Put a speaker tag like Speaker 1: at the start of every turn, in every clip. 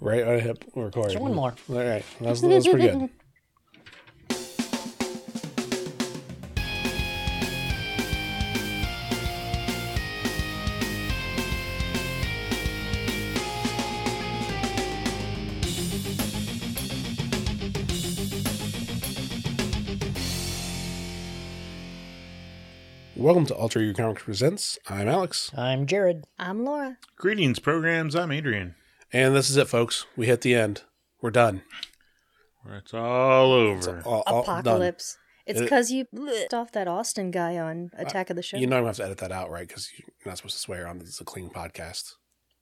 Speaker 1: right on hip record.
Speaker 2: One more.
Speaker 1: Mm. All right. That was, that was pretty good. Welcome to Alter Your Comics Presents. I'm Alex.
Speaker 2: I'm Jared.
Speaker 3: I'm Laura.
Speaker 4: Greetings, programs. I'm Adrian.
Speaker 1: And this is it, folks. We hit the end. We're done.
Speaker 4: It's all
Speaker 1: It's
Speaker 4: over.
Speaker 1: all- all Oh, done.
Speaker 3: Apocalypse. It's
Speaker 1: It-
Speaker 3: because you blipped off that Austin guy on Attack of the Show.
Speaker 1: You know I'm gonna have to edit that out, right? Because you're not supposed to swear on this. It's a clean podcast.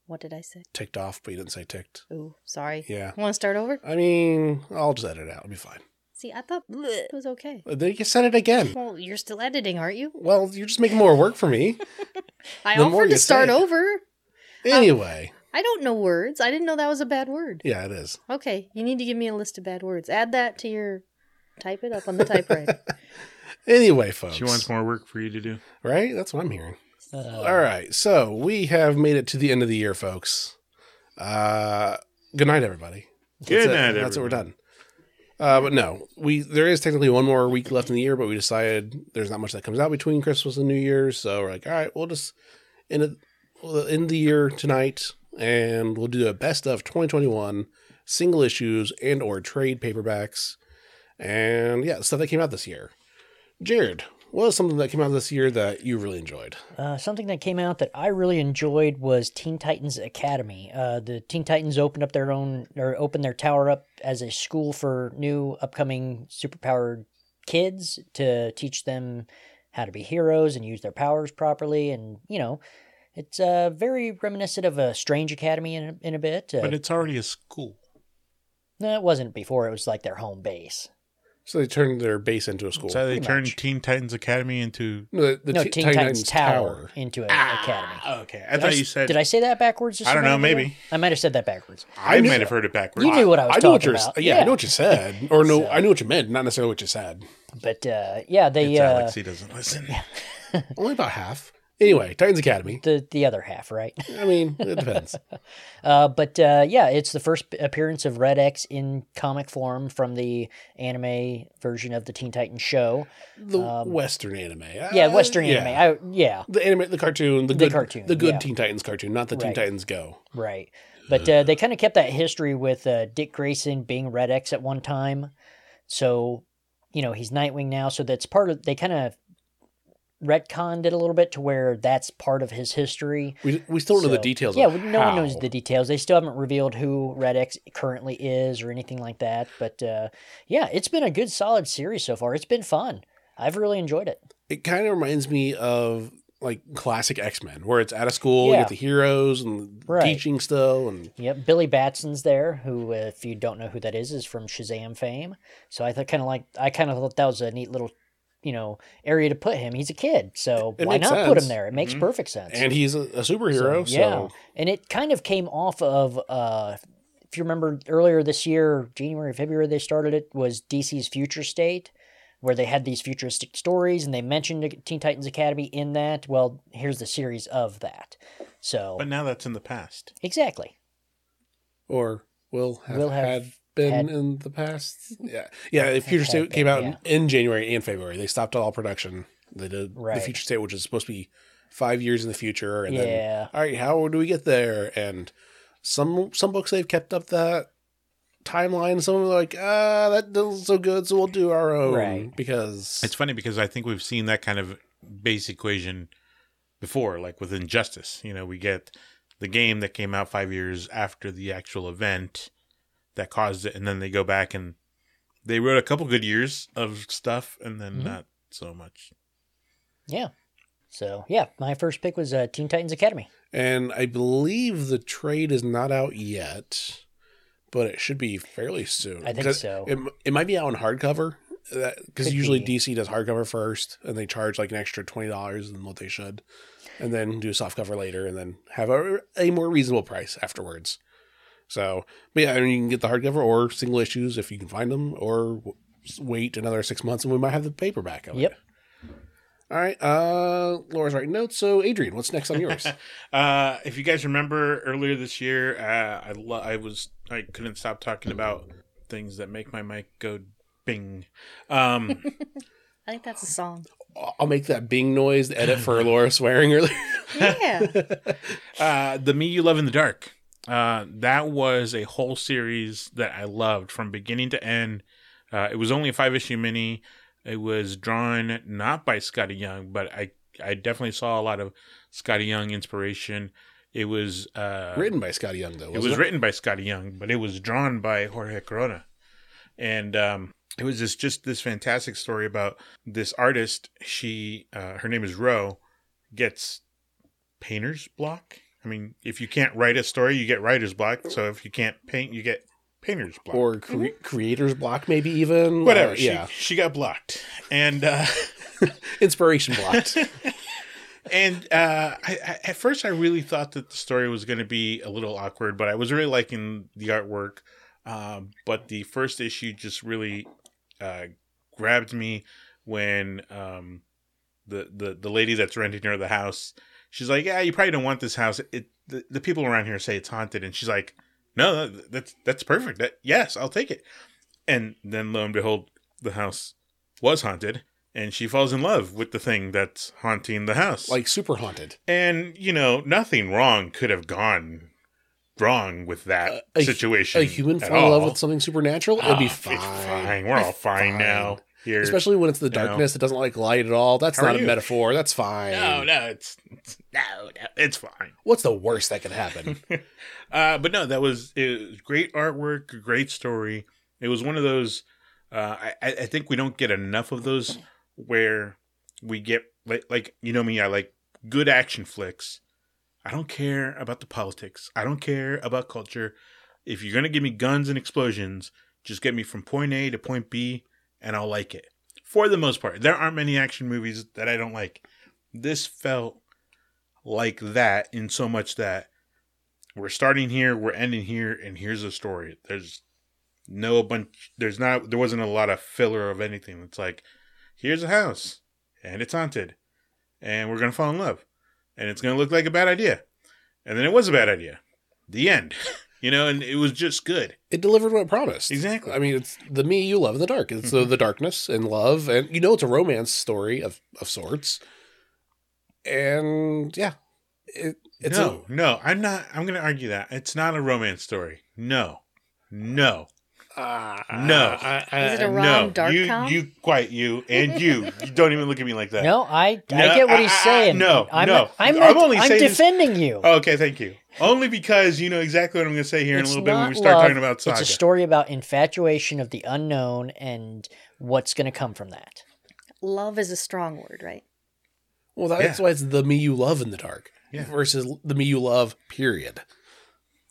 Speaker 3: what did I say?
Speaker 1: Ticked off, but you didn't say ticked.
Speaker 3: Ooh, sorry.
Speaker 1: Yeah.
Speaker 3: Want to start over?
Speaker 1: I mean, I'll just edit it out. It'll be fine.
Speaker 3: See, I thought blip was okay.
Speaker 1: Then you said it again.
Speaker 3: Well, you're still editing, aren't you?
Speaker 1: Well, you're just making more work for me.
Speaker 3: I
Speaker 1: The more
Speaker 3: offered
Speaker 1: you
Speaker 3: to start
Speaker 1: say.
Speaker 3: over.
Speaker 1: Anyway,
Speaker 3: I don't know words. I didn't know that was a bad word.
Speaker 1: yeah, it is.
Speaker 3: Okay, you need to give me a list of bad words. Add that to your. Type it up on the typewriter.
Speaker 1: Anyway, folks.
Speaker 4: She wants more work for you to do.
Speaker 1: Right? That's what I'm hearing.
Speaker 2: Uh,
Speaker 1: All right. So we have made it to the end of the year, folks. Uh, good night, everybody. That's
Speaker 4: Good
Speaker 1: it.
Speaker 4: night,
Speaker 1: That's what we're
Speaker 4: everyone.
Speaker 1: done. Uh, but no, we there is technically one more week left in the year, but we decided there's not much that comes out between Christmas and New Year's, so we're like, all right, we'll just end it we'll end the year tonight, and we'll do a best of 2021 single issues and or trade paperbacks, and yeah, stuff that came out this year. Jared, what is something that came out this year that you really enjoyed?
Speaker 2: Uh, something that came out that I really enjoyed was Teen Titans Academy. Uh, the Teen Titans opened up their own or opened their tower up as a school for new upcoming superpowered kids to teach them how to be heroes and use their powers properly. And you know, it's uh, very reminiscent of a Strange Academy in, in a bit. Uh,
Speaker 4: But it's already a school.
Speaker 2: no, it wasn't before. It was like their home base.
Speaker 1: So they turned their base into a school.
Speaker 4: So they
Speaker 2: Pretty
Speaker 4: turned
Speaker 2: much.
Speaker 4: Teen Titans Academy into.
Speaker 1: no, the, the
Speaker 2: no,
Speaker 1: T- Ah!
Speaker 2: Teen Titans, Tower, into an academy.
Speaker 4: Okay, I
Speaker 2: Did
Speaker 4: thought
Speaker 2: s-
Speaker 4: you said.
Speaker 2: Did I say that backwards? just
Speaker 4: I don't
Speaker 2: about
Speaker 4: know,
Speaker 2: the way?
Speaker 4: maybe.
Speaker 2: I might have said that backwards.
Speaker 4: I,
Speaker 1: I knew-
Speaker 4: might have heard it backwards.
Speaker 2: You knew what I was
Speaker 1: I know
Speaker 2: talking
Speaker 1: what you're.
Speaker 2: about.
Speaker 1: Yeah, I know what you said, or no,
Speaker 2: So-
Speaker 1: I knew what you meant, not necessarily what you said.
Speaker 2: But uh, yeah, they
Speaker 4: It's
Speaker 2: uh,
Speaker 4: Alex. He doesn't listen.
Speaker 1: Only about half. Anyway, Titans Academy.
Speaker 2: the the other half, right?
Speaker 1: I mean, it depends.
Speaker 2: Uh, but uh, yeah, it's the first appearance of Red X in comic form from the anime version of the Teen Titans show.
Speaker 1: The
Speaker 2: Um,
Speaker 1: Western anime.
Speaker 2: Yeah,
Speaker 1: Uh,
Speaker 2: Western
Speaker 1: yeah.
Speaker 2: anime. I, yeah,
Speaker 1: The anime, the cartoon, the
Speaker 2: The
Speaker 1: good
Speaker 2: cartoon,
Speaker 1: the good
Speaker 2: yeah.
Speaker 1: Teen Titans cartoon, not the Teen
Speaker 2: Right.
Speaker 1: Titans Go.
Speaker 2: right. But uh, they kind of kept that history with uh, Dick Grayson being Red X at one time. So you know he's Nightwing now. So that's part of they kind of retconned it a little bit to where that's part of his history.
Speaker 1: We, we still don't know the
Speaker 2: So-
Speaker 1: details.
Speaker 2: Yeah,
Speaker 1: of
Speaker 2: well, no one knows
Speaker 1: how.
Speaker 2: the details. They still haven't revealed who Red X currently is or anything like that. But uh, yeah, it's been a good, solid series so far. It's been fun. I've really enjoyed it.
Speaker 1: It kind of reminds me of like classic X Men, where it's out of school, you
Speaker 2: Yeah.
Speaker 1: get the heroes and
Speaker 2: Right.
Speaker 1: teaching still, and
Speaker 2: Yep, Billy Batson's there, who, uh, if you don't know who that is, is from Shazam fame. So I thought kind of like I kind of thought that was a neat little, you know, area to put him. He's a kid, so
Speaker 1: It
Speaker 2: why
Speaker 1: makes
Speaker 2: not put
Speaker 1: sense. Mm-hmm.
Speaker 2: him there? It makes
Speaker 4: Mhm.
Speaker 2: perfect sense.
Speaker 1: and he's a, a superhero. So,
Speaker 2: yeah, and it kind of came off of uh, if you remember earlier this year, January, February, they started it was DC's Future State, where they had these futuristic stories, and they mentioned Teen Titans Academy in that. Well, here's the series of that. So
Speaker 4: But now that's in the past.
Speaker 2: exactly,
Speaker 1: or will have,
Speaker 2: Will have
Speaker 1: had been
Speaker 2: had-
Speaker 1: in the past. Yeah, yeah. The
Speaker 2: Have
Speaker 1: Future
Speaker 2: had
Speaker 1: State
Speaker 2: been,
Speaker 1: came out
Speaker 2: yeah.
Speaker 1: in, in January and February. They stopped all production. They did the
Speaker 2: Right.
Speaker 1: Future State, which is supposed to be five years in the future, and then
Speaker 2: yeah,
Speaker 1: all right, how do we get there? And some some books they've kept up that timeline. Some of them are like, ah, that doesn't so good, so we'll do our own
Speaker 2: Right.
Speaker 1: because
Speaker 4: It's funny because I think we've seen that kind of base equation before, like with Injustice. You know, we get the game that came out five years after the actual event that caused it, and then they go back and they wrote a couple good years of stuff, and then
Speaker 2: Mhm.
Speaker 4: not so much.
Speaker 2: yeah. So yeah, my first pick was uh, Teen Titans Academy.
Speaker 1: and I believe the trade is not out yet, but it should be fairly soon.
Speaker 2: I think
Speaker 1: 'Cause
Speaker 2: so.
Speaker 1: It, it might be out on hardcover because
Speaker 2: Could
Speaker 1: usually
Speaker 2: be.
Speaker 1: DC does hardcover first, and they charge like an extra twenty dollars than what they should, and then do softcover later, and then have a, a more reasonable price afterwards. So, but yeah, I mean, you can get the hardcover or single issues if you can find them, or w- wait another six months, and we might have the paperback of it.
Speaker 2: Yep.
Speaker 1: All right. Uh, Laura's writing notes. So, Adrian, what's next on yours?
Speaker 4: Uh, if you guys remember earlier this year, uh, I lo- I was I couldn't stop talking about things that make my mic go bing. Um,
Speaker 3: I think that's a song.
Speaker 1: I'll make that Bing noise to edit for Laura swearing earlier.
Speaker 3: Yeah.
Speaker 4: uh, the Me You Love in the Dark. Uh, that was a whole series that I loved from beginning to end. Uh, it was only a five issue mini. It was drawn not by Scotty Young, but I I definitely saw a lot of Scotty Young inspiration. It was uh,
Speaker 1: Written by Scotty Young, though.
Speaker 4: It was written by Scotty Young, but it was drawn by Jorge Corona, and um, it was just just this fantastic story about this artist. She, uh, her name is Ro, gets painter's block. I mean, if you can't write a story, you get writer's block. So if you can't paint, you get painter's block
Speaker 1: Or cre- creator's block, maybe even.
Speaker 4: Mm-hmm. whatever.
Speaker 1: Or,
Speaker 4: she,
Speaker 1: yeah.
Speaker 4: she got blocked, and. Uh,
Speaker 1: Inspiration blocked.
Speaker 4: and uh, I, I, at first, I really thought that the story was going to be a little awkward, but I was really liking the artwork. Um, but the first issue just really uh, grabbed me when um, the, the the lady that's renting her the house, she's like, "Yeah, you probably don't want this house. It the, the people around here say it's haunted," and she's like, "No, that's that's perfect. That, yes, I'll take it." And then lo and behold, the house was haunted. And she falls in love with the thing that's haunting the house.
Speaker 1: like, super haunted.
Speaker 4: And, you know, nothing wrong could have gone wrong with that
Speaker 1: A- a hu-
Speaker 4: situation.
Speaker 1: A human
Speaker 4: at
Speaker 1: fall in love
Speaker 4: all.
Speaker 1: with something supernatural? It'd
Speaker 4: Ah,
Speaker 1: be
Speaker 4: it's
Speaker 1: fine.
Speaker 4: We're all fine,
Speaker 1: Fine.
Speaker 4: now. Here.
Speaker 1: Especially when it's the
Speaker 4: You know.
Speaker 1: darkness. It doesn't like light at all. That's
Speaker 4: How are
Speaker 1: not a
Speaker 4: you?
Speaker 1: metaphor. That's fine.
Speaker 4: no, no, it's, it's no, no, it's fine.
Speaker 1: What's the worst that could happen?
Speaker 4: Uh, but no, that was, it was great artwork, great story. It was one of those. Uh, I, I I think we don't get enough of those where we get like like you know me. I like good action flicks. I don't care about the politics. I don't care about culture. If you're gonna give me guns and explosions, just get me from point A to point B, and I'll like it. For the most part, there aren't many action movies that I don't like. This felt like that in so much that we're starting here, we're ending here, and here's the story. There's no bunch. There's not. There wasn't a lot of filler of anything. It's like, here's a house, and it's haunted, and we're gonna fall in love, and it's gonna look like a bad idea, and then it was a bad idea. The end. you know, and it was just good.
Speaker 1: it delivered what it promised.
Speaker 4: Exactly. Mm-hmm.
Speaker 1: I mean, it's the me you love in the dark. It's the, the darkness and love, and you know it's a romance story of of sorts. And yeah, it, it's a-
Speaker 4: no, no. I'm not. I'm gonna argue that it's not a romance story. No, no.
Speaker 1: Ah,
Speaker 4: No.
Speaker 1: I- I-
Speaker 3: Is it a
Speaker 4: no.
Speaker 3: rom dark
Speaker 4: you,
Speaker 3: com?
Speaker 4: you, quite you, and you. you don't even look at me like that.
Speaker 2: No, I,
Speaker 4: Uh, No,
Speaker 2: I get what he's
Speaker 4: I- I-
Speaker 2: saying.
Speaker 4: no,
Speaker 2: I'm,
Speaker 4: no.
Speaker 2: I'm,
Speaker 4: I'm only
Speaker 2: I'm
Speaker 4: saying this-
Speaker 2: defending you.
Speaker 4: Oh, Okay, thank you. Only because you know exactly what I'm going to say here in a
Speaker 2: It's
Speaker 4: little bit when
Speaker 2: not
Speaker 4: we start
Speaker 2: love,
Speaker 4: talking about Saga.
Speaker 2: It's a story about infatuation of the unknown and what's going to come from that.
Speaker 3: Love is a strong word, right?
Speaker 1: Well, that's
Speaker 4: Yeah.
Speaker 1: why it's the me you love in the dark
Speaker 4: Yeah.
Speaker 1: versus the me you love. Period.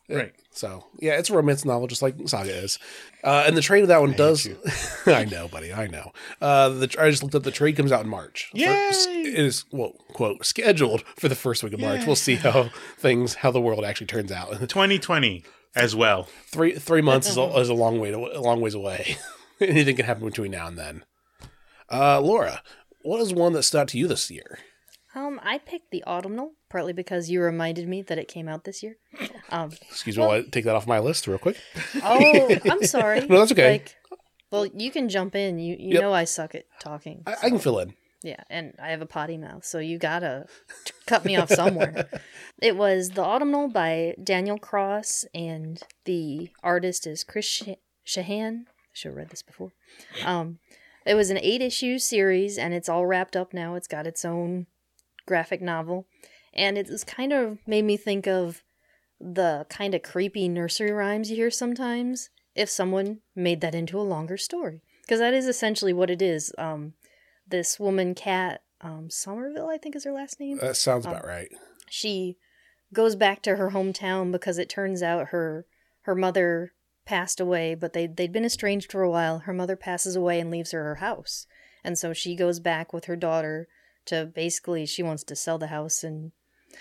Speaker 4: Right.
Speaker 1: So yeah, it's a romance novel, just like Saga is. Uh, and the trade of that one does.
Speaker 4: you.
Speaker 1: I know, buddy. I know. Uh, the tr- I just looked up. The trade comes out in March. Fir-
Speaker 4: Yay!
Speaker 1: s- it is well, quote scheduled for the first week of March. We'll see how things, how the world actually turns out.
Speaker 4: 2020 as well.
Speaker 1: three three months is a, is a long way to, a long ways away. Anything can happen between now and then. Uh, Laura, what is one that stood out to you this year?
Speaker 3: Um, I picked the autumnal partly because you reminded me that it came out this year. Um,
Speaker 1: Excuse me, while I take that off my list real quick.
Speaker 3: oh, I'm sorry.
Speaker 1: No, that's okay.
Speaker 3: Like, well, you can jump in. You you
Speaker 1: Yep.
Speaker 3: know I suck at talking.
Speaker 1: I, I can fill in.
Speaker 3: Yeah, and I have a potty mouth, so you gotta t- cut me off somewhere. It was The Autumnal by Daniel Cross, and the artist is Chris Sh- Shahan. I should have read this before. Um, it was an eight issue series, and it's all wrapped up now. It's got its own graphic novel, and it was kind of made me think of the kind of creepy nursery rhymes you hear sometimes if someone made that into a longer story. Because that is essentially what it is. Um, this woman cat um, somerville i think is her last name
Speaker 1: That sounds about right.
Speaker 3: she goes back to her hometown because it turns out her her mother passed away but they they'd been estranged for a while her mother passes away and leaves her her house and so she goes back with her daughter to basically she wants to sell the house and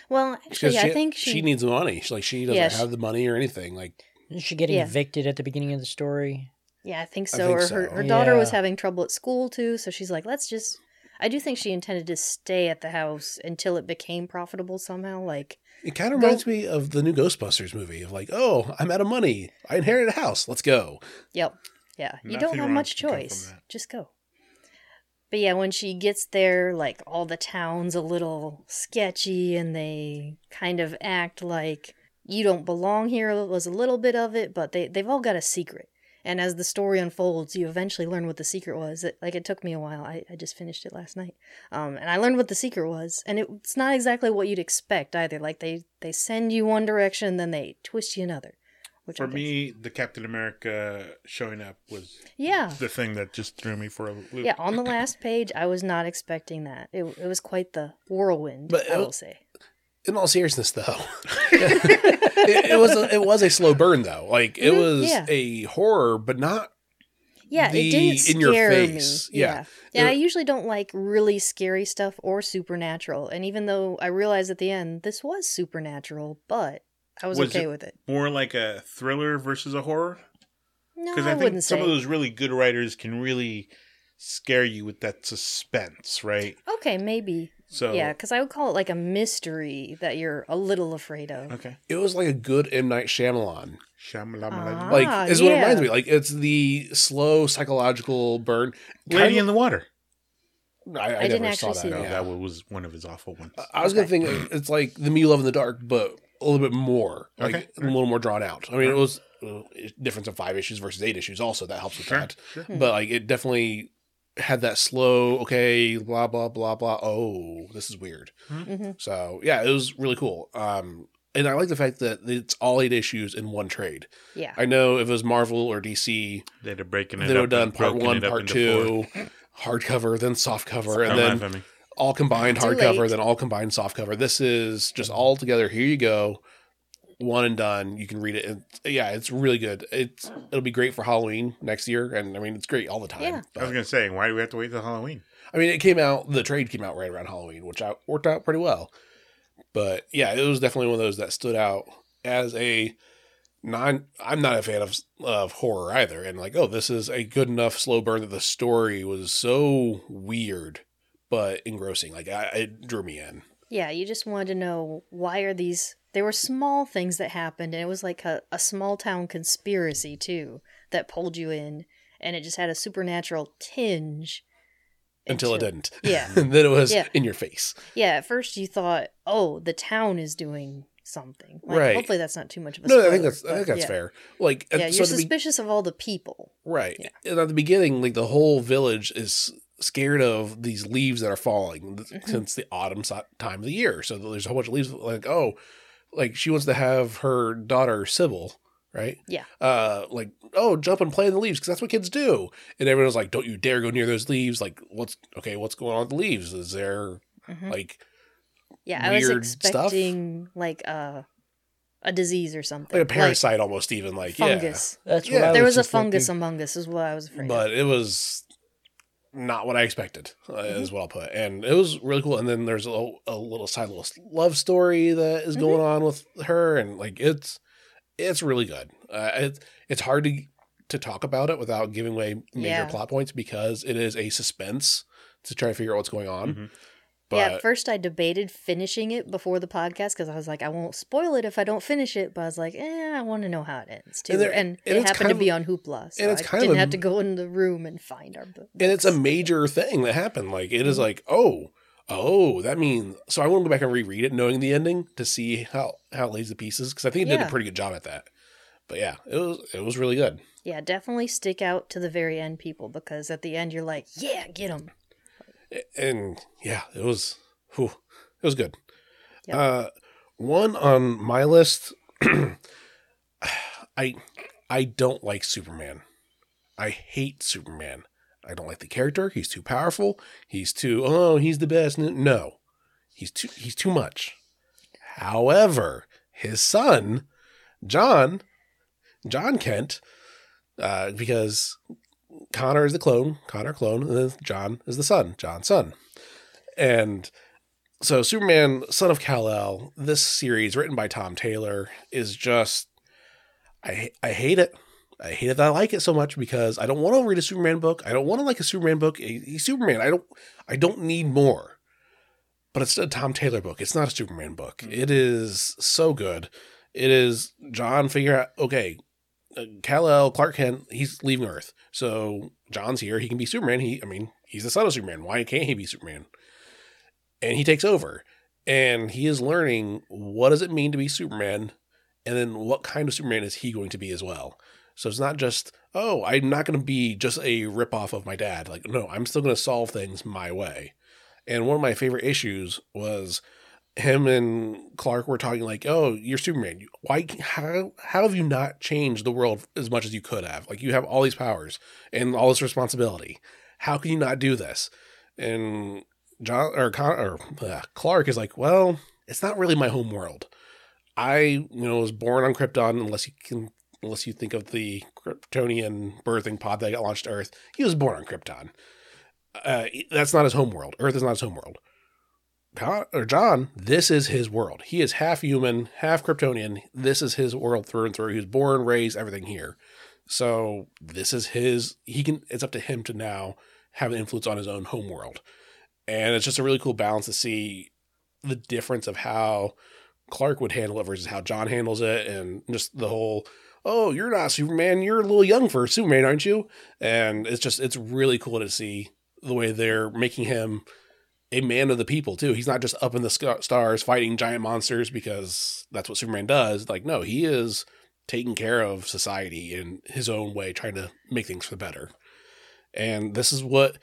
Speaker 3: well actually
Speaker 1: Because
Speaker 3: i think she,
Speaker 1: she needs money. She, like she doesn't
Speaker 3: Yeah,
Speaker 1: have the money or anything. Like
Speaker 2: Isn't she getting
Speaker 3: Yeah.
Speaker 2: evicted at the beginning of the story?
Speaker 3: yeah i think
Speaker 1: I
Speaker 3: so
Speaker 1: think
Speaker 3: or her,
Speaker 1: so.
Speaker 3: her daughter was
Speaker 2: Yeah.
Speaker 3: having trouble at school too so she's like let's just I do think she intended to stay at the house until it became profitable somehow. Like,
Speaker 1: It kind of reminds me of the new Ghostbusters movie of like, oh, I'm out of money. I inherited a house. Let's go.
Speaker 3: Yep. Yeah. You
Speaker 4: Nothing
Speaker 3: don't have
Speaker 4: wrong
Speaker 3: much
Speaker 4: can come from
Speaker 3: choice.
Speaker 4: that.
Speaker 3: Just go. But yeah, when she gets there, like all the town's a little sketchy and they kind of act like you don't belong here was a little bit of it, but they, they've all got a secret. And as the story unfolds, you eventually learn what the secret was. It, like it took me a while. I, I just finished it last night. Um, and I learned what the secret was. And it, it's not exactly what you'd expect either. Like they, they send you one direction, then they twist you another. Which I
Speaker 4: For
Speaker 3: guess-
Speaker 4: me, the Captain America showing up was
Speaker 2: Ah.
Speaker 3: yeah.
Speaker 4: the thing that just threw me for a loop.
Speaker 3: Yeah, on the last page, I was not expecting that. It, it was quite the whirlwind,
Speaker 1: But it
Speaker 3: I will
Speaker 1: was-
Speaker 3: say.
Speaker 1: In all seriousness, though, it, it was a, it was a slow burn though. Like it
Speaker 3: Mhm,
Speaker 1: was
Speaker 3: yeah.
Speaker 1: a horror, but not.
Speaker 3: Yeah,
Speaker 1: the
Speaker 3: it didn't scare
Speaker 1: in your face,
Speaker 3: me.
Speaker 1: yeah.
Speaker 3: yeah, Yeah, I
Speaker 1: It-
Speaker 3: usually don't like really scary stuff or supernatural. And even though I realized at the end this was supernatural, but I was,
Speaker 4: Was
Speaker 3: okay
Speaker 4: it-
Speaker 3: with it.
Speaker 4: More like a thriller versus a horror.
Speaker 3: No,
Speaker 4: Because
Speaker 3: I,
Speaker 4: I think
Speaker 3: wouldn't say.
Speaker 4: some of those really good writers can really scare you with that suspense, right?
Speaker 3: Okay, maybe.
Speaker 4: So
Speaker 3: Yeah, because I would call it like a mystery that you're a little afraid of.
Speaker 4: Okay.
Speaker 1: It was like a good M Night Shyamalan.
Speaker 4: Shyamalan.
Speaker 3: Ah,
Speaker 1: Like is what it
Speaker 3: yeah.
Speaker 1: reminds me. Like it's the slow psychological burn. Kind
Speaker 4: Lady
Speaker 1: of-
Speaker 4: in the Water.
Speaker 1: I, I,
Speaker 3: I didn't
Speaker 1: never saw
Speaker 3: actually
Speaker 1: that.
Speaker 3: see
Speaker 4: No,
Speaker 1: yeah. Uh,
Speaker 4: that was one of his awful ones.
Speaker 1: I- I was
Speaker 3: Okay.
Speaker 1: gonna think it's like the Me Love in the Dark, but a little bit more, like
Speaker 4: Okay.
Speaker 1: a little more drawn out. I mean, it was uh, difference of five issues versus eight issues. Also, that helps with
Speaker 4: Sure,
Speaker 1: that.
Speaker 4: sure.
Speaker 3: Hmm.
Speaker 1: But like, it definitely had that slow, okay, blah blah blah blah. Oh, this is weird.
Speaker 3: Mhm.
Speaker 1: So yeah, it was really cool. Um, and I like the fact that it's all eight issues in one trade.
Speaker 3: Yeah.
Speaker 1: I know if it was Marvel or DC,
Speaker 4: They'd have breaking it
Speaker 1: they would have
Speaker 4: up.
Speaker 1: done
Speaker 4: and
Speaker 1: part
Speaker 4: broken
Speaker 1: one,
Speaker 4: it up
Speaker 1: part
Speaker 4: into
Speaker 1: two, hardcover, then softcover,
Speaker 4: four. Don't
Speaker 1: and then
Speaker 4: laugh at me.
Speaker 1: all combined
Speaker 3: Too
Speaker 1: hardcover,
Speaker 3: late.
Speaker 1: then all combined softcover. This is just all together. Here you go, one and done. You can read it. And, yeah, it's really good. It's it'll be great for Halloween next year, and I mean it's great all the time.
Speaker 3: Yeah.
Speaker 1: But-
Speaker 4: I was gonna say, why do we have to wait till Halloween?
Speaker 1: I mean, it came out. The trade came out right around Halloween, which I worked out pretty well. But yeah, it was definitely one of those that stood out as a non. I'm not a fan of of horror either, and like, oh, this is a good enough slow burn that the story was so weird but engrossing. Like, I, it drew me in.
Speaker 3: Yeah, you just wanted to know why are these there were small things that happened and it was like a, a small town conspiracy too that pulled you in and it just had a supernatural tinge
Speaker 1: until it
Speaker 3: into-
Speaker 1: didn't.
Speaker 3: Yeah.
Speaker 1: and then it was
Speaker 3: Yeah.
Speaker 1: in your face.
Speaker 3: Yeah, at first you thought, "Oh, the town is doing something." Like,
Speaker 1: Right.
Speaker 3: Hopefully that's not too much of a
Speaker 1: No, I
Speaker 3: spoiler,
Speaker 1: think that's I
Speaker 3: but
Speaker 1: think that's
Speaker 3: yeah.
Speaker 1: fair. Like at-
Speaker 3: Yeah,
Speaker 1: so
Speaker 3: you're
Speaker 1: at the be-
Speaker 3: suspicious of all the people.
Speaker 1: right
Speaker 3: Yeah.
Speaker 1: and at the beginning, like the whole village is scared of these leaves that are falling th-
Speaker 3: Mhm.
Speaker 1: since the autumn so- time of the year. So there's a whole bunch of leaves. Like oh, like she wants to have her daughter Sybil. Right.
Speaker 3: Yeah.
Speaker 1: Uh, like oh, jump and play in the leaves because that's what kids do. And everyone's like, "Don't you dare go near those leaves!" Like, what's okay? What's going on with the leaves? Is there
Speaker 3: Mhm.
Speaker 1: like
Speaker 3: yeah, I was
Speaker 1: weird stuff?
Speaker 3: expecting like a a disease or something.
Speaker 1: like a parasite almost even like yeah.
Speaker 3: fungus.
Speaker 2: That's what
Speaker 1: Yeah.
Speaker 2: I
Speaker 1: I
Speaker 3: There
Speaker 2: was,
Speaker 3: was a
Speaker 2: just thinking.
Speaker 3: fungus among us, is what I was afraid of.
Speaker 1: but it was not what I expected, uh,
Speaker 3: Mm-hmm.
Speaker 1: is what I'll put. And it was really cool. And then there's a, little- a little side little love story that
Speaker 3: Mm-hmm.
Speaker 1: is going on with her, and like it's it's really good. Uh, it's it's hard to to talk about it without giving away major
Speaker 3: Yeah.
Speaker 1: plot points because it is a suspense to try to figure out what's going on.
Speaker 4: Mhm.
Speaker 1: But
Speaker 3: yeah, at first I debated finishing it before the podcast because I was like, I won't spoil it if I don't finish it. But I was like, eh, I want to know how it ends too.
Speaker 1: And
Speaker 3: And,
Speaker 1: there- and
Speaker 3: it
Speaker 1: it's
Speaker 3: happened to
Speaker 1: kind
Speaker 3: be
Speaker 1: of-
Speaker 3: on Hoopla, so
Speaker 1: and it's
Speaker 3: I
Speaker 1: kind of
Speaker 3: didn't
Speaker 1: a-
Speaker 3: have to go in the room and find our book.
Speaker 1: and it's a major thing that happened. Like it is like oh. Oh, that means so. I want to go back and reread it, knowing the ending, to see how how it lays the pieces because I think it did
Speaker 3: Yeah.
Speaker 1: a pretty good job at that. But yeah, it was it was really good.
Speaker 3: Yeah, definitely stick out to the very end, people, because at the end you're like, yeah, get them.
Speaker 1: and yeah, it was whew, it was good.
Speaker 3: Yeah.
Speaker 1: Uh, one on my list, I I don't like Superman. I hate Superman. I don't like the character. He's too powerful. He's too oh, he's the best. No, he's too he's too much. However, his son, John, John Kent, uh, because Connor is the clone, Connor clone, and then John is the son, John's son. And so Superman, Son of Kal-El, this series written by Tom Taylor is just I I hate it. I hate that I like it so much because I don't want to read a Superman book. I don't want to like a Superman book. He- He's Superman. I don't. I don't need more. But it's a Tom Taylor book. It's not a Superman book. It is so good. It is John figure out okay. Uh, Kal El Clark Kent. He's leaving Earth, so John's here. He can be Superman. He. I mean, he's the son of Superman. Why can't he be Superman? And he takes over, and he is learning what does it mean to be Superman, and then what kind of Superman is he going to be as well. So it's not just, oh, I'm not going to be just a ripoff of my dad. Like, no, I'm still going to solve things my way. And one of my favorite issues was him and Clark were talking like, oh, you're Superman. Why? How, how have you not changed the world as much as you could have? Like, you have all these powers and all this responsibility. How can you not do this? And John or, Con, or uh, Clark is like, well, it's not really my home world. I, you know, was born on Krypton unless you can unless you think of the Kryptonian birthing pod that got launched to Earth. He was born on Krypton. Uh, that's not his home world. Earth is not his home world. Con- or John, this is his world. He is half human, half Kryptonian. This is his world through and through. He was born, raised, everything here. So this is his. He can. It's up to him to now have an influence on his own home world, and it's just a really cool balance to see the difference of how Clark would handle it versus how John handles it, and just the whole oh, you're not Superman. You're a little young for Superman, aren't you? And it's just, it's really cool to see the way they're making him a man of the people, too. He's not just up in the sc- stars fighting giant monsters because that's what Superman does. Like, no, he is taking care of society in his own way, trying to make things for the better. And this is what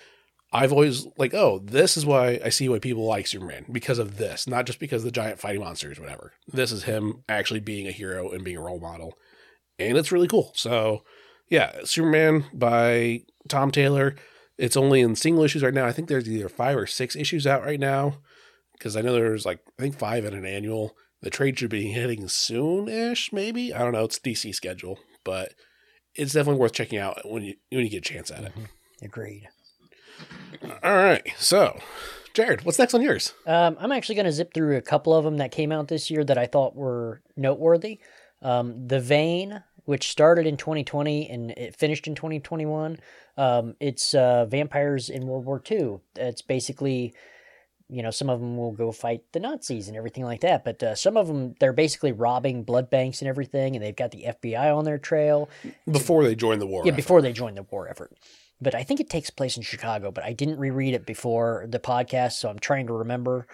Speaker 1: I've always like, oh, this is why I see why people like Superman because of this, not just because of the giant fighting monsters, whatever. This is him actually being a hero and being a role model and it's really cool. So, yeah, Superman by Tom Taylor. It's only in single issues right now. I think there's either five or six issues out right now because I know there's like I think five in an annual. The trade should be hitting soon-ish, maybe. I don't know. It's DC schedule, but it's definitely worth checking out when you when you get a chance at it.
Speaker 2: Mm-hmm. Agreed.
Speaker 1: All right, so Jared, what's next on yours?
Speaker 2: Um, I'm actually going to zip through a couple of them that came out this year that I thought were noteworthy. Um, the Vein, which started in 2020 and it finished in 2021. Um, it's uh, vampires in World War II. It's basically, you know, some of them will go fight the Nazis and everything like that. But uh, some of them, they're basically robbing blood banks and everything, and they've got the FBI on their trail.
Speaker 1: Before they join the war,
Speaker 2: Yeah, before they joined the war effort. But I think it takes place in Chicago, but I didn't reread it before the podcast, so I'm trying to remember.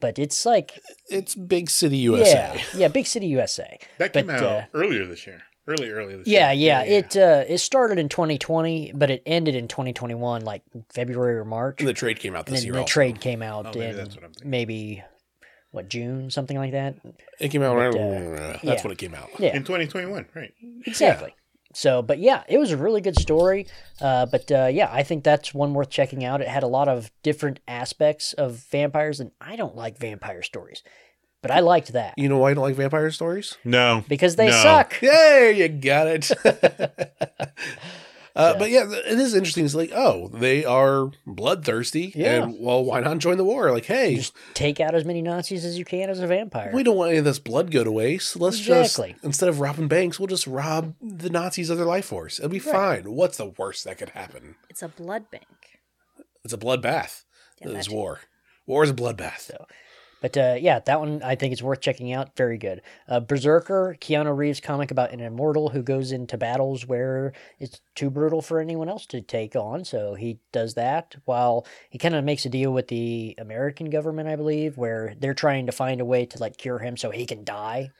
Speaker 2: But it's like
Speaker 1: it's big city USA.
Speaker 2: yeah, yeah, big city USA.
Speaker 4: That came
Speaker 2: But,
Speaker 4: out
Speaker 2: uh,
Speaker 4: earlier this year. Early, early this
Speaker 2: Yeah,
Speaker 4: year.
Speaker 2: yeah. It uh, it started in 2020, but it ended in 2021, like February or March.
Speaker 1: And the trade came out
Speaker 2: And
Speaker 1: this
Speaker 2: then
Speaker 1: year.
Speaker 2: the
Speaker 1: also.
Speaker 2: trade came out
Speaker 4: Oh, maybe
Speaker 2: in
Speaker 4: that's what I'm thinking.
Speaker 2: maybe what June, something like that.
Speaker 1: It came out.
Speaker 2: But,
Speaker 1: around- that's
Speaker 2: uh, yeah.
Speaker 1: when it came out.
Speaker 2: Yeah,
Speaker 4: in 2021, right?
Speaker 2: exactly. So, but yeah, it was a really good story. Uh, but uh, yeah, I think that's one worth checking out. It had a lot of different aspects of vampires, and I don't like vampire stories, but I liked that
Speaker 1: You know why I don't like vampire stories?
Speaker 4: No,
Speaker 2: because they
Speaker 4: No.
Speaker 2: suck.
Speaker 1: Yay, you got it. Uh, But yeah, th- it is interesting. It's like, oh, they are bloodthirsty,
Speaker 2: Yeah.
Speaker 1: and well, why not join the war? Like, hey,
Speaker 2: Just take out as many Nazis as you can as a vampire.
Speaker 1: we don't want any of this blood go to waste. Let's
Speaker 2: Exactly.
Speaker 1: just instead of robbing banks, we'll just rob the Nazis of their life force. It'll be fine. What's the worst that could happen?
Speaker 3: It's a blood bank.
Speaker 1: It's a bloodbath.
Speaker 3: Yeah,
Speaker 1: it's
Speaker 3: that-
Speaker 1: war. War is a bloodbath.
Speaker 2: But uh, yeah, that one I think is worth checking out. Very good. Uh, Berserker, Keanu Reeves comic about an immortal who goes into battles where it's too brutal for anyone else to take on. So he does that while he kind of makes a deal with the American government, I believe, where they're trying to find a way to like cure him so he can die.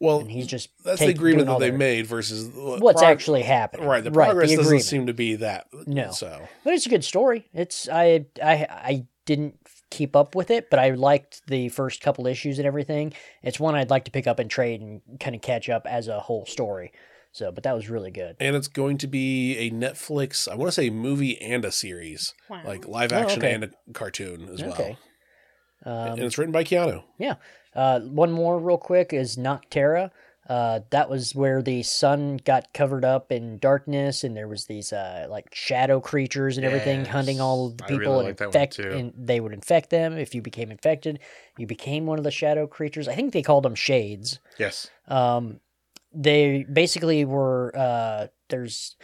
Speaker 1: Well,
Speaker 2: And he's just
Speaker 1: that's
Speaker 2: take-
Speaker 1: the agreement
Speaker 2: doing all
Speaker 1: that they
Speaker 2: their-
Speaker 1: made versus
Speaker 2: What's
Speaker 1: prog-
Speaker 2: actually happening?
Speaker 1: right. The progress doesn't
Speaker 2: agreement.
Speaker 1: seem to be that.
Speaker 2: No.
Speaker 1: so
Speaker 2: But it's a good story. It's I I I didn't keep up with it, but I liked the first couple issues and everything. It's one I'd like to pick up and trade and kind of catch up as a whole story. So, but that was really good.
Speaker 1: and it's going to be a Netflix. I want to say movie and a series,
Speaker 3: Wow.
Speaker 1: like live
Speaker 2: Oh,
Speaker 1: action
Speaker 2: okay.
Speaker 1: and a cartoon as
Speaker 2: Okay.
Speaker 1: well.
Speaker 2: Um,
Speaker 1: and it's written by Keanu.
Speaker 2: uh, one more real quick is Noctera. Uh, that was where the sun got covered up in darkness, and there was these uh, like shadow creatures and everything hunting
Speaker 4: Yes.
Speaker 2: all of the
Speaker 4: I really
Speaker 2: people
Speaker 4: like
Speaker 2: and
Speaker 4: that one
Speaker 2: infect,
Speaker 4: too.
Speaker 2: and they would infect them. If you became infected, you became one of the shadow creatures. I think they called them shades.
Speaker 4: Yes.
Speaker 2: Um, they basically were uh, there's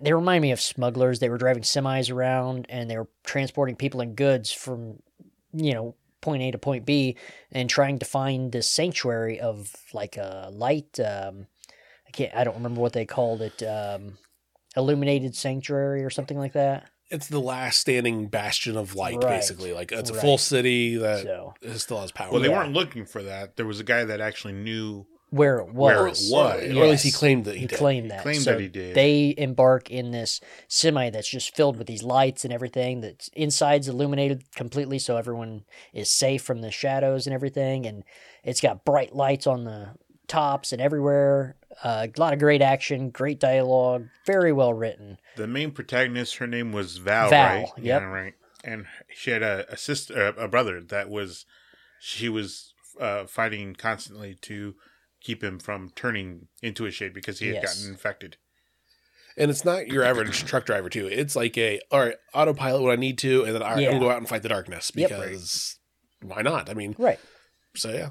Speaker 2: they remind me of smugglers. They were driving semis around and they were transporting people and goods from you know point A to point B and trying to find this sanctuary of like a light. Um, I can't. I don't remember what they called it. Um, illuminated sanctuary or something like that.
Speaker 1: It's the last standing bastion of light,
Speaker 2: Right.
Speaker 1: basically. Like it's a
Speaker 2: Right.
Speaker 1: full city
Speaker 4: Uh,
Speaker 1: that
Speaker 2: so
Speaker 1: still has power.
Speaker 4: Well, they
Speaker 2: Yeah.
Speaker 4: weren't looking for that. There was a guy that actually knew
Speaker 2: where it was,
Speaker 4: where it was.
Speaker 1: or at least he
Speaker 2: Yes.
Speaker 1: claimed that he,
Speaker 2: He
Speaker 1: did.
Speaker 2: claimed that.
Speaker 4: claimed
Speaker 2: So
Speaker 4: that he did.
Speaker 2: They embark in this semi that's just filled with these lights and everything. That's inside's illuminated completely, so everyone is safe from the shadows and everything. And it's got bright lights on the tops and everywhere. Uh, a lot of great action, great dialogue, very well written.
Speaker 4: the main protagonist. Her name was Val,
Speaker 2: Val,
Speaker 4: right?
Speaker 2: yep.
Speaker 4: Yeah, right. And she had a, a sister, a brother that was she was uh, fighting constantly to keep him from turning into a shade because he had
Speaker 2: Yes.
Speaker 4: gotten infected.
Speaker 1: And it's not your average truck driver too. It's like a all right, autopilot when I need to, and then all right, I'm
Speaker 2: Yeah.
Speaker 1: gonna go out and fight the darkness
Speaker 2: Yep.
Speaker 1: because why not? I mean,
Speaker 2: Right.
Speaker 1: so yeah.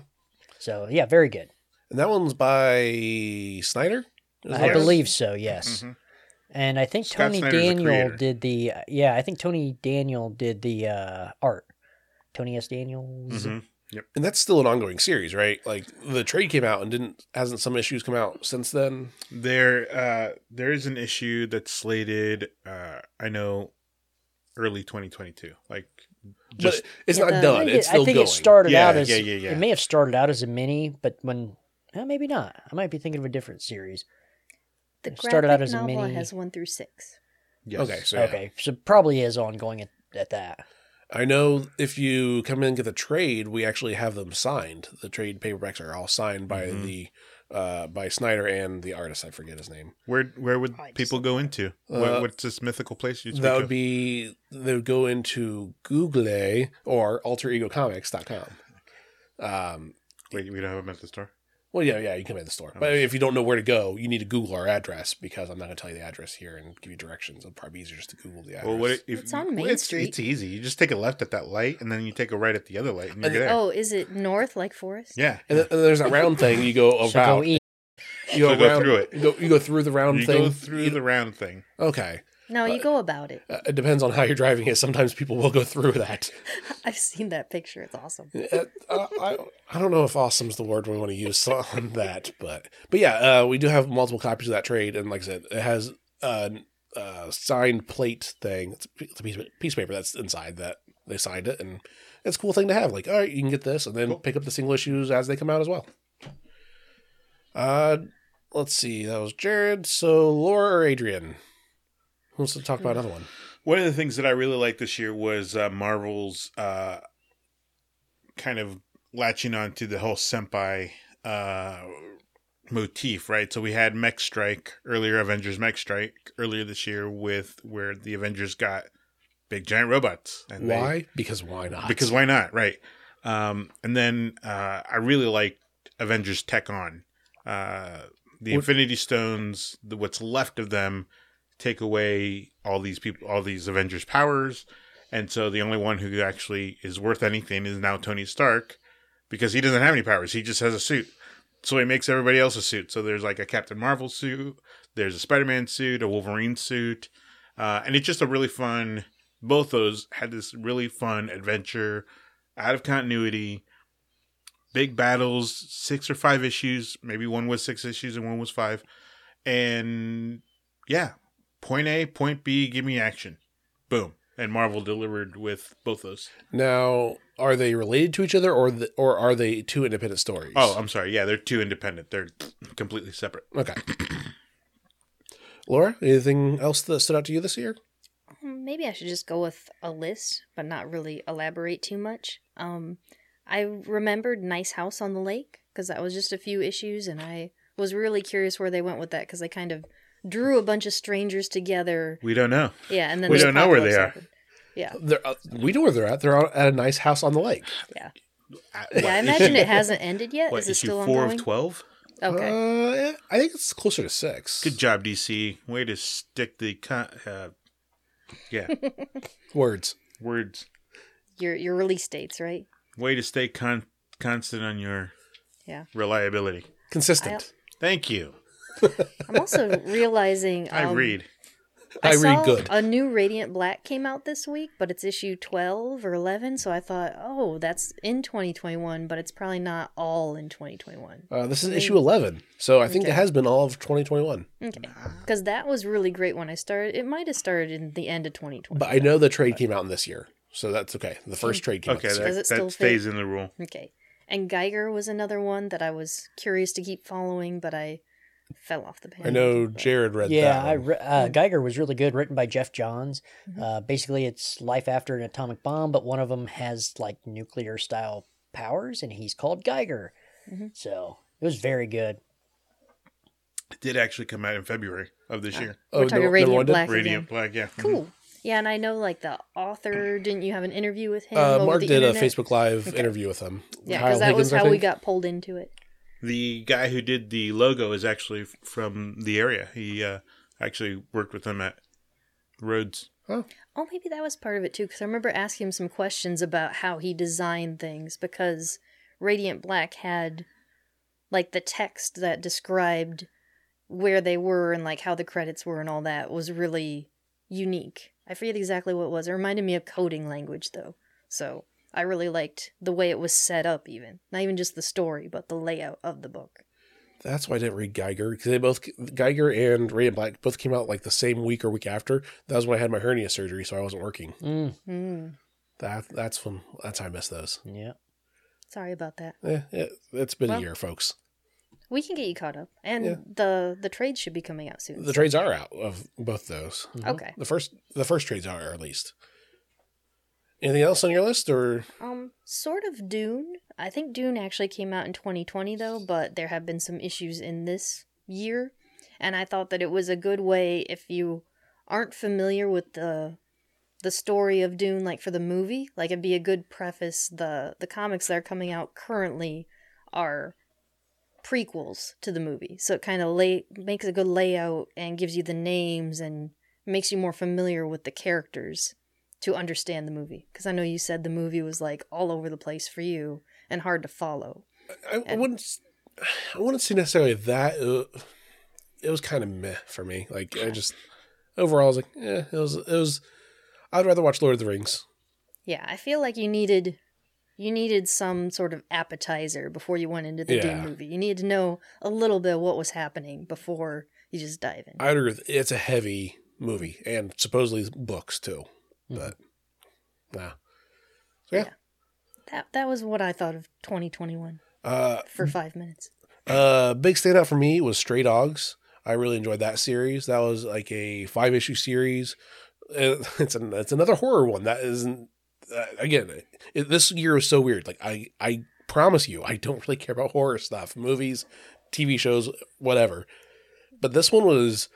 Speaker 2: So yeah, very good.
Speaker 1: And that one's by Snyder. Is
Speaker 2: I
Speaker 1: that-
Speaker 2: believe so. Yes.
Speaker 4: Mhm.
Speaker 2: And I think
Speaker 4: Scott
Speaker 2: Tony
Speaker 4: Snyder's the
Speaker 2: Daniel
Speaker 4: creator.
Speaker 2: did the uh, yeah. I think Tony Daniel did the uh, art. Tony S. Daniels.
Speaker 4: Mhm.
Speaker 1: And that's still an ongoing series, right? Like the trade came out and didn't hasn't some issues come out since then?
Speaker 4: There, uh, there is an issue that's slated. Uh, I know, early 2022. Like, just
Speaker 1: but it's not
Speaker 3: Yeah, the-
Speaker 2: I
Speaker 1: done.
Speaker 2: think, it,
Speaker 1: It's still
Speaker 2: I think
Speaker 1: going.
Speaker 2: it started
Speaker 4: yeah,
Speaker 2: out as
Speaker 4: yeah, yeah, yeah.
Speaker 2: it may have started out as a mini, but when eh, maybe not. I might be thinking of a different series.
Speaker 3: The
Speaker 2: It
Speaker 3: graphic
Speaker 2: started out as a
Speaker 3: novel
Speaker 2: mini-
Speaker 3: has one through six.
Speaker 4: yes.
Speaker 1: Okay, so yeah.
Speaker 2: Okay, so probably is ongoing at, at that.
Speaker 1: I know if you come in and get the trade, we actually have them signed. The trade paperbacks are all signed by
Speaker 4: Mhm.
Speaker 1: the uh, by Snyder and the artist. I forget his name.
Speaker 4: Where where would
Speaker 3: I just-
Speaker 4: people go into?
Speaker 1: Uh,
Speaker 4: what, what's this mythical place you speak
Speaker 1: That would
Speaker 4: of?
Speaker 1: be they would go into Google or alteregocomics.com. Um,
Speaker 4: Wait, we don't have them at the store.
Speaker 1: well, yeah, yeah, you can come in the store. But if you don't know where to go, you need to Google our address because I'm not going to tell you the address here and give you directions. It'll probably be easier just to Google the address.
Speaker 4: Well, what if,
Speaker 3: It's on Main
Speaker 4: well, it's,
Speaker 3: Street.
Speaker 4: It's easy. You just take a left at that light, and then you take a right at the other light, and you're
Speaker 1: And-
Speaker 4: there.
Speaker 3: Oh, is it north like Forest?
Speaker 4: yeah.
Speaker 1: and, then, and there's that round thing you go
Speaker 2: So go e-
Speaker 1: about.
Speaker 2: eat.
Speaker 1: you go,
Speaker 4: So go
Speaker 1: around-
Speaker 4: through it.
Speaker 1: You go, you go through the round
Speaker 4: you
Speaker 1: thing.
Speaker 4: go through the round thing.
Speaker 1: okay.
Speaker 3: No, you
Speaker 1: Uh,
Speaker 3: go about it.
Speaker 1: Uh, it depends on how you're driving it. Sometimes people will go through that.
Speaker 3: I've seen that picture. It's awesome.
Speaker 1: Uh, I, I, I don't know if awesome's the word we want to use on that, but but yeah, uh, we do have multiple copies of that trade, and like I said, it has a, a signed plate thing. It's, a- it's a piece of, piece of paper that's inside that they signed it, and it's a cool thing to have. Like, all right, you can get this, and then
Speaker 4: Cool.
Speaker 1: pick up the single issues as they come out as well. Uh, let's see. That was Jared. So Laura or Adrian? Who wants to talk
Speaker 4: Hmm.
Speaker 1: about another one?
Speaker 4: One of the things that I really liked this year was uh, Marvel's uh, kind of latching on to the whole senpai uh, motif, right? So we had Mech Strike earlier, Avengers Mech Strike earlier this year, with where the Avengers got big giant robots. And they-
Speaker 1: Why? Because why not?
Speaker 4: because why not right um and then uh i really liked avengers tech on uh the
Speaker 1: What-
Speaker 4: infinity stones the, what's left of them take away all these people all these avengers powers and so the only one who actually is worth anything is now tony stark because he doesn't have any powers he just has a suit so he makes everybody else a suit so there's like a captain marvel suit there's a spider-man suit a wolverine suit uh, and it's just a really fun both those had this really fun adventure out of continuity big battles six or five issues maybe one was six issues and one was five and yeah point a point b give me action boom and marvel delivered with both those
Speaker 1: Now, are they related to each other, or the, or are they two independent stories?
Speaker 4: oh i'm sorry yeah they're two independent they're completely separate
Speaker 1: okay. Laura, anything else that stood out to you this year?
Speaker 3: Um, Maybe I should just go with a list, but not really elaborate too much. Um, I remembered Nice House on the Lake because that was just a few issues, and I was really curious where they went with that because they kind of drew a bunch of strangers together.
Speaker 4: we don't know
Speaker 3: Yeah, and then
Speaker 4: We
Speaker 3: the
Speaker 4: don't know where they
Speaker 3: apocalypse
Speaker 4: are.
Speaker 3: happened. Yeah,
Speaker 1: They're, uh, we know where they're at. They're out at a nice house on the lake.
Speaker 3: yeah. I imagine it hasn't ended yet.
Speaker 4: Uh, what
Speaker 3: Is it
Speaker 4: issue
Speaker 3: still
Speaker 4: four
Speaker 3: ongoing?
Speaker 4: of 12
Speaker 3: okay.
Speaker 1: Uh, yeah, I think it's closer to six.
Speaker 4: good job dc way to stick the con- uh, yeah
Speaker 1: Words.
Speaker 4: words
Speaker 3: your your release dates, right?
Speaker 4: way to stay con- constant on your
Speaker 3: Yeah.
Speaker 4: reliability.
Speaker 1: Consistent.
Speaker 4: Thank you.
Speaker 3: I'm also realizing
Speaker 4: I
Speaker 3: um,
Speaker 4: read.
Speaker 1: I read
Speaker 3: saw
Speaker 1: good.
Speaker 3: A new Radiant Black came out this week, but it's issue 12 or 11, so I thought, "Oh, that's in 2021, but it's probably not all in 2021."
Speaker 1: Uh, this is issue 11, so I think it
Speaker 3: Okay.
Speaker 1: has been all of 2021.
Speaker 3: Okay. Cuz that was really great when I started. It might have started in the end of 2020.
Speaker 1: But I know the trade came out in this year, so that's okay. The
Speaker 3: Mm.
Speaker 1: first trade came out
Speaker 4: Okay,
Speaker 1: this year.
Speaker 3: Does
Speaker 4: that,
Speaker 3: it still
Speaker 4: that stays in the rule.
Speaker 3: Okay. And Geiger was another one that I was curious to keep following, but I fell off the
Speaker 1: I
Speaker 3: bandwagon.
Speaker 1: know
Speaker 3: but-
Speaker 1: Jared read
Speaker 2: yeah,
Speaker 1: that.
Speaker 2: I
Speaker 1: one.
Speaker 2: re- uh, Geiger was really good, written by Jeff Johns.
Speaker 3: Mhm.
Speaker 2: Uh, basically, it's life after an atomic bomb, but one of them has like nuclear style powers, and he's called Geiger.
Speaker 3: Mhm.
Speaker 2: So it was very good.
Speaker 4: It did actually come out in February of this year.
Speaker 1: Oh,
Speaker 3: We're talking
Speaker 1: number- number
Speaker 3: Radiant
Speaker 1: one did?
Speaker 3: Black
Speaker 4: Radiant
Speaker 3: Ah, again.
Speaker 4: Black, yeah. Mhm.
Speaker 3: Cool. Yeah, and I know like the author. Didn't you have an interview with him?
Speaker 1: Uh,
Speaker 3: over
Speaker 1: Mark
Speaker 3: the
Speaker 1: did
Speaker 3: internet?
Speaker 1: a Facebook Live
Speaker 3: Okay.
Speaker 1: interview with him.
Speaker 3: Yeah,
Speaker 1: Kyle
Speaker 3: because that was
Speaker 1: Higgins, I
Speaker 3: how we
Speaker 1: think.
Speaker 3: got pulled into it.
Speaker 4: The guy who did the logo is actually f- from the area. He uh, actually worked with him at Rhodes.
Speaker 3: Oh, maybe that was part of it too, because I remember asking him some questions about how he designed things, because Radiant Black had like the text that described where they were and like how the credits were and all that was really unique. I forget exactly what it was. It reminded me of coding language though. So I really liked the way it was set up, even. Not even just the story, but the layout of the book.
Speaker 1: That's why I didn't read Geiger because they both Geiger and Radiant Black both came out like the same week or week after. That was when I had my hernia surgery, so I wasn't working.
Speaker 2: Mm,
Speaker 3: Mm,
Speaker 1: That that's when that's how I missed those.
Speaker 2: yeah.
Speaker 3: sorry about that.
Speaker 1: Eh, it, it's been a
Speaker 3: Well,
Speaker 1: year, folks.
Speaker 3: We can get you caught up, and
Speaker 1: Yeah.
Speaker 3: the the trade should be coming out soon.
Speaker 1: The trades are out of both those.
Speaker 2: Mhm.
Speaker 3: okay.
Speaker 1: The first the first trades are at least. Anything else on your list or
Speaker 3: Um, sort of Dune. I think Dune actually came out in 2020 though, but there have been some issues in this year, and I thought that it was a good way if you aren't familiar with the the story of Dune, like for the movie, like it'd be a good preface. The the comics that are coming out currently are prequels to the movie, so it kind of lay makes a good layout and gives you the names and makes you more familiar with the characters to understand the movie because i know you said the movie was like all over the place for you and hard to follow
Speaker 1: I, I wouldn't. s- I wouldn't say necessarily that. uh, It was kind of meh for me. Like I just overall, I was like, eh, it was. It was. I'd rather watch Lord of the Rings.
Speaker 3: yeah i feel like you needed you needed some sort of appetizer before you went into the
Speaker 1: Yeah.
Speaker 3: Dune movie you needed to know a little bit of what was happening before you just dive in
Speaker 1: I'd agree. with- It's a heavy movie and supposedly books too, but nah.
Speaker 3: that that was what i thought of 2021
Speaker 1: Uh,
Speaker 3: for five minutes
Speaker 1: uh, big standout for me was Stray Dogs. I really enjoyed that series. That was like a five issue series. Uh, It's an, it's another horror one that isn't. Uh, again, it, this year was so weird. Like I I promise you, I don't really care about horror stuff, movies, TV shows, whatever. But this one was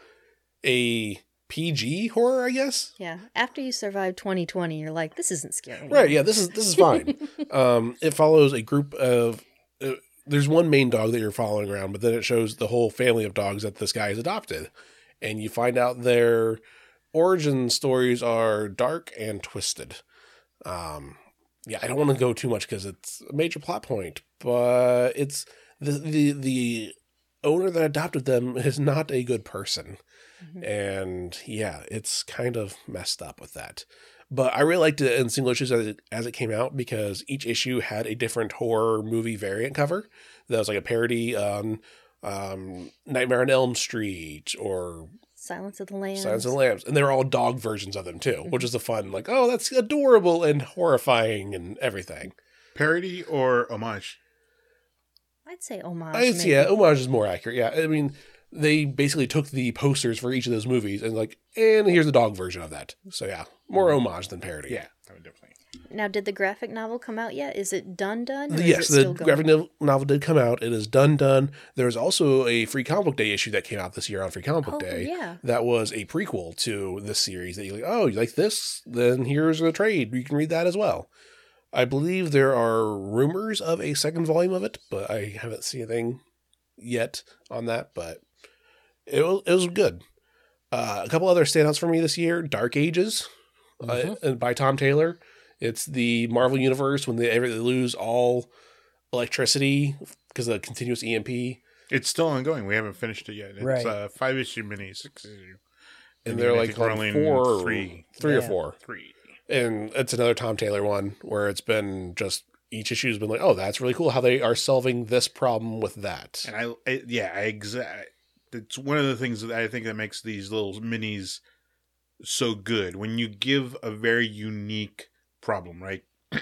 Speaker 1: a PG horror, I guess.
Speaker 3: yeah after you survive 2020 you're like this isn't scary
Speaker 1: Right. Yeah. This is this is fine. um, it follows a group of. Uh, there's one main dog that you're following around, but then it shows the whole family of dogs that this guy has adopted, and you find out their origin stories are dark and twisted. Um, yeah, I don't want to go too much because it's a major plot point, but it's the the the owner that adopted them is not a good person,
Speaker 3: Mhm.
Speaker 1: and yeah, it's kind of messed up with that. But I really liked it in single issues as it, as it came out because each issue had a different horror movie variant cover that was like a parody on um, Nightmare on Elm Street or
Speaker 3: silence of the lambs
Speaker 1: Silence of the Lambs, and they're all dog versions of them too, which is the fun. Like, oh, that's adorable and horrifying and everything.
Speaker 4: Parody or homage?
Speaker 3: i'd say homage
Speaker 1: I, it's,
Speaker 3: maybe.
Speaker 1: yeah, oh, homage is more accurate. Yeah, I mean, they basically took the posters for each of those movies and like, and here's the dog version of that. So yeah, more homage than parody.
Speaker 4: I would definitely.
Speaker 3: now did the graphic novel come out yet is it done done or is
Speaker 1: yes,
Speaker 3: it
Speaker 1: the
Speaker 3: still going?
Speaker 1: graphic no- novel did come out. It is done done. There was also a Free Comic Book Day issue that came out this year on Free Comic Book
Speaker 3: oh
Speaker 1: Day.
Speaker 3: yeah
Speaker 1: that was a prequel to this series that you're like, oh, you like this? Then here's a trade. You can read that as well. I believe there are rumors of a second volume of it, but I haven't seen anything yet on that. But it was, it was good. Uh, a couple other standouts for me this year Dark Ages uh,
Speaker 2: Mhm.
Speaker 1: and by Tom Taylor. It's the Marvel Universe when they, they lose all electricity because of the continuous E EMP.
Speaker 4: It's still ongoing. We haven't finished it yet. It's
Speaker 2: Right.
Speaker 4: uh, five issue mini, six issue.
Speaker 1: and
Speaker 4: I
Speaker 1: they're
Speaker 4: mean, I
Speaker 1: like
Speaker 4: think
Speaker 1: on
Speaker 4: we're only in
Speaker 1: four, or-
Speaker 4: three.
Speaker 1: three or
Speaker 2: Yeah.
Speaker 1: four,
Speaker 4: Three.
Speaker 1: and it's another Tom Taylor one where it's been just each issue has been like, oh, that's really cool how they are solving this problem with that.
Speaker 4: And I, I yeah, I exact. It's one of the things that I think that makes these little minis so good when you give a very unique problem, right?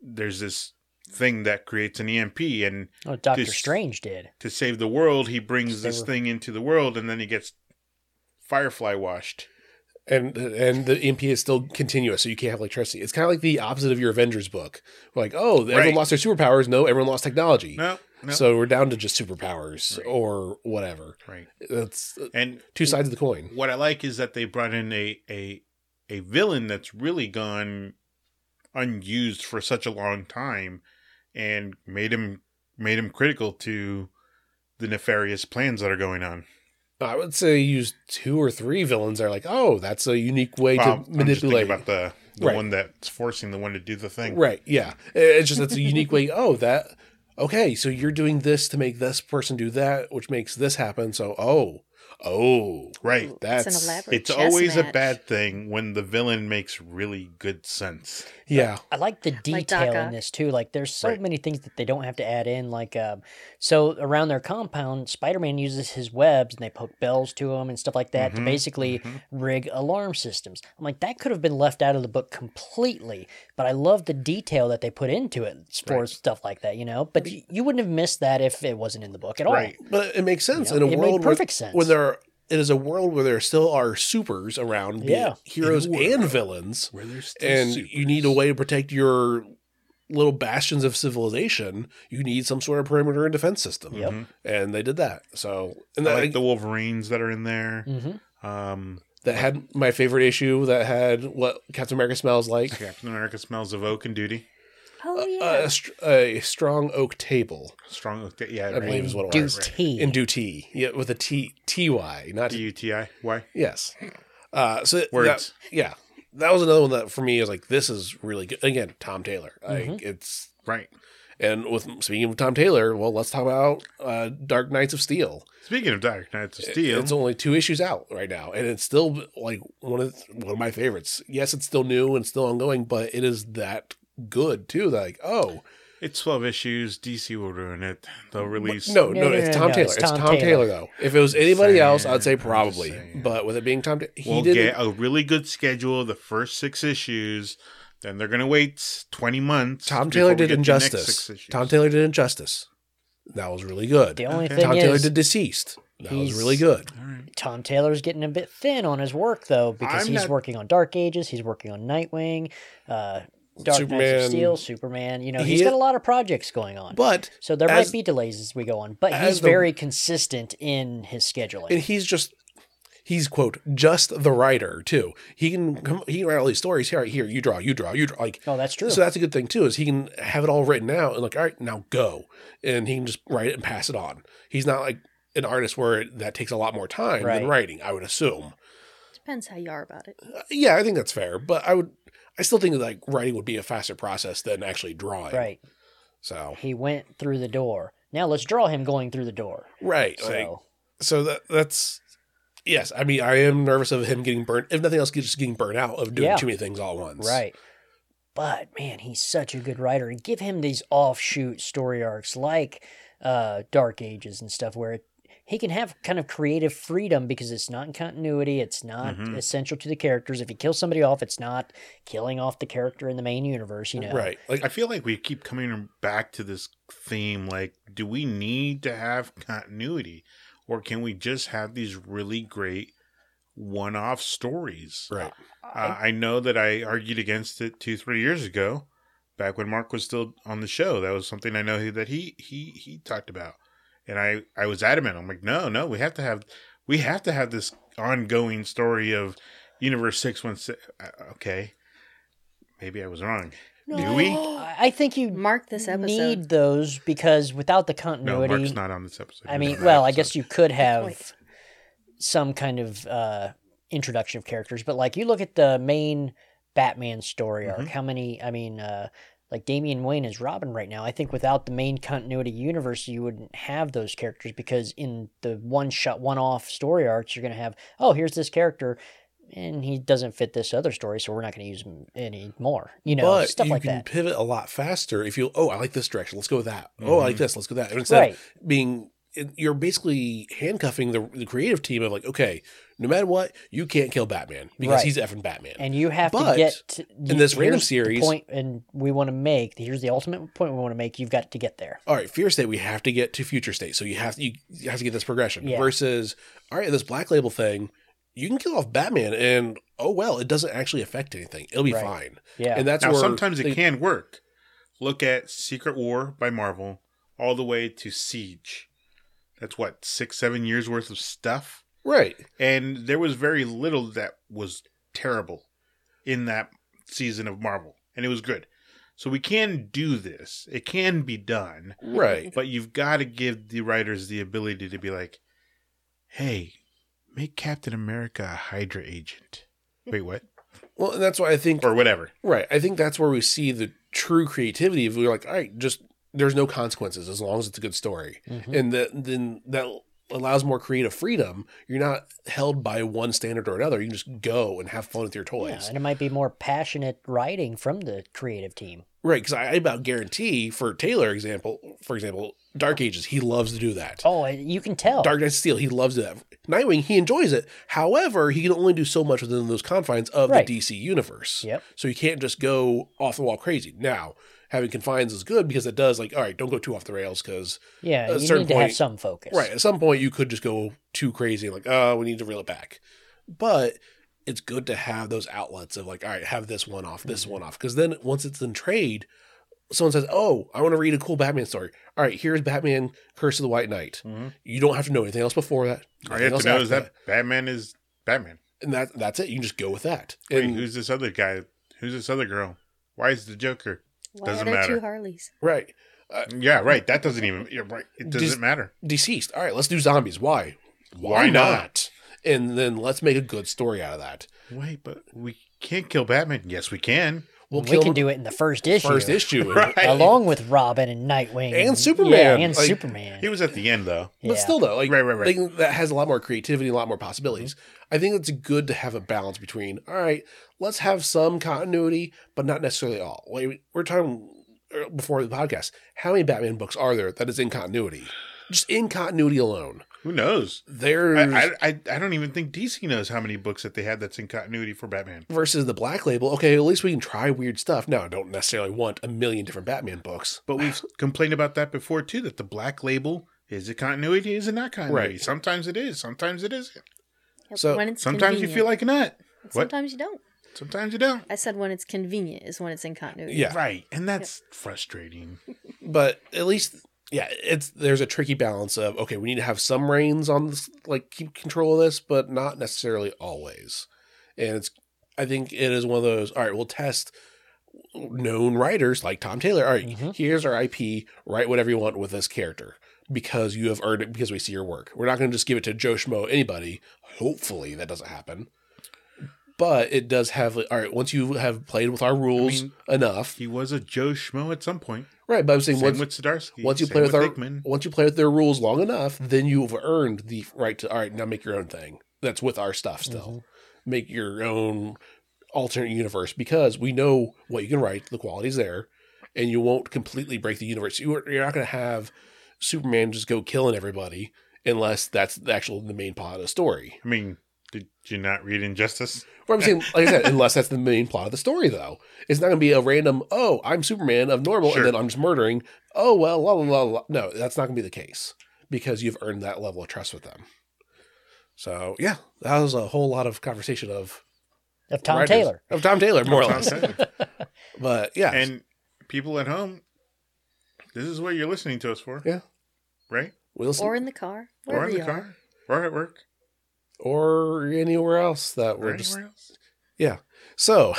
Speaker 4: There's this thing that creates an EMP, and
Speaker 2: Oh, Doctor
Speaker 4: Just-
Speaker 2: Strange did.
Speaker 4: to save the world, he brings
Speaker 2: They
Speaker 4: this
Speaker 2: were-
Speaker 4: thing into the world, and then he gets firefly washed.
Speaker 1: and and the MP is still continuous, so you can't have electricity. It's kind of like the opposite of your Avengers book. Like, oh, everyone
Speaker 4: Right.
Speaker 1: lost their superpowers. No, everyone lost technology.
Speaker 4: No, no,
Speaker 1: So we're down to just superpowers
Speaker 4: Right.
Speaker 1: or whatever.
Speaker 4: right.
Speaker 1: That's uh,
Speaker 4: And
Speaker 1: two sides of the coin.
Speaker 4: what I like is that they brought in a a a villain that's really gone unused for such a long time, and made him made him critical to the nefarious plans that are going on.
Speaker 1: I would say use two or three villains that are like, oh, that's a unique way
Speaker 4: Well, I'm
Speaker 1: to
Speaker 4: just thinking
Speaker 1: manipulate.
Speaker 4: about the the
Speaker 1: Right.
Speaker 4: one that's forcing the one to do the thing.
Speaker 1: Right? Yeah. It's just that's a unique way. Oh, that. Okay, so you're doing this to make this person do that, which makes this happen. So, oh, oh,
Speaker 4: Right.
Speaker 1: that's
Speaker 3: it's an elaborate.
Speaker 4: It's
Speaker 3: chess
Speaker 4: always a
Speaker 3: match.
Speaker 4: bad thing when the villain makes really good sense.
Speaker 1: yeah.
Speaker 2: I like the
Speaker 3: Like
Speaker 2: detail
Speaker 3: DACA.
Speaker 2: in this too. Like there's so
Speaker 4: Right.
Speaker 2: many things that they don't have to add in. Like um, so around their compound, Spider-Man uses his webs and they poke bells to him and stuff like that to
Speaker 4: Mhm,
Speaker 2: basically
Speaker 4: mhm.
Speaker 2: rig alarm systems. I'm like that could have been left out of the book completely, but I love the detail that they put into it for
Speaker 4: Right.
Speaker 2: stuff like that. You know, but y- you wouldn't have missed that if it wasn't in the book at all.
Speaker 4: Right.
Speaker 1: But it makes sense
Speaker 2: Yeah,
Speaker 1: in a
Speaker 2: it made
Speaker 1: world where-
Speaker 2: perfect sense.
Speaker 1: where there are, it is a world where there still are supers around, be it
Speaker 2: Yeah.
Speaker 1: heroes
Speaker 4: In a world.
Speaker 1: and villains,
Speaker 4: Where there's still
Speaker 1: and you
Speaker 4: supers.
Speaker 1: need a way to protect your little bastions of civilization. You need some sort of perimeter and defense system,
Speaker 2: Yep.
Speaker 4: Mhm.
Speaker 1: and they did that. So, and
Speaker 4: I
Speaker 1: that,
Speaker 4: like the Wolverines that are in there.
Speaker 2: hmm
Speaker 4: Um,
Speaker 1: that had my favorite issue that had what Captain America smells like.
Speaker 4: Captain America smells of oak and duty.
Speaker 3: Oh yeah.
Speaker 1: A, a str- a strong oak table,
Speaker 4: Strong oak. Yeah,
Speaker 1: I believe is what it
Speaker 2: Do
Speaker 1: was.
Speaker 2: tea.
Speaker 1: In do T, yeah, with a T T Y, not
Speaker 4: D U T I Y.
Speaker 1: yes. Uh, so that-
Speaker 4: Words.
Speaker 1: yeah that was another one that for me is like this is really good again tom taylor like
Speaker 2: Mm-hmm.
Speaker 1: it's
Speaker 4: Right.
Speaker 1: and with speaking of tom taylor well let's talk about uh, dark knights of steel
Speaker 4: Speaking of Dark Knights of Steel,
Speaker 1: it's only two issues out right now and it's still like one of one of my favorites yes it's still new and still ongoing but it is that good too that like oh
Speaker 4: it's 12 issues. DC will ruin it. They'll release.
Speaker 1: no
Speaker 2: No,
Speaker 1: no,
Speaker 2: no,
Speaker 1: it's
Speaker 2: no,
Speaker 1: tom
Speaker 2: no,
Speaker 1: taylor it's tom, taylor. though if it was anybody
Speaker 4: Saying,
Speaker 1: else i'd say
Speaker 4: I'm just
Speaker 1: probably
Speaker 4: saying.
Speaker 1: but with it being tom Ta- he
Speaker 4: We'll
Speaker 1: did
Speaker 4: get a really good schedule the first six issues. Then they're going to wait 20 months.
Speaker 1: tom
Speaker 4: before
Speaker 1: taylor
Speaker 4: we
Speaker 1: did
Speaker 4: get the next six
Speaker 1: injustice
Speaker 4: issues.
Speaker 1: tom taylor did injustice that was really good
Speaker 2: the only
Speaker 4: Okay.
Speaker 2: thing
Speaker 1: Tom Taylor
Speaker 2: is,
Speaker 1: did Deceased. That was
Speaker 2: he's-
Speaker 1: really good.
Speaker 4: All right.
Speaker 2: Tom Taylor's getting a bit thin on his work though because
Speaker 4: I'm
Speaker 2: he's
Speaker 4: not-
Speaker 2: working on Dark Ages, he's working on Nightwing, uh, Dark Knights
Speaker 1: Superman.
Speaker 2: of Steel, Superman. You know,
Speaker 1: He
Speaker 2: he's
Speaker 1: is-
Speaker 2: got a lot of projects going on.
Speaker 1: But
Speaker 2: so there
Speaker 1: as-
Speaker 2: might be delays as we go on, but
Speaker 1: as
Speaker 2: he's
Speaker 1: the-
Speaker 2: very consistent in his scheduling.
Speaker 1: and he's just he's quote just the writer too. He can come, he can write all these stories. Here, here you draw, you draw, you draw. Like
Speaker 2: oh, that's true.
Speaker 1: so that's a good thing too is he can have it all written out and like all right now go and he can just write it and pass it on. He's not like an artist where it, that takes a lot more time
Speaker 2: Right.
Speaker 1: than writing. I would assume.
Speaker 3: Depends how you are about it.
Speaker 1: Uh, yeah, I think that's fair. But I would I still think that like writing would be a faster process than actually drawing.
Speaker 2: right.
Speaker 1: So
Speaker 2: He went through the door. Now let's draw him going through the door.
Speaker 1: right.
Speaker 2: So
Speaker 1: like, so that that's yes i mean i am nervous of him getting burnt if nothing else just getting burnt out of doing
Speaker 2: Yeah.
Speaker 1: too many things all at once
Speaker 2: Right. But man, he's such a good writer. And give him these offshoot story arcs like uh, Dark Ages and stuff where it, he can have kind of creative freedom because it's not in continuity. It's not
Speaker 4: Mhm.
Speaker 2: essential to the characters. If you kill somebody off, it's not killing off the character in the main universe, you know?
Speaker 1: right like
Speaker 4: I feel like we keep coming back to this theme. Like, do we need to have continuity, or can we just have these really great one-off stories?
Speaker 1: right
Speaker 4: Uh, I know that I argued against it two, three years ago, back when Mark was still on the show. That was something I know he- that he he he talked about, and I I was adamant. I'm like, no, no, we have to have we have to have this ongoing story of Universe Six One Six. Okay, maybe I was wrong. Do we?
Speaker 2: I I think you
Speaker 3: Mark this episode.
Speaker 2: need those because without the
Speaker 4: No,
Speaker 2: continuity,
Speaker 4: Mark's not on this episode.
Speaker 2: I
Speaker 4: He's
Speaker 2: mean,
Speaker 4: on that
Speaker 2: well, I
Speaker 4: episode.
Speaker 2: guess you could
Speaker 3: point.
Speaker 2: have some kind of uh, introduction
Speaker 1: Mm-hmm.
Speaker 2: of characters, but like you look at the main Batman story arc, how many? I mean, uh, like Damian Wayne is Robin right now. I think without the main continuity universe, you wouldn't have those characters because in the one shot, one off story arcs, you're going to have, oh, here's this character and he doesn't fit this other story, so we're not going to use him anymore. You know,
Speaker 1: but
Speaker 2: stuff
Speaker 1: you
Speaker 2: like
Speaker 1: can
Speaker 2: that.
Speaker 1: pivot a lot faster if you. Oh, I like this direction. Let's go with that. Oh, I like
Speaker 4: Mhm.
Speaker 1: this. Let's go with that. Instead
Speaker 2: Right.
Speaker 1: of being, you're basically handcuffing the, the creative team of like, okay, no matter what, you can't kill Batman because
Speaker 2: Right.
Speaker 1: he's effing Batman.
Speaker 2: And you have
Speaker 1: But
Speaker 2: to get to, you-
Speaker 1: this random
Speaker 2: here's the
Speaker 1: series-
Speaker 2: point, and we want to make here's the ultimate point we want to make. You've got to get there.
Speaker 1: all right, fear state, we have to get to future state. So you have you, you have to get this progression.
Speaker 2: Yeah.
Speaker 1: Versus, all right, this black label thing, you can kill off Batman, and oh well, it doesn't actually affect anything. It'll be
Speaker 2: Right.
Speaker 1: fine.
Speaker 2: Yeah,
Speaker 1: And that's
Speaker 4: now
Speaker 1: where
Speaker 4: sometimes it
Speaker 1: they-
Speaker 4: can work. Look at Secret War by Marvel, all the way to Siege. That's what six, seven years worth of stuff,
Speaker 1: right.
Speaker 4: and there was very little that was terrible in that season of Marvel, and it was good. So we can do this; it can be done,
Speaker 2: Mm-hmm.
Speaker 1: Right.
Speaker 4: but you've got to give the writers the ability to be like, "Hey, make Captain America a Hydra agent." Wait, what?
Speaker 1: Well, and that's why I think
Speaker 4: Or whatever.
Speaker 1: Right. I think that's where we see the true creativity of we're like, all right, just there's no consequences as long as it's a good story.
Speaker 2: Mhm.
Speaker 1: And that then that allows more creative freedom. You're not held by one standard or another. You can just go and have fun with your
Speaker 2: yeah,
Speaker 1: toys.
Speaker 2: and it might be more passionate writing from the creative team.
Speaker 1: Right. Because I, I about guarantee for Taylor example for example, Dark Ages, he loves to do that.
Speaker 2: Oh, you can tell.
Speaker 1: Dark Knight of Steel, he loves that. Nightwing, he enjoys it. However, he can only do so much within those confines of
Speaker 2: Right.
Speaker 1: the DC universe.
Speaker 2: Yep.
Speaker 1: So you can't just go off the wall crazy. Now, having confines is good because it does like, all right, don't go too off the rails because
Speaker 2: Yeah,
Speaker 1: a
Speaker 2: you need
Speaker 1: certain
Speaker 2: to have
Speaker 1: point-
Speaker 2: some focus.
Speaker 1: right at some point you could just go too crazy and like, oh, we need to reel it back. But it's good to have those outlets of like, all right, have this one off, this
Speaker 4: Mm-hmm.
Speaker 1: one off, because then once it's in trade. Someone says, "Oh, I want to read a cool Batman story. All right, here's Batman: Curse of the White Knight. You don't have to know anything else before that.
Speaker 4: Mm-hmm. All
Speaker 1: nothing
Speaker 4: you have
Speaker 1: else
Speaker 4: to know
Speaker 1: after
Speaker 4: is that Batman is Batman.
Speaker 1: and that that's it. You can just go with that.
Speaker 4: Wait,
Speaker 1: And-
Speaker 4: who's this other guy? Who's this other girl? Why is the Joker?
Speaker 3: Why
Speaker 4: Doesn't
Speaker 3: are there
Speaker 4: matter.
Speaker 3: two Harleys?
Speaker 1: right,
Speaker 4: Yeah, right. That doesn't even. You're right. It doesn't
Speaker 1: Just-
Speaker 4: matter.
Speaker 1: deceased. All right, let's do zombies. Why?
Speaker 4: Why not?
Speaker 1: And then let's make a good story out of that.
Speaker 4: Wait, but we can't kill Batman. Yes, we can.
Speaker 1: We'll
Speaker 2: we
Speaker 1: kill
Speaker 2: can
Speaker 1: him
Speaker 2: do it in the first issue,
Speaker 1: first issue,
Speaker 4: Right.
Speaker 2: along with Robin and Nightwing
Speaker 1: And Superman,
Speaker 2: yeah, and
Speaker 1: like-
Speaker 2: Superman.
Speaker 4: He was at the end though.
Speaker 1: but
Speaker 2: Yeah.
Speaker 1: still though, like
Speaker 4: Right, right, right.
Speaker 1: thing that has a lot more creativity, a lot more possibilities. I think it's good to have a balance between. All right, let's have some continuity, but not necessarily all. Like, we're talking uh, before the podcast. How many Batman books are there that is in continuity? Just in continuity alone,
Speaker 4: Who knows? I,
Speaker 1: there's
Speaker 4: I, I, I don't even think DC knows how many books that they had that's in continuity for Batman.
Speaker 1: versus the black label okay at least we can try weird stuff now i don't necessarily want a million different batman books
Speaker 4: But we've complained about that before too. That the Black Label is it continuity? Is it not continuity?
Speaker 1: Right.
Speaker 4: Sometimes it is. Sometimes it isn't.
Speaker 3: Yep,
Speaker 1: So,
Speaker 3: when it's
Speaker 4: Sometimes you
Speaker 3: convenient.
Speaker 4: feel like a nut.
Speaker 3: And
Speaker 4: what?
Speaker 3: sometimes you don't.
Speaker 4: Sometimes you don't.
Speaker 3: I said when it's convenient is when it's in continuity.
Speaker 1: yeah
Speaker 4: Right, and that's frustrating.
Speaker 1: but at least yeah it's there's a tricky balance of okay we need to have some reins on this like keep control of this but not necessarily always and it's i think it is one of those all right we'll test known writers like tom taylor all right,
Speaker 4: Mm-hmm.
Speaker 2: Mhm.
Speaker 1: here's our ip write whatever you want with this character because you have earned it because we see your work we're not going to just give it to joe schmo anybody hopefully that doesn't happen but it does have all right once you have played with our rules
Speaker 4: mean,
Speaker 1: enough
Speaker 4: He was a Joe Schmo at some point.
Speaker 1: right but i'm saying
Speaker 4: Same
Speaker 1: once,
Speaker 4: with Zdarsky.
Speaker 1: once you
Speaker 4: same
Speaker 1: play with, our
Speaker 4: Hickman.
Speaker 1: once you play with their rules long enough, then you've earned the right to all right now make your own thing. That's with our stuff still. Make your own alternate universe because we know what you can write, the quality's there, and you won't completely break the universe. You are, you're not going to have Superman just go killing everybody unless that's the actual the main plot of the story.
Speaker 4: I mean, did you not read Injustice?
Speaker 1: What I'm saying, like I said, unless that's the main plot of the story, though, it's not going to be a random. Oh, I'm Superman of normal,
Speaker 4: Sure.
Speaker 1: and then I'm just murdering. Oh well, la la la la. No, that's not going to be the case because you've earned that level of trust with them. So yeah, that was a whole lot of conversation of
Speaker 2: of Tom
Speaker 1: writers-
Speaker 2: Taylor.
Speaker 1: of Tom Taylor, more or
Speaker 4: Tom
Speaker 1: less.
Speaker 4: Taylor.
Speaker 1: But yeah,
Speaker 4: and people at home, this is what you're listening to us for.
Speaker 1: Yeah.
Speaker 4: Right?
Speaker 1: we listen,
Speaker 3: Or
Speaker 1: or,
Speaker 3: in the car.
Speaker 4: Or
Speaker 3: wherever
Speaker 4: in the
Speaker 3: you are.
Speaker 4: car. Or at work.
Speaker 1: anywhere else that
Speaker 4: Or
Speaker 1: we're just
Speaker 4: anywhere else.
Speaker 1: so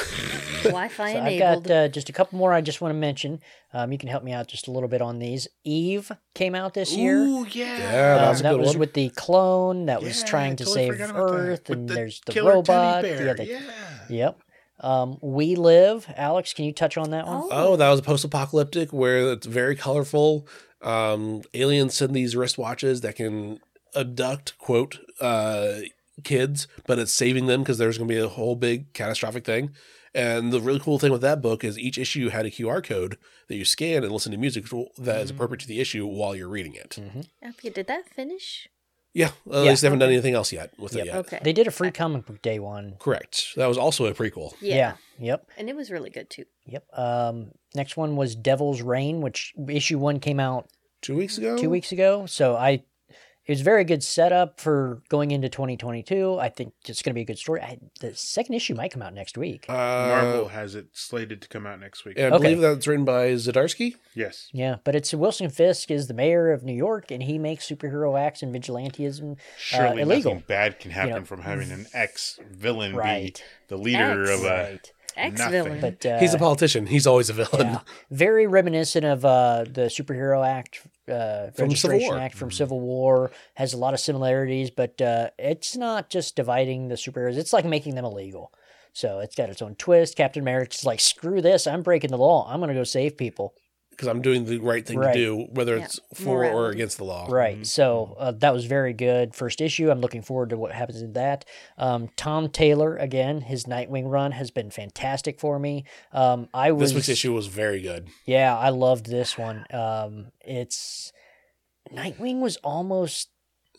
Speaker 3: Wi-Fi
Speaker 2: So I've
Speaker 3: enabled.
Speaker 2: got uh, just a couple more I just want to mention. Um, you can help me out just a little bit on these. Eve came out this year.
Speaker 4: Ooh, yeah.
Speaker 1: Yeah, that's
Speaker 2: um,
Speaker 1: a
Speaker 2: that
Speaker 1: good
Speaker 2: was
Speaker 1: one.
Speaker 2: with the clone that was
Speaker 4: Yeah, I
Speaker 2: trying to
Speaker 4: totally
Speaker 2: save
Speaker 4: forgot about that.
Speaker 2: Earth,
Speaker 4: With
Speaker 2: and
Speaker 4: the
Speaker 2: there's the
Speaker 4: killer teddy
Speaker 2: robot.
Speaker 4: bear,
Speaker 2: Yeah, the-
Speaker 4: yeah.
Speaker 2: Yep. Um, we live. Alex, can you touch on that one?
Speaker 3: Oh.
Speaker 1: Oh, that was post-apocalyptic where it's very colorful. Um, aliens send these wristwatches that can abduct quote uh, kids, but it's saving them because there's going to be a whole big catastrophic thing. And the really cool thing with that book is each issue had a QR code that you scan and listen to music that
Speaker 2: Mm.
Speaker 1: is appropriate to the issue while you're reading it.
Speaker 3: Okay, did that finish?
Speaker 1: Yeah, at
Speaker 2: Yeah.
Speaker 1: least they haven't done anything else yet with
Speaker 2: Yep.
Speaker 1: it yet.
Speaker 3: Okay.
Speaker 2: They did a free comic book day one.
Speaker 1: Correct. That was also a prequel.
Speaker 3: yeah.
Speaker 2: Yep.
Speaker 3: And it was really good too.
Speaker 2: Yep. Um, next one was Devil's Reign, which issue one came out
Speaker 1: Two weeks ago.
Speaker 2: two weeks ago. So I, it was very good setup for going into 2022. I think it's going to be a good story. I, the second issue might come out next week.
Speaker 4: Marvel
Speaker 1: Uh,
Speaker 4: has it slated to come out next week.
Speaker 1: and I
Speaker 2: Okay.
Speaker 1: believe that's written by Zadarsky.
Speaker 4: Yes.
Speaker 2: Yeah, but it's Wilson Fisk is the mayor of New York, and he makes superhero acts and vigilanteism.
Speaker 4: Surely
Speaker 2: illegal.
Speaker 4: nothing bad can happen
Speaker 2: You know.
Speaker 4: from having an ex villain
Speaker 2: Right.
Speaker 4: be the leader
Speaker 3: Ex.
Speaker 4: of a.
Speaker 2: Right.
Speaker 3: Ex
Speaker 4: Nothing.
Speaker 3: villain.
Speaker 2: But uh,
Speaker 1: He's a politician. He's always a villain.
Speaker 2: yeah. very reminiscent of uh, the superhero act uh,
Speaker 1: From Civil
Speaker 2: registration
Speaker 1: War. Mm-hmm.
Speaker 2: act from Civil War. Has a lot of similarities, but uh, it's not just dividing the superheroes. It's like making them illegal. So it's got its own twist. Captain America's like, screw this! I'm breaking the law. I'm going to go save people.
Speaker 1: because I'm doing the right thing
Speaker 2: Right.
Speaker 1: to do, whether
Speaker 3: Yeah.
Speaker 1: it's for or
Speaker 3: Morality.
Speaker 1: against the law.
Speaker 2: Right.
Speaker 1: Mm-hmm.
Speaker 2: So uh, that was very good first issue. I'm looking forward to what happens in that. Um, Tom Taylor again, his Nightwing run has been fantastic for me. Um, I was
Speaker 1: This week's issue was very good.
Speaker 2: Yeah, I loved this one. Um, it's Nightwing was almost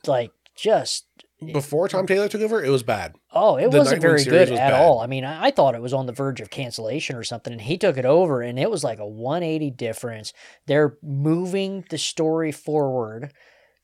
Speaker 2: like just
Speaker 1: Before Tom Taylor took over, it was bad.
Speaker 2: oh, it
Speaker 1: The
Speaker 2: wasn't
Speaker 1: Nightwing
Speaker 2: very
Speaker 1: series
Speaker 2: good
Speaker 1: was
Speaker 2: at
Speaker 1: bad.
Speaker 2: all. I mean, I, I thought it was on the verge of cancellation or something, and he took it over, and it was like a 180 difference. They're moving the story forward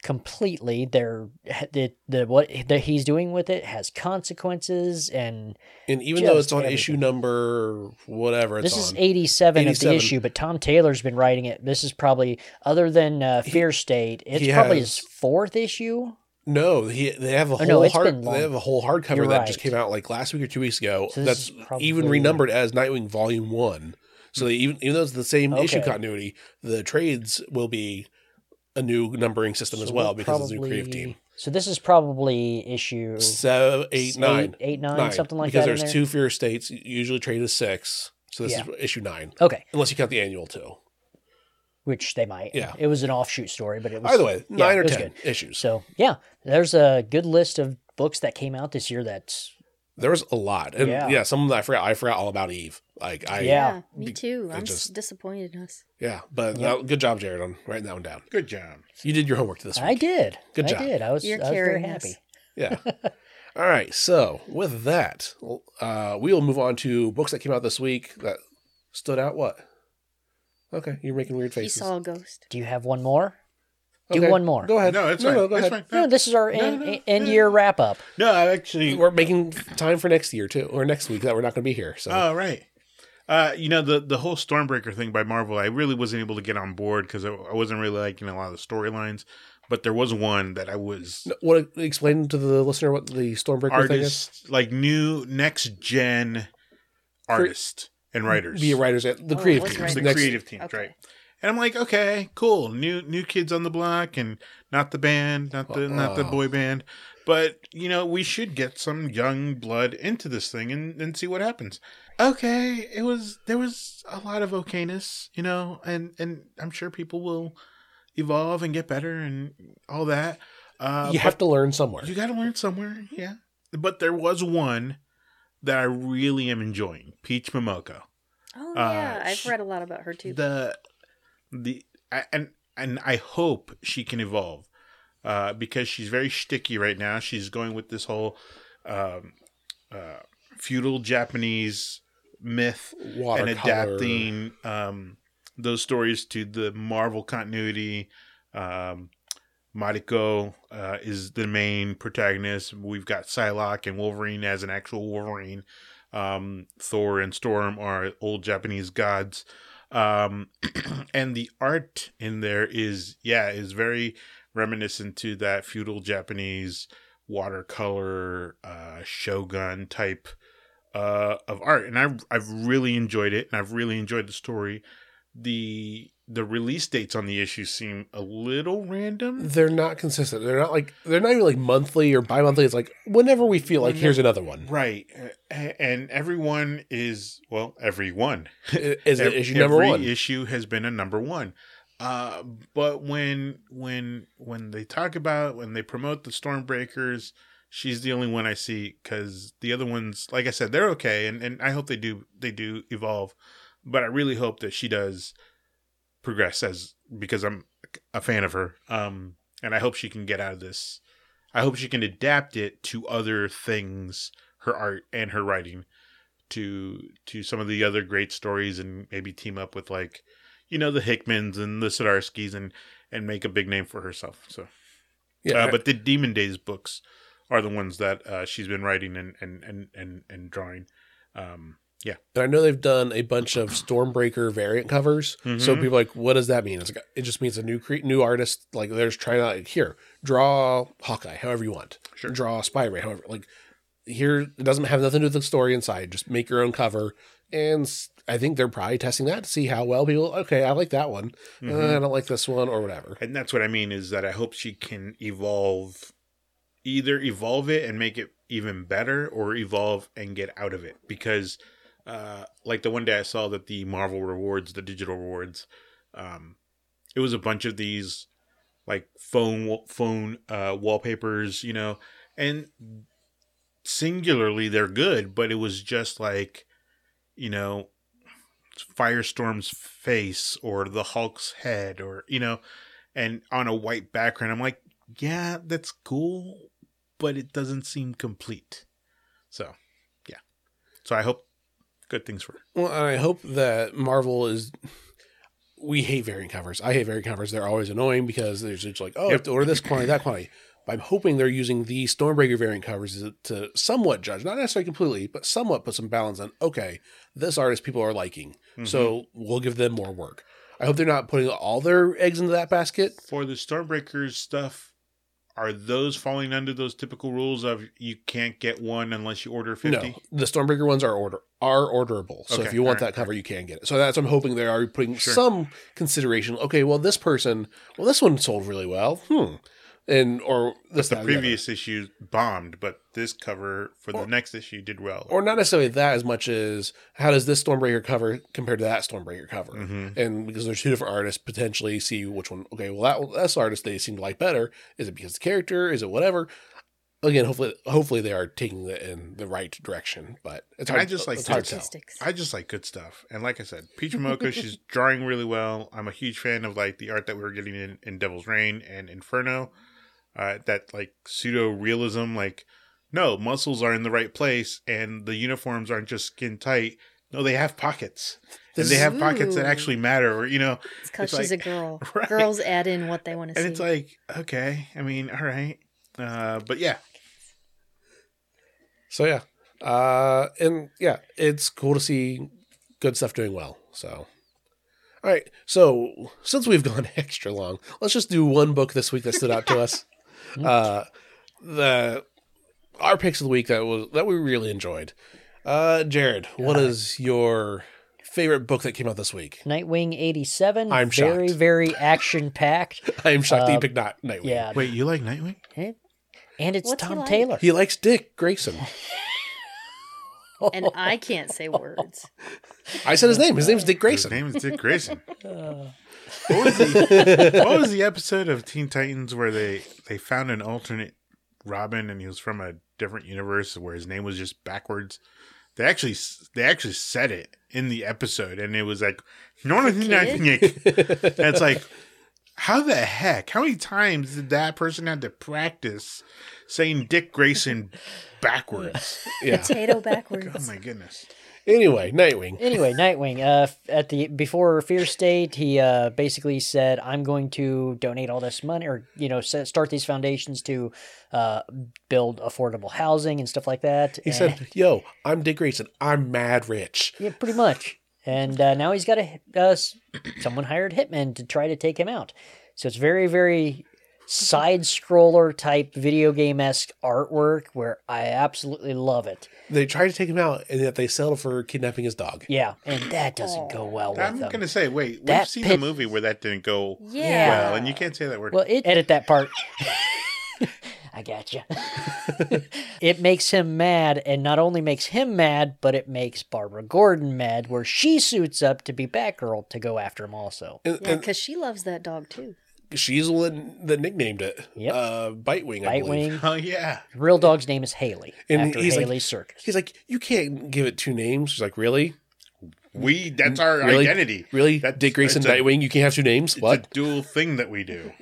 Speaker 2: completely. They're the, the what that he's doing with it has consequences, and
Speaker 1: And even
Speaker 2: Just
Speaker 1: though it's on
Speaker 2: everything.
Speaker 1: issue number whatever it's
Speaker 2: this is
Speaker 1: on,
Speaker 2: 87, of the
Speaker 1: 87.
Speaker 2: issue, but Tom Taylor's been writing it. This is probably, other than uh, Fear State, it's
Speaker 1: he
Speaker 2: probably
Speaker 1: has.
Speaker 2: his fourth issue.
Speaker 1: no, he, they have a
Speaker 2: Oh,
Speaker 1: whole
Speaker 2: no, it's been
Speaker 1: hard
Speaker 2: long.
Speaker 1: they have a whole hardcover
Speaker 2: You're
Speaker 1: that just
Speaker 2: right.
Speaker 1: came out like last week or two weeks ago.
Speaker 2: So this
Speaker 1: that's
Speaker 2: is probably-
Speaker 1: even renumbered as Nightwing Volume One. So they, even even though it's the same issue
Speaker 2: Okay.
Speaker 1: continuity, the trades will be a new numbering system as
Speaker 2: So
Speaker 1: well
Speaker 2: we'll
Speaker 1: because it's a new creative
Speaker 2: probably-
Speaker 1: team.
Speaker 2: So this is probably issue
Speaker 1: Seven, eight,
Speaker 2: s-
Speaker 1: nine.
Speaker 2: eight, nine,
Speaker 1: Nine,
Speaker 2: something like
Speaker 1: because
Speaker 2: that. in
Speaker 1: there's
Speaker 2: there.
Speaker 1: two fear states usually traded as six so this is issue nine
Speaker 2: Okay,
Speaker 1: unless you count the annual too
Speaker 2: which they might.
Speaker 1: Yeah.
Speaker 2: It was an offshoot story, but it was.
Speaker 1: either way
Speaker 2: yeah,
Speaker 1: nine or
Speaker 2: it was
Speaker 1: ten
Speaker 2: good.
Speaker 1: issues
Speaker 2: So, yeah, there's a good list of books that came out this year that's.
Speaker 1: there was a lot and
Speaker 2: Yeah.
Speaker 1: yeah, some of that i forgot i forgot all about eve like i yeah,
Speaker 2: Yeah.
Speaker 3: me too.
Speaker 1: I
Speaker 3: I'm s
Speaker 1: just-
Speaker 3: disappointed in us.
Speaker 1: but
Speaker 2: Yeah.
Speaker 1: that- good job jared on writing that one down
Speaker 4: Good job.
Speaker 1: you did your homework this week
Speaker 2: I did.
Speaker 1: Good
Speaker 2: I
Speaker 1: job.
Speaker 2: did. I was,
Speaker 3: You're
Speaker 2: I was very
Speaker 3: carrying us.
Speaker 2: happy.
Speaker 1: yeah all right so with that uh we'll move on to books that came out this week that stood out what okay you're making weird
Speaker 3: He
Speaker 1: faces
Speaker 3: saw a ghost.
Speaker 2: Do you have one more? Do
Speaker 1: Okay,
Speaker 2: one more.
Speaker 1: go ahead
Speaker 4: No, it's fine.
Speaker 1: go
Speaker 4: it's
Speaker 1: ahead
Speaker 4: fine.
Speaker 2: Uh, No,
Speaker 4: No,
Speaker 2: this is our
Speaker 4: No,
Speaker 2: end,
Speaker 4: no,
Speaker 2: end
Speaker 4: no.
Speaker 2: year wrap up.
Speaker 4: no, I actually.
Speaker 1: we're making time for next year too or next week that we're not going to be here so
Speaker 4: Oh, right. Uh, you know the the whole Stormbreaker thing by Marvel, I really wasn't able to get on board because I, I wasn't really liking a lot of the storylines. But there was one that I was
Speaker 1: No, What explain to the listener what the Stormbreaker thing is?
Speaker 4: artist, like new next gen artist and writers.
Speaker 1: Be a writers at the
Speaker 3: Oh,
Speaker 1: creative
Speaker 3: it was
Speaker 1: teams.
Speaker 3: writers.
Speaker 4: the
Speaker 1: Next-
Speaker 4: creative teams,
Speaker 3: Okay.
Speaker 4: right? And I'm like, okay, cool, new new kids on the block, and not the band, not the not the
Speaker 1: Uh-oh.
Speaker 4: boy band, but you know, we should get some young blood into this thing and and see what happens. Okay, it was there was a lot of okayness, you know, and and I'm sure people will evolve and get better and all that. Uh,
Speaker 1: you
Speaker 4: but-
Speaker 1: have to learn somewhere.
Speaker 4: you got to learn somewhere, yeah. But there was one that I really am enjoying, Peach Momoko.
Speaker 3: Oh
Speaker 4: Uh,
Speaker 3: yeah, I've
Speaker 4: she-
Speaker 3: read a lot about her too.
Speaker 4: The the I, and and I hope she can evolve uh, because she's very shticky right now. She's going with this whole um, uh, feudal Japanese myth
Speaker 1: Watercolor.
Speaker 4: and adapting um, those stories to the Marvel continuity. Um, Mariko uh, is the main protagonist. We've got Psylocke and Wolverine as an actual Wolverine. Um, Thor and Storm are old Japanese gods. Um, and the art in there is, yeah, is very reminiscent to that feudal Japanese watercolor uh, shogun type uh, of art, and I've I've really enjoyed it, and I've really enjoyed the story. the the release dates on the issue seem a little random.
Speaker 1: They're not consistent. They're not like they're not even like monthly or bi-monthly. It's like whenever we feel like here's another one.
Speaker 4: Right. A- And everyone is, well, everyone.
Speaker 1: Is it
Speaker 4: Ev-
Speaker 1: issue number
Speaker 4: every
Speaker 1: one?
Speaker 4: issue has been a number one. Uh, but when when when they talk about when they promote the Stormbreakers, she's the only one I see because the other ones, like I said, they're okay, and, and I hope they do they do evolve. But I really hope that she does progress as because I'm a fan of her, um, and I hope she can get out of this. I hope she can adapt it to other things, her art and her writing to to some of the other great stories and maybe team up with like you know the Hickmans and the Sadarskys and and make a big name for herself. So,
Speaker 1: Yeah,
Speaker 4: uh, but the Demon Days books are the ones that uh, she's been writing and and and and, and drawing. Um, yeah,
Speaker 1: and I know they've done a bunch of Stormbreaker variant covers. So
Speaker 4: Mhm.
Speaker 1: people are like, what does that mean? It's like, it just means a new cre- new artist. Like they're just trying out like, here, draw Hawkeye however you want.
Speaker 4: Sure.
Speaker 1: Draw Spider Man however. Like here, it doesn't have nothing to do with the story inside. Just make your own cover. And s- I think they're probably testing that to see how well people. Okay, I like that one. Uh,
Speaker 4: Mhm.
Speaker 1: I don't like this one or whatever.
Speaker 4: and that's what I mean is that I hope she can evolve, either evolve it and make it even better, or evolve and get out of it. Because, uh, like the one day I saw that the Marvel rewards, the digital rewards, um, it was a bunch of these like phone wa- phone uh, wallpapers, you know, and singularly they're good, but it was just like, you know. Firestorm's face or the Hulk's head or you know and on a white background. I'm like, yeah, that's cool, but it doesn't seem complete. So, yeah. So I hope good things for.
Speaker 1: Well, and I hope that Marvel is. We hate variant covers. I hate variant covers. They're always annoying because there's just like, oh, I have to order this quantity, that quantity. But I'm hoping they're using the Stormbreaker variant covers to somewhat judge, not necessarily completely, but somewhat put some balance on. Okay, this artist people are liking,
Speaker 4: Mm-hmm.
Speaker 1: so we'll give them more work. I hope they're not putting all their eggs into that basket.
Speaker 4: for the Stormbreakers stuff, are those falling under those typical rules of you can't get one unless you order 50?
Speaker 1: No, the Stormbreaker ones are order are orderable. So if
Speaker 4: Okay,
Speaker 1: you want
Speaker 4: all right,
Speaker 1: that cover, you can get it. So that's I'm hoping they are putting
Speaker 4: Sure.
Speaker 1: some consideration. Okay, well this person, well this one sold really well. Hmm, and or this
Speaker 4: The
Speaker 1: that, and other.
Speaker 4: previous issue bombed, but this cover for
Speaker 1: Or-
Speaker 4: the next issue did well.
Speaker 1: or not necessarily that as much as how does this Stormbreaker cover compare to that Stormbreaker cover?
Speaker 4: Mhm.
Speaker 1: And because there's two different artists, potentially see which one. Okay, well that this artist they seem to like better. Is it because the character? Is it whatever? Again, hopefully, hopefully they are taking it in the right direction. But it's
Speaker 4: And
Speaker 1: hard.
Speaker 4: I just like
Speaker 1: it's
Speaker 4: to-
Speaker 1: hard to tell.
Speaker 3: Statistics.
Speaker 4: I just like good stuff. And like I said, Peach Momoko, she's drawing really well. I'm a huge fan of like the art that we were getting in, in Devil's Reign and Inferno. Uh, that like pseudo realism, like no, muscles are in the right place and the uniforms aren't just skin tight. No, they have pockets.
Speaker 1: This
Speaker 4: and they
Speaker 1: is-
Speaker 4: have pockets that
Speaker 3: Ooh.
Speaker 4: actually matter, or you know,
Speaker 3: It's because
Speaker 4: It's
Speaker 3: she's
Speaker 4: like-
Speaker 3: a girl.
Speaker 4: Right.
Speaker 3: Girls add in what they want to
Speaker 4: and
Speaker 3: see.
Speaker 4: it's like, okay, I mean, all right. Uh, but yeah,
Speaker 1: So yeah, uh, and yeah, it's cool to see good stuff doing well. So, all right. So since we've gone extra long, let's just do one book this week that stood out to us. Uh, the our picks of the week that was that we really enjoyed. Uh, Jared, what is your favorite book that came out this week?
Speaker 2: Nightwing 87.
Speaker 1: I'm
Speaker 2: Very,
Speaker 1: shocked.
Speaker 2: very action packed.
Speaker 1: I'm shocked
Speaker 4: Um,
Speaker 1: that you
Speaker 2: Uh,
Speaker 1: picked not Nightwing.
Speaker 2: Yeah.
Speaker 4: wait, you like Nightwing?
Speaker 2: Eh? And it's
Speaker 3: What's he
Speaker 2: Tom
Speaker 3: like?
Speaker 2: Taylor.
Speaker 1: he likes Dick Grayson.
Speaker 3: and I can't say words.
Speaker 1: I said his name. His name's Dick
Speaker 4: His
Speaker 1: Grayson.
Speaker 4: name is Dick Grayson.
Speaker 2: Uh,
Speaker 4: what was the what was the episode of Teen Titans where they they found an alternate Robin and he was from a different universe where his name was just backwards? They actually s- they actually said it in the episode and it was like no
Speaker 3: The kid?
Speaker 4: It's like how the heck? How many times did that person have to practice saying Dick Grayson backwards?
Speaker 1: Yeah.
Speaker 3: Potato
Speaker 4: oh
Speaker 3: backwards.
Speaker 4: my goodness!
Speaker 1: Anyway, Nightwing.
Speaker 2: anyway, Nightwing. Uh, f- at the before Fear State, he uh, basically said, "I'm going to donate all this money, or you know, set, start these foundations to uh, build affordable housing and stuff like that."
Speaker 1: He
Speaker 2: And-
Speaker 1: said, "Yo, I'm Dick Grayson. I'm mad rich."
Speaker 2: Yeah, pretty much. And uh, now he's got a hit- uh, s- someone hired hitman to try to take him out. So it's very, very side scroller type video game esque artwork where I absolutely love it.
Speaker 1: They tried to take him out, and yet they settled for kidnapping his dog.
Speaker 2: Yeah, and that doesn't go well
Speaker 4: I'm
Speaker 2: with them.
Speaker 4: gonna say, wait, we've
Speaker 2: That
Speaker 4: seen
Speaker 2: pit-
Speaker 4: a movie where that didn't go
Speaker 3: Yeah.
Speaker 4: well, and you can't say that word.
Speaker 2: Well, it, edit that part. I gotcha. it makes him mad, and not only makes him mad, but it makes Barbara Gordon mad, where she suits up to be Batgirl to go after him. Also,
Speaker 1: And,
Speaker 3: Yeah, because she loves that dog too.
Speaker 1: and she's the one that nicknamed it.
Speaker 2: Yep.
Speaker 1: Uh, Bitewing, I believe.
Speaker 2: Nightwing.
Speaker 4: oh yeah,
Speaker 2: Real dog's name is Haley
Speaker 1: And
Speaker 2: after
Speaker 1: he's like-
Speaker 2: Haley Circus.
Speaker 1: He's like, you can't give it two names. She's like, really?
Speaker 4: we that's our
Speaker 1: Really?
Speaker 4: identity.
Speaker 1: Really?
Speaker 4: That's-
Speaker 1: Dick Grayson,
Speaker 4: it's a-
Speaker 1: Nightwing, you can't have two names?
Speaker 4: It's
Speaker 1: What?
Speaker 4: a dual thing that we do.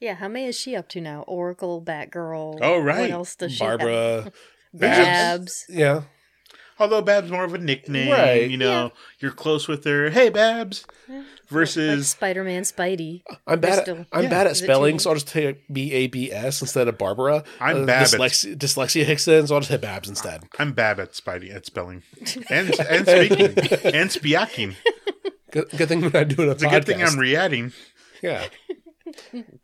Speaker 3: Yeah, how many is she up to now? Oracle, Batgirl.
Speaker 4: Oh,
Speaker 3: What
Speaker 4: right.
Speaker 3: else does she have?
Speaker 1: Barbara.
Speaker 3: Babs.
Speaker 1: Yeah.
Speaker 4: Although Bab's more of a nickname,
Speaker 1: Right.
Speaker 4: you know, you're close with her. Hey, Babs.
Speaker 3: Like
Speaker 4: Versus
Speaker 3: Spider Man Spidey.
Speaker 1: I'm bad. At,
Speaker 3: Crystal.
Speaker 1: I'm
Speaker 4: Yeah.
Speaker 1: bad at
Speaker 3: Is it
Speaker 1: spelling,
Speaker 3: two
Speaker 1: so I'll just take B A B S instead of Barbara.
Speaker 4: I'm Babbitt.
Speaker 1: Dyslexia, dyslexia Hickson, so I'll just hit Babs instead.
Speaker 4: I'm bad at Spidey at spelling and and speaking and spiaking.
Speaker 1: Good, good thing we're not doing a
Speaker 4: It's a good thing I'm
Speaker 1: podcast.
Speaker 4: re-adding.
Speaker 1: yeah.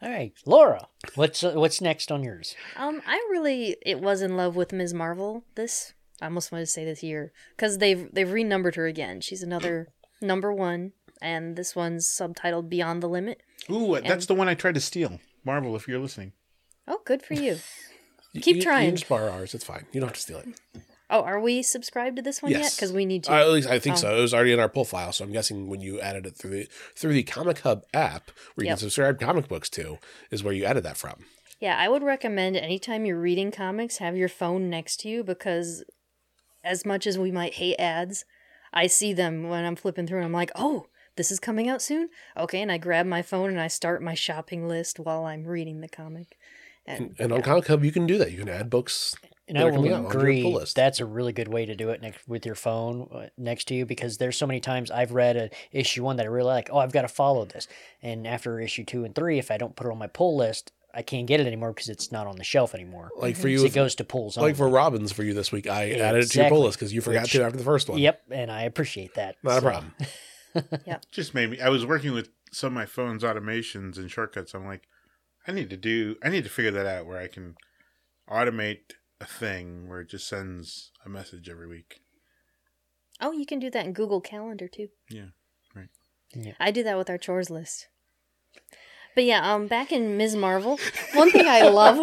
Speaker 2: All right, Laura, what's uh, what's next on yours?
Speaker 3: Um, I really it was in love with Ms. Marvel this I almost wanted to say this year because they've they've renumbered her again. She's another number one, and this one's subtitled Beyond the Limit.
Speaker 4: Ooh, that's the one I tried to steal. Marvel, if you're listening.
Speaker 3: Oh, good for you.
Speaker 1: You-
Speaker 3: Keep
Speaker 1: you- You
Speaker 3: trying.
Speaker 1: just borrow ours. It's fine. You don't have to steal it.
Speaker 3: Oh, are we subscribed to this one yet?
Speaker 1: Yes.
Speaker 3: Because we need to.
Speaker 1: Uh, at least I think
Speaker 3: Oh.
Speaker 1: so. It was already in our pull file, so I'm guessing when you added it through the through the Comic Hub app, where you
Speaker 3: Yep.
Speaker 1: can subscribe to comic books to, is where you added that from.
Speaker 3: Yeah, I would recommend anytime you're reading comics, have your phone next to you because as much as we might hate ads, I see them when I'm flipping through and I'm like, oh, this is coming out soon. Okay, and I grab my phone and I start my shopping list while I'm reading the comic. And
Speaker 1: And on Comic Hub, you can do that. You can add books.
Speaker 2: And
Speaker 1: that
Speaker 2: I
Speaker 1: are coming out
Speaker 2: will
Speaker 1: on your
Speaker 2: agree.
Speaker 1: pull list.
Speaker 2: That's a really good way to do it next, with your phone uh, next to you because there's so many times I've read a issue one that I really like. Oh, I've got to follow this. And after issue two and three, if I don't put it on my pull list, I can't get it anymore because it's not on the shelf anymore.
Speaker 1: Like
Speaker 3: Mm-hmm.
Speaker 1: for you,
Speaker 2: So it
Speaker 1: if-
Speaker 2: goes to pulls.
Speaker 1: like for
Speaker 2: only.
Speaker 1: Robbins for you this week, I added it to your
Speaker 2: Exactly.
Speaker 1: pull list because you forgot
Speaker 2: Which-
Speaker 1: to after the first one.
Speaker 2: Yep, and I appreciate that.
Speaker 1: Not a
Speaker 2: So,
Speaker 1: problem.
Speaker 4: Just made me. I was working with some of my phone's automations and shortcuts. I'm like, I need to do. I need to figure that out where I can automate a thing where it just sends a message every week.
Speaker 3: oh, you can do that in Google Calendar too.
Speaker 4: Yeah.
Speaker 3: I do that with our chores list. But yeah, um, back in Ms. Marvel, one thing I love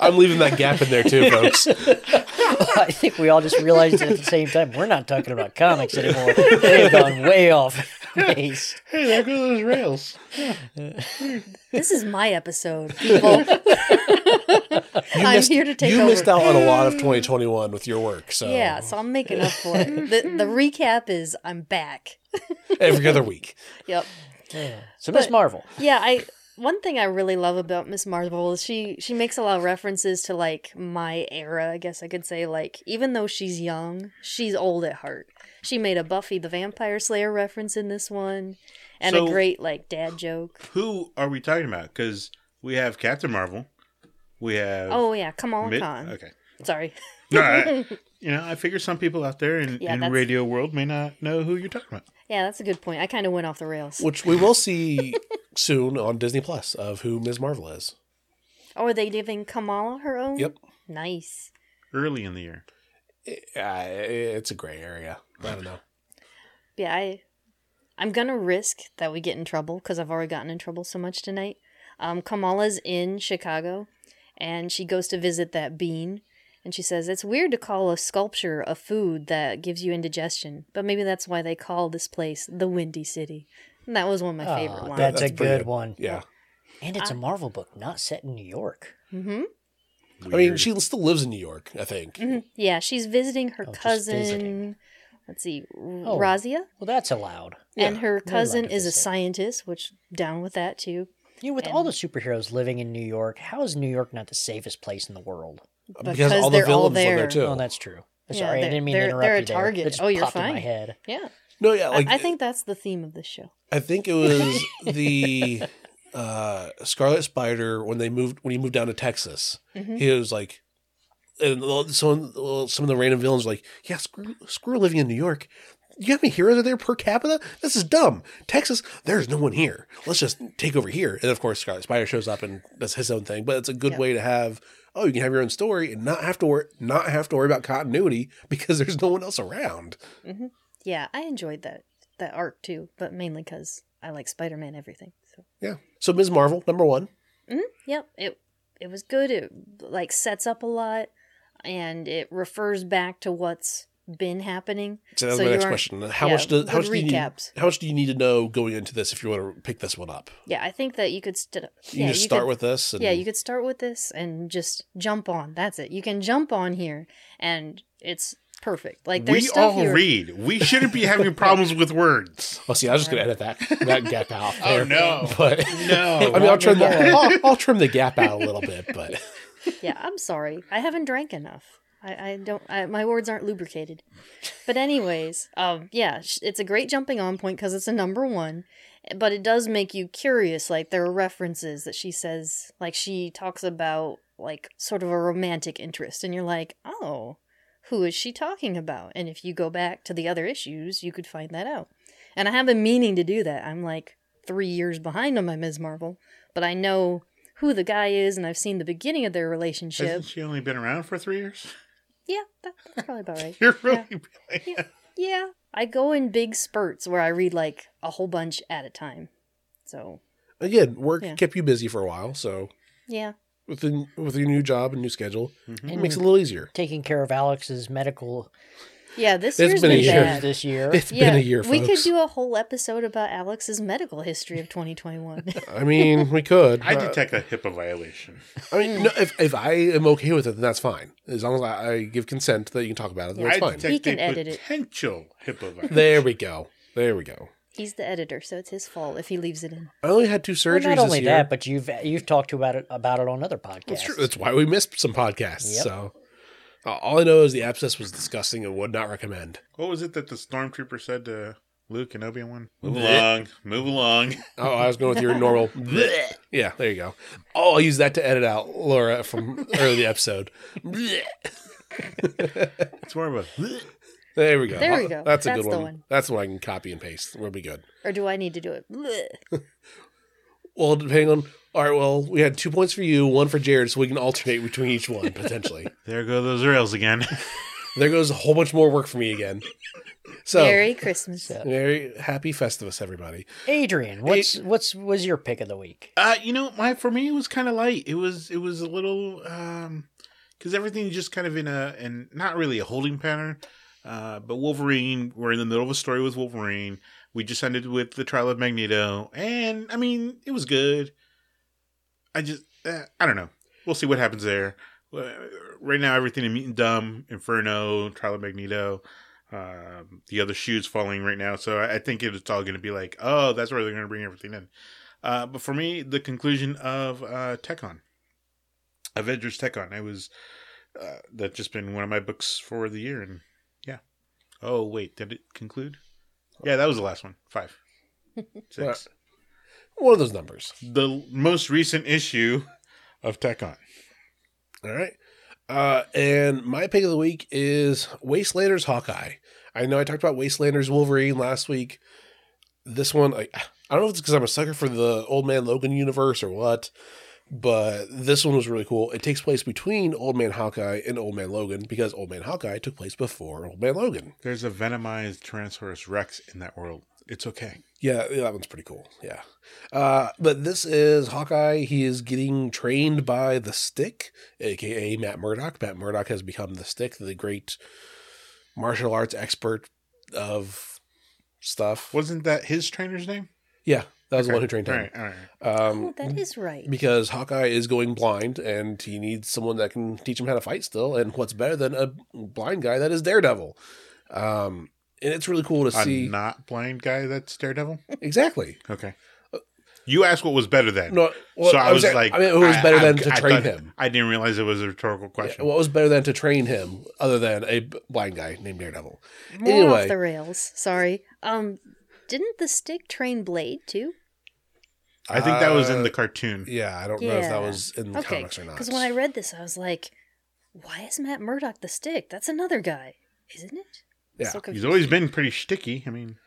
Speaker 1: I'm leaving that gap in there too, folks.
Speaker 2: I think we all just realized it at the same time. We're not talking about comics anymore. They've gone way off base.
Speaker 4: Hey, there go those rails.
Speaker 3: this is my episode, people.
Speaker 1: You
Speaker 3: I'm here to take
Speaker 1: you
Speaker 3: over.
Speaker 1: missed out on a lot of 2021 with your work. So
Speaker 3: Yeah, so I'm making up for it. The, the recap is I'm back.
Speaker 1: every other week.
Speaker 3: Yep.
Speaker 2: So Miss
Speaker 3: But-
Speaker 2: Marvel,
Speaker 3: Yeah, I one thing I really love about Miss Marvel is she she makes a lot of references to like my era, I guess I could say like even though she's young, she's old at heart. She made a Buffy the Vampire Slayer reference in this one and
Speaker 4: So-
Speaker 3: a great like dad joke.
Speaker 4: Who are we talking about? Because we have Captain Marvel. We have.
Speaker 3: Oh yeah, come on,
Speaker 4: Mid-
Speaker 3: Khan.
Speaker 4: okay.
Speaker 3: Sorry.
Speaker 4: No, I- you know, I figure some people out there in,
Speaker 3: Yeah,
Speaker 4: in
Speaker 3: that's-
Speaker 4: radio world may not know who you're talking about.
Speaker 3: Yeah, that's a good point. I kind of went off the rails.
Speaker 1: which we will see soon on Disney Plus of who Ms. Marvel is.
Speaker 3: Oh, are they giving Kamala her own?
Speaker 1: Yep,
Speaker 3: Nice.
Speaker 4: Early in the year,
Speaker 1: uh, it's a gray area. I don't know.
Speaker 3: Yeah, I, I'm gonna risk that we get in trouble because I've already gotten in trouble so much tonight. Um, Kamala's in Chicago, and she goes to visit that bean, and she says it's weird to call a sculpture a food that gives you indigestion, but maybe that's why they call this place the Windy City. And that was one of my favorite
Speaker 2: Aw,
Speaker 3: lines.
Speaker 2: that's,
Speaker 1: Ah, That's
Speaker 2: a
Speaker 1: pretty
Speaker 2: good
Speaker 1: good.
Speaker 2: one.
Speaker 1: Yeah,
Speaker 2: And it's a Marvel book, not set in New York.
Speaker 3: hmm
Speaker 1: I mean, she still lives in New York. I think.
Speaker 3: Mm-hmm. Yeah, she's visiting her
Speaker 2: Oh, just
Speaker 3: cousin.
Speaker 2: visiting.
Speaker 3: Let's see,
Speaker 2: Oh.
Speaker 3: oh. Razia,
Speaker 2: Well, that's allowed.
Speaker 3: and
Speaker 1: Yeah,
Speaker 3: her
Speaker 2: allowed
Speaker 3: cousin
Speaker 2: to
Speaker 3: is a
Speaker 2: visit.
Speaker 3: scientist, which down with that too.
Speaker 2: You know, with all
Speaker 3: And-
Speaker 2: the superheroes living in New York, how is New York not the safest place in the world?
Speaker 1: Because all the villains live there, too.
Speaker 2: Oh, that's true.
Speaker 3: Yeah,
Speaker 2: Sorry, I
Speaker 3: they're-
Speaker 2: didn't mean to
Speaker 3: they're-
Speaker 2: interrupt
Speaker 3: they're a
Speaker 2: you there.
Speaker 3: target.
Speaker 2: That just
Speaker 3: Oh, you're
Speaker 2: popped in my
Speaker 3: fine.
Speaker 2: head.
Speaker 3: Yeah,
Speaker 1: No, yeah,
Speaker 3: I-
Speaker 1: like
Speaker 3: I think that's the theme of this show.
Speaker 1: I think it was the uh, Scarlet Spider when they moved when he moved down to Texas.
Speaker 3: Mm-hmm.
Speaker 1: He was like, and all- some some of the random villains were like, yeah, screw, screw living in New York. You have any heroes out there per capita? This is dumb. Texas, there's no one here. Let's just take over here. And of course, Scarlet Spider shows up and does his own thing. But it's a good
Speaker 3: Yeah.
Speaker 1: way to have. Oh, you can have your own story and not have to worry, not have to worry about continuity because there's no one else around.
Speaker 3: Yeah, I enjoyed that that arc too, but mainly because I like Spider Man everything. So
Speaker 1: Yeah. So Ms. Marvel, number one.
Speaker 3: yep, it it was good. It like sets up a lot, and it refers back to what's been happening.
Speaker 1: So that's my
Speaker 3: So you
Speaker 1: next
Speaker 3: aren't-
Speaker 1: question. How
Speaker 3: yeah,
Speaker 1: much does how
Speaker 3: good
Speaker 1: much do you need,
Speaker 3: recaps.
Speaker 1: how much do you need to know going into this if you want to pick this one up?
Speaker 3: Yeah, I think that you could st-
Speaker 1: You
Speaker 3: yeah,
Speaker 1: just start
Speaker 3: could-
Speaker 1: with this. And
Speaker 3: yeah, you could start with this and just jump on. That's it. You can jump on here, and it's perfect. Like there's
Speaker 4: we
Speaker 3: stuff
Speaker 4: all
Speaker 3: here-
Speaker 4: read. We shouldn't be having problems with words.
Speaker 1: Oh,
Speaker 5: Well, see, I was just going to edit that that gap out.
Speaker 4: Oh,
Speaker 5: there.
Speaker 4: no.
Speaker 5: But
Speaker 1: I
Speaker 4: No.
Speaker 1: mean, I'll trim the I'll, I'll trim the gap out a little bit, but
Speaker 3: Yeah, I'm sorry. I haven't drank enough. I, I don't. I, my words aren't lubricated. But anyways, um, yeah, sh- it's a great jumping on point because it's a number one, but it does make you curious. Like there are references that she says, like she talks about like sort of a romantic interest, and you're like, oh, who is she talking about? And if you go back to the other issues, you could find that out. And I have been meaning to do that. I'm like three years behind on my Ms. Marvel, but I know who the guy is, and I've seen the beginning of their relationship.
Speaker 4: Hasn't she only been around for three years?
Speaker 3: Yeah, that, that's probably about right.
Speaker 4: You're really.
Speaker 3: Yeah. yeah, I go in big spurts where I read like a whole bunch at a time. So
Speaker 1: again, work
Speaker 3: Yeah.
Speaker 1: kept you busy for a while, so
Speaker 3: yeah,
Speaker 1: with the, with your new job and new schedule, it
Speaker 2: And
Speaker 1: makes it a
Speaker 3: Mm-hmm.
Speaker 1: little easier.
Speaker 2: taking care of Alex's medical
Speaker 3: yeah. This
Speaker 1: It's
Speaker 3: year's
Speaker 1: been
Speaker 3: been,
Speaker 1: a
Speaker 2: issues
Speaker 1: year.
Speaker 3: bad.
Speaker 2: this year.
Speaker 1: It's
Speaker 3: yeah,
Speaker 1: been a year, folks.
Speaker 3: we could do a whole episode about Alex's medical history of 2021.
Speaker 1: I mean, we could.
Speaker 4: I
Speaker 1: Uh,
Speaker 4: detect a HIPAA violation.
Speaker 1: I mean, no, if if I am okay with it, then that's fine. As long as I, I give consent that you can talk about it, then
Speaker 4: I
Speaker 1: that's fine.
Speaker 4: detect
Speaker 3: He can
Speaker 4: a
Speaker 3: edit it.
Speaker 4: potential HIPAA violation.
Speaker 1: There we go. There we go.
Speaker 3: He's the editor, so it's his fault if he leaves it in.
Speaker 1: I only had two
Speaker 2: Well,
Speaker 1: surgeries
Speaker 2: not only
Speaker 1: this year.
Speaker 2: that, but you've you've talked about it about it on other podcasts.
Speaker 1: That's true. That's why we missed some podcasts.
Speaker 2: Yep.
Speaker 1: So uh, all I know is the abscess was disgusting and would not recommend.
Speaker 4: What was it that the stormtrooper said to Luke and Obi Wan? Move
Speaker 1: Blech.
Speaker 4: along, move along.
Speaker 1: Oh, I was going with your normal. bleh. yeah, there you go. Oh, I'll use that to edit out Laura from early episode. Bleh.
Speaker 4: It's more of a. "Blech."
Speaker 1: there we go.
Speaker 3: There we go.
Speaker 1: That's a
Speaker 3: That's
Speaker 1: good
Speaker 3: the
Speaker 1: one.
Speaker 3: one.
Speaker 1: That's what I can copy and paste. We'll be good.
Speaker 3: Or do I need to do it? Blech.
Speaker 1: Well, depending on. All right. Well, we had two points for you, one for Jared, so we can alternate between each one potentially.
Speaker 4: There go those rails again.
Speaker 1: there goes a whole bunch more work for me again. So very,
Speaker 3: Merry Christmas.
Speaker 2: So-
Speaker 1: happy Festivus, everybody.
Speaker 2: Adrian, what's what's was your pick of the week?
Speaker 4: Uh, you know, my for me it was kind of light. It was it was a little um, because everything's just kind of in a and not really a holding pattern. Uh, but Wolverine, we're in the middle of a story with Wolverine. We just ended with the trial of Magneto, and I mean, it was good. I just uh, I don't know. We'll see what happens there. Uh, Right now, everything in Mutant Dumb, Inferno, Trial of Magneto, um, the other shoes falling right now. So I, I think it's all going to be like, oh, that's where they're going to bring everything in. Uh, but for me, the conclusion of uh, Tekon, Avengers Tekon, I was uh, that's just been one of my books for the year, and yeah. Oh wait, did it conclude? Yeah, that was the last one. Five, six.
Speaker 1: One of those numbers.
Speaker 4: The most recent issue of Tekon.
Speaker 1: All right. Uh, and my pick of the week is Wastelanders Hawkeye. I know I talked about Wastelanders Wolverine last week. This one, I, I don't know if it's because I'm a sucker for the Old Man Logan universe or what, but this one was really cool. It takes place between Old Man Hawkeye and Old Man Logan because Old Man Hawkeye took place before Old Man Logan.
Speaker 4: There's a venomized Tyrannosaurus Rex in that world. It's okay.
Speaker 1: Yeah, yeah, that one's pretty cool. Yeah. Uh, but this is Hawkeye. He is getting trained by the Stick, aka Matt Murdock. Matt Murdock has become the Stick, the great martial arts expert of stuff.
Speaker 4: Wasn't that his trainer's name?
Speaker 1: Yeah, that was the
Speaker 4: Okay.
Speaker 1: one who trained
Speaker 4: All
Speaker 1: him.
Speaker 4: right, all right.
Speaker 3: Oh,
Speaker 1: Um,
Speaker 3: that is right.
Speaker 1: because Hawkeye is going blind, and he needs someone that can teach him how to fight still. And what's better than a blind guy that is Daredevil? Um, and it's really cool to
Speaker 4: A
Speaker 1: see.
Speaker 4: not blind guy that's Daredevil.
Speaker 1: exactly.
Speaker 4: Okay. You asked what was better then.
Speaker 1: No, well,
Speaker 4: so I, was,
Speaker 1: saying-
Speaker 4: like,
Speaker 1: I mean, it was better
Speaker 4: I-
Speaker 1: than
Speaker 4: I-
Speaker 1: to
Speaker 4: I
Speaker 1: train
Speaker 4: thought-
Speaker 1: him.
Speaker 4: I didn't realize it was a rhetorical
Speaker 1: Yeah,
Speaker 4: question.
Speaker 1: what was better than to train him other than a b- blind guy named Daredevil?
Speaker 3: More
Speaker 1: anyway.
Speaker 3: off the rails. Sorry. Um, didn't the stick train Blade too?
Speaker 4: I think that was
Speaker 1: Uh,
Speaker 4: in the cartoon.
Speaker 1: Yeah, I don't know if that
Speaker 3: Yeah.
Speaker 1: was in the
Speaker 3: Okay,
Speaker 1: comics or not.
Speaker 3: because when I read this, I was like, "Why is Matt Murdock the stick? That's another guy, isn't it?"
Speaker 1: Yeah.
Speaker 3: So confused.
Speaker 4: He's always been pretty sticky. I mean,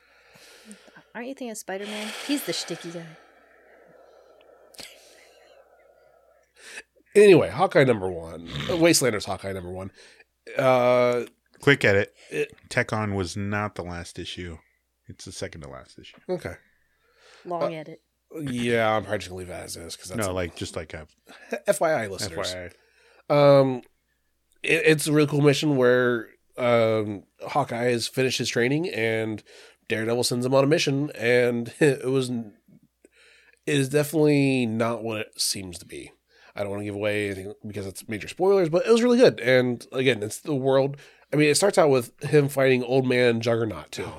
Speaker 3: Aren't you thinking of Spider Man? He's the shticky guy.
Speaker 1: Anyway, Hawkeye number one, Uh, Wastelanders Hawkeye number one. Uh,
Speaker 4: click at it.
Speaker 1: It-
Speaker 4: Tech on was not the last issue. It's the second to last issue.
Speaker 1: okay,
Speaker 3: Long
Speaker 4: Uh,
Speaker 3: at it.
Speaker 1: yeah, I'm probably just gonna leave it as is because that's
Speaker 4: no, like just like a
Speaker 1: FYI listeners.
Speaker 4: FYI.
Speaker 1: Um, it, it's a really cool mission where um, Hawkeye has finished his training and Daredevil sends him on a mission, and it was it is definitely not what it seems to be. I don't want to give away anything because it's major spoilers, but it was really good. And again, it's the world. I mean, it starts out with him fighting Old Man Juggernaut too,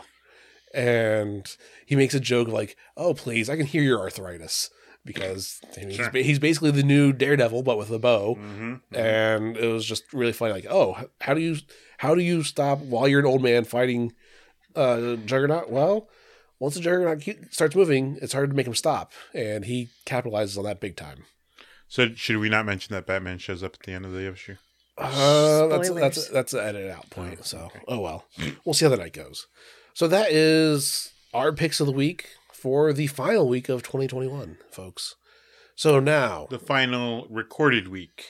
Speaker 1: and he makes a joke like, "Oh, please, I can hear your arthritis." Because he's,
Speaker 4: Sure.
Speaker 1: he's basically the new Daredevil, but with a bow
Speaker 4: Mhm.
Speaker 1: and it was just really funny. Like, oh, how do you how do you stop while you're an old man fighting uh, Juggernaut? Well, once the Juggernaut ke- starts moving, it's hard to make him stop, and he capitalizes on that big time.
Speaker 4: So should we not mention that Batman shows up at the end of the issue?
Speaker 1: Uh, that's
Speaker 3: Spoilers.
Speaker 1: that's that's an edit out point. So, oh well, we'll see how the night goes. So that is our picks of the week for the final week of 2021, folks. So now
Speaker 4: The final recorded week.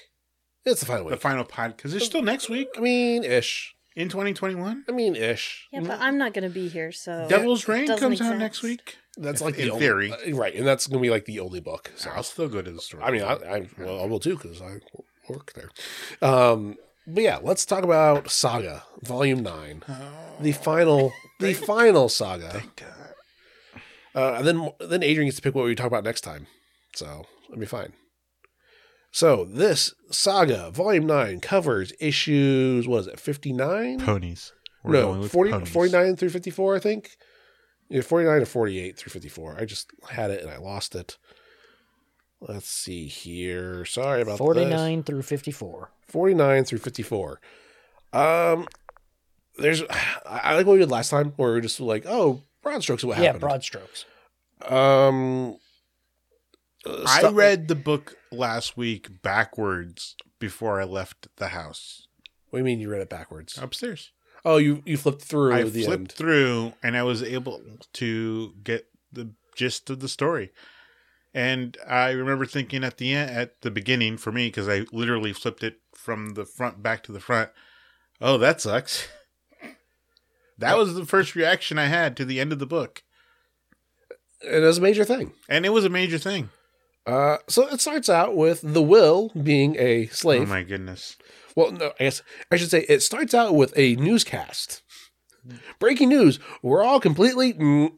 Speaker 1: it's the final
Speaker 4: The
Speaker 1: week.
Speaker 4: final pod because it's still next week
Speaker 1: I mean, ish.
Speaker 4: in 2021.
Speaker 1: I mean, ish.
Speaker 3: Yeah, but I'm not going to be here, so.
Speaker 4: mm-hmm. Devil's Reign
Speaker 3: Doesn't
Speaker 4: comes
Speaker 3: make
Speaker 4: out
Speaker 3: sense.
Speaker 4: next week.
Speaker 1: That's like
Speaker 4: In
Speaker 1: the only-
Speaker 4: theory.
Speaker 1: uh, right? And that's gonna be like the only book.
Speaker 4: So
Speaker 1: So
Speaker 4: I'll still go to the store.
Speaker 1: I mean, I, I well, I will too because I work there. Um, but yeah, let's talk about Saga Volume Nine, the final, the final saga.
Speaker 4: Oh. God.
Speaker 1: Uh, and then then Adrian gets to pick what we talk about next time, so it'll be fine. So this saga, Volume Nine, covers issues. What is it? Fifty nine.
Speaker 4: ponies. We're going
Speaker 1: no,
Speaker 4: with
Speaker 1: 40,
Speaker 4: ponies.
Speaker 1: 49 through 54, I think. Yeah, 49 to 48 through 54. I just had it and I lost it. Let's see here. Sorry about that.
Speaker 2: 49 through 54.
Speaker 1: 49 through 54. Um, there's, I I like what we did last time where we were just like, oh, broad strokes of what
Speaker 2: yeah,
Speaker 1: happened.
Speaker 2: broad strokes.
Speaker 1: Um, uh,
Speaker 4: I
Speaker 1: stop-
Speaker 4: read the book last week backwards before I left the house
Speaker 1: What do you mean you read it backwards?
Speaker 4: upstairs.
Speaker 1: Oh, you, you flipped through
Speaker 4: I
Speaker 1: the
Speaker 4: flipped
Speaker 1: end.
Speaker 4: through and I was able to get the gist of the story. And I remember thinking at the end, at the beginning for me, because I literally flipped it from the front back to the front. Oh, that sucks. That was the first reaction I had to the end of the book,
Speaker 1: and it was a major thing.
Speaker 4: and it was a major thing.
Speaker 1: Uh, so it starts out with the will being a slave.
Speaker 4: Oh my goodness!
Speaker 1: Well, no, I guess I should say it starts out with a newscast. Breaking news. We're all completely. Mm,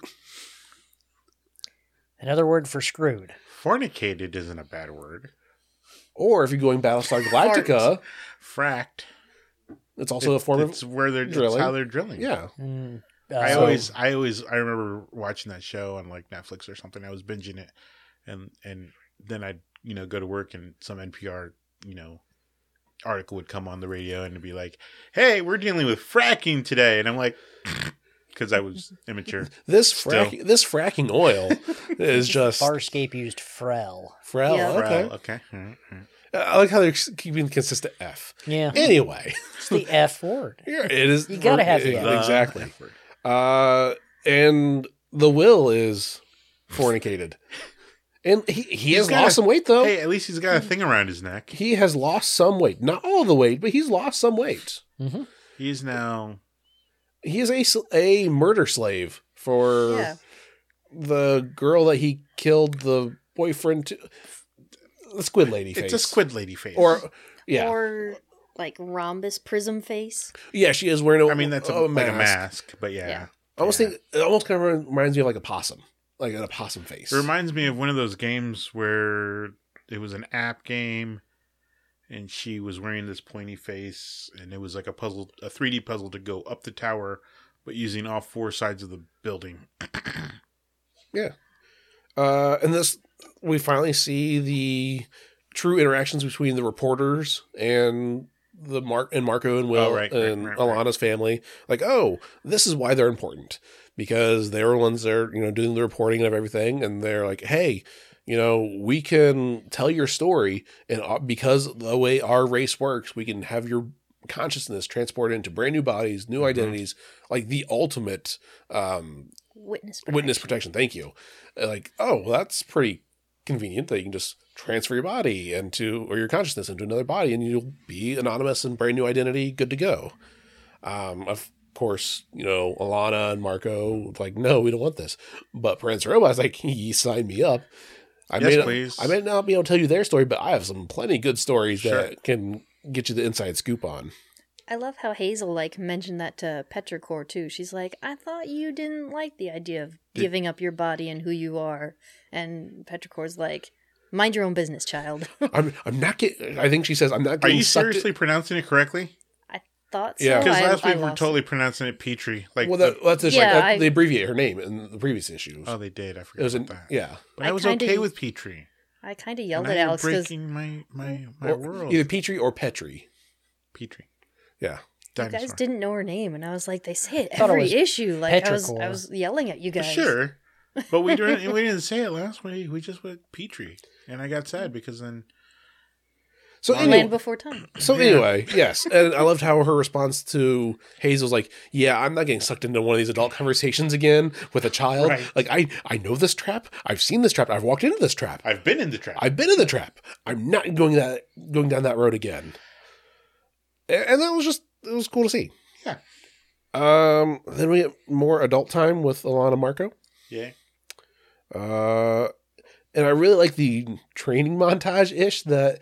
Speaker 2: Another word for screwed.
Speaker 4: Fornicated isn't a bad word.
Speaker 1: or if you're going Battlestar Galactica,
Speaker 4: Fracked.
Speaker 1: it's also a form
Speaker 4: It's
Speaker 1: of.
Speaker 4: where they're drilling.
Speaker 1: drilling.
Speaker 4: how they're drilling.
Speaker 1: Yeah.
Speaker 2: Mm,
Speaker 4: I
Speaker 2: uh,
Speaker 4: always, I always, I remember watching that show on like Netflix or something. I was binging it, and and then I'd you know go to work and some NPR you know article would come on the radio and it'd be like, "Hey, we're dealing with fracking today," and I'm like, because I was immature.
Speaker 1: This
Speaker 4: Still.
Speaker 1: fracking, this fracking oil is just.
Speaker 2: Farscape used Frel.
Speaker 1: Frel,
Speaker 3: Yeah.
Speaker 1: okay.
Speaker 4: Well, okay. all right, all right.
Speaker 1: I like how they're keeping the consistent F.
Speaker 2: Yeah,
Speaker 1: Anyway,
Speaker 2: it's the F word.
Speaker 1: here it is.
Speaker 2: You gotta have the
Speaker 1: Yeah,
Speaker 2: F.
Speaker 1: exactly.
Speaker 4: The-
Speaker 1: Uh, and the will is fornicated, and he he has
Speaker 4: gotta-
Speaker 1: lost some weight though.
Speaker 4: Hey, at least he's got a thing around his neck.
Speaker 1: he has lost some weight. Not all the weight, but he's lost some weight.
Speaker 2: hmm
Speaker 4: He's now
Speaker 1: He is a, sl- a murder slave for
Speaker 3: Yeah.
Speaker 1: the girl that he killed the boyfriend to. The squid lady face.
Speaker 4: it's a squid lady face.
Speaker 1: Or, yeah.
Speaker 3: Or like rhombus prism face.
Speaker 1: yeah, she is wearing a
Speaker 4: I mean, that's a, like a mask, but yeah.
Speaker 3: Yeah.
Speaker 1: I almost
Speaker 4: Yeah.
Speaker 1: think, it almost kind of reminds me of like a possum. Like an opossum face.
Speaker 4: It reminds me of one of those games where it was an app game and she was wearing this pointy face and it was like a puzzle a 3D puzzle to go up the tower but using all four sides of the building.
Speaker 1: Uh, and this, we finally see the true interactions between the reporters and the Mark and Marco and Will
Speaker 4: Oh, right, right,
Speaker 1: and
Speaker 4: right, right.
Speaker 1: Alana's family. Like, oh, this is why they're important because they were ones that are you know doing the reporting of everything, and they're like, hey. You know, we can tell your story, and uh, because the way our race works, we can have your consciousness transported into brand new bodies, new
Speaker 4: Mhm.
Speaker 1: identities, like the ultimate um,
Speaker 3: Witness protection.
Speaker 1: witness protection. Thank you. Uh, Like, oh, well, that's pretty convenient that you can just transfer your body into or your consciousness into another body, and you'll be anonymous and brand new identity, good to go. Um, of course, you know Alana and Marco like, no, we don't want this. But Prince Robo's like, ye sign me up. I
Speaker 4: Yes,
Speaker 1: may
Speaker 4: please.
Speaker 1: Not, I may not be able to tell you their story, but I have some plenty good stories
Speaker 4: Sure.
Speaker 1: that can get you the inside scoop on.
Speaker 3: I love how Hazel like mentioned that to Petrichor too. She's like, "I thought you didn't like the idea of
Speaker 4: Did-
Speaker 3: giving up your body and who you are," and Petrichor's like, "Mind your own business, child."
Speaker 1: I'm, I'm not getting. I think she says, I'm not
Speaker 4: Are
Speaker 1: getting.
Speaker 4: you
Speaker 1: sucked in- Oh,
Speaker 4: seriously pronouncing it correctly?
Speaker 3: Thoughts?
Speaker 1: Yeah.
Speaker 3: Yeah,
Speaker 4: Because last week we're totally pronouncing it Petrie. Like,
Speaker 1: well,
Speaker 4: the-
Speaker 1: that, that's just
Speaker 3: Yeah,
Speaker 1: like that,
Speaker 3: I-
Speaker 1: they abbreviate her name in the previous issues.
Speaker 4: oh, they did. I forgot
Speaker 1: it was an,
Speaker 4: about that.
Speaker 1: yeah,
Speaker 4: but I,
Speaker 3: I
Speaker 4: was
Speaker 3: kinda-
Speaker 4: okay with Petrie.
Speaker 3: I kind of yelled
Speaker 4: now
Speaker 3: at
Speaker 4: you're
Speaker 3: Alex because
Speaker 4: breaking my my my
Speaker 1: Or-
Speaker 4: world.
Speaker 1: either Petrie or Petrie.
Speaker 4: Petrie.
Speaker 1: Yeah.
Speaker 3: you guys
Speaker 4: Dinosaur.
Speaker 3: didn't know her name, and I was like, "They say it
Speaker 2: I thought it
Speaker 3: every
Speaker 2: was
Speaker 3: issue." Like I was,
Speaker 2: Petrichor.
Speaker 3: I was yelling at you
Speaker 4: Well,
Speaker 3: guys.
Speaker 4: Sure, but we didn't. we didn't say it last week. We just went Petrie, and I got sad because then
Speaker 1: So
Speaker 4: Well,
Speaker 1: anyway,
Speaker 3: Land before time.
Speaker 1: so
Speaker 4: Yeah.
Speaker 1: anyway, yes, and I loved how her response to Hazel's like, "Yeah, I'm not getting sucked into one of these adult conversations again with a child.
Speaker 4: Right.
Speaker 1: Like, I I know this trap. I've seen this trap. I've walked into this trap.
Speaker 4: I've been in the trap.
Speaker 1: I've been in the trap. I'm not going that going down that road again. A- And that was just it was cool to see.
Speaker 4: Yeah.
Speaker 1: Um. Then we get more adult time with Alana Marco.
Speaker 4: yeah,
Speaker 1: Uh, and I really like the training montage ish that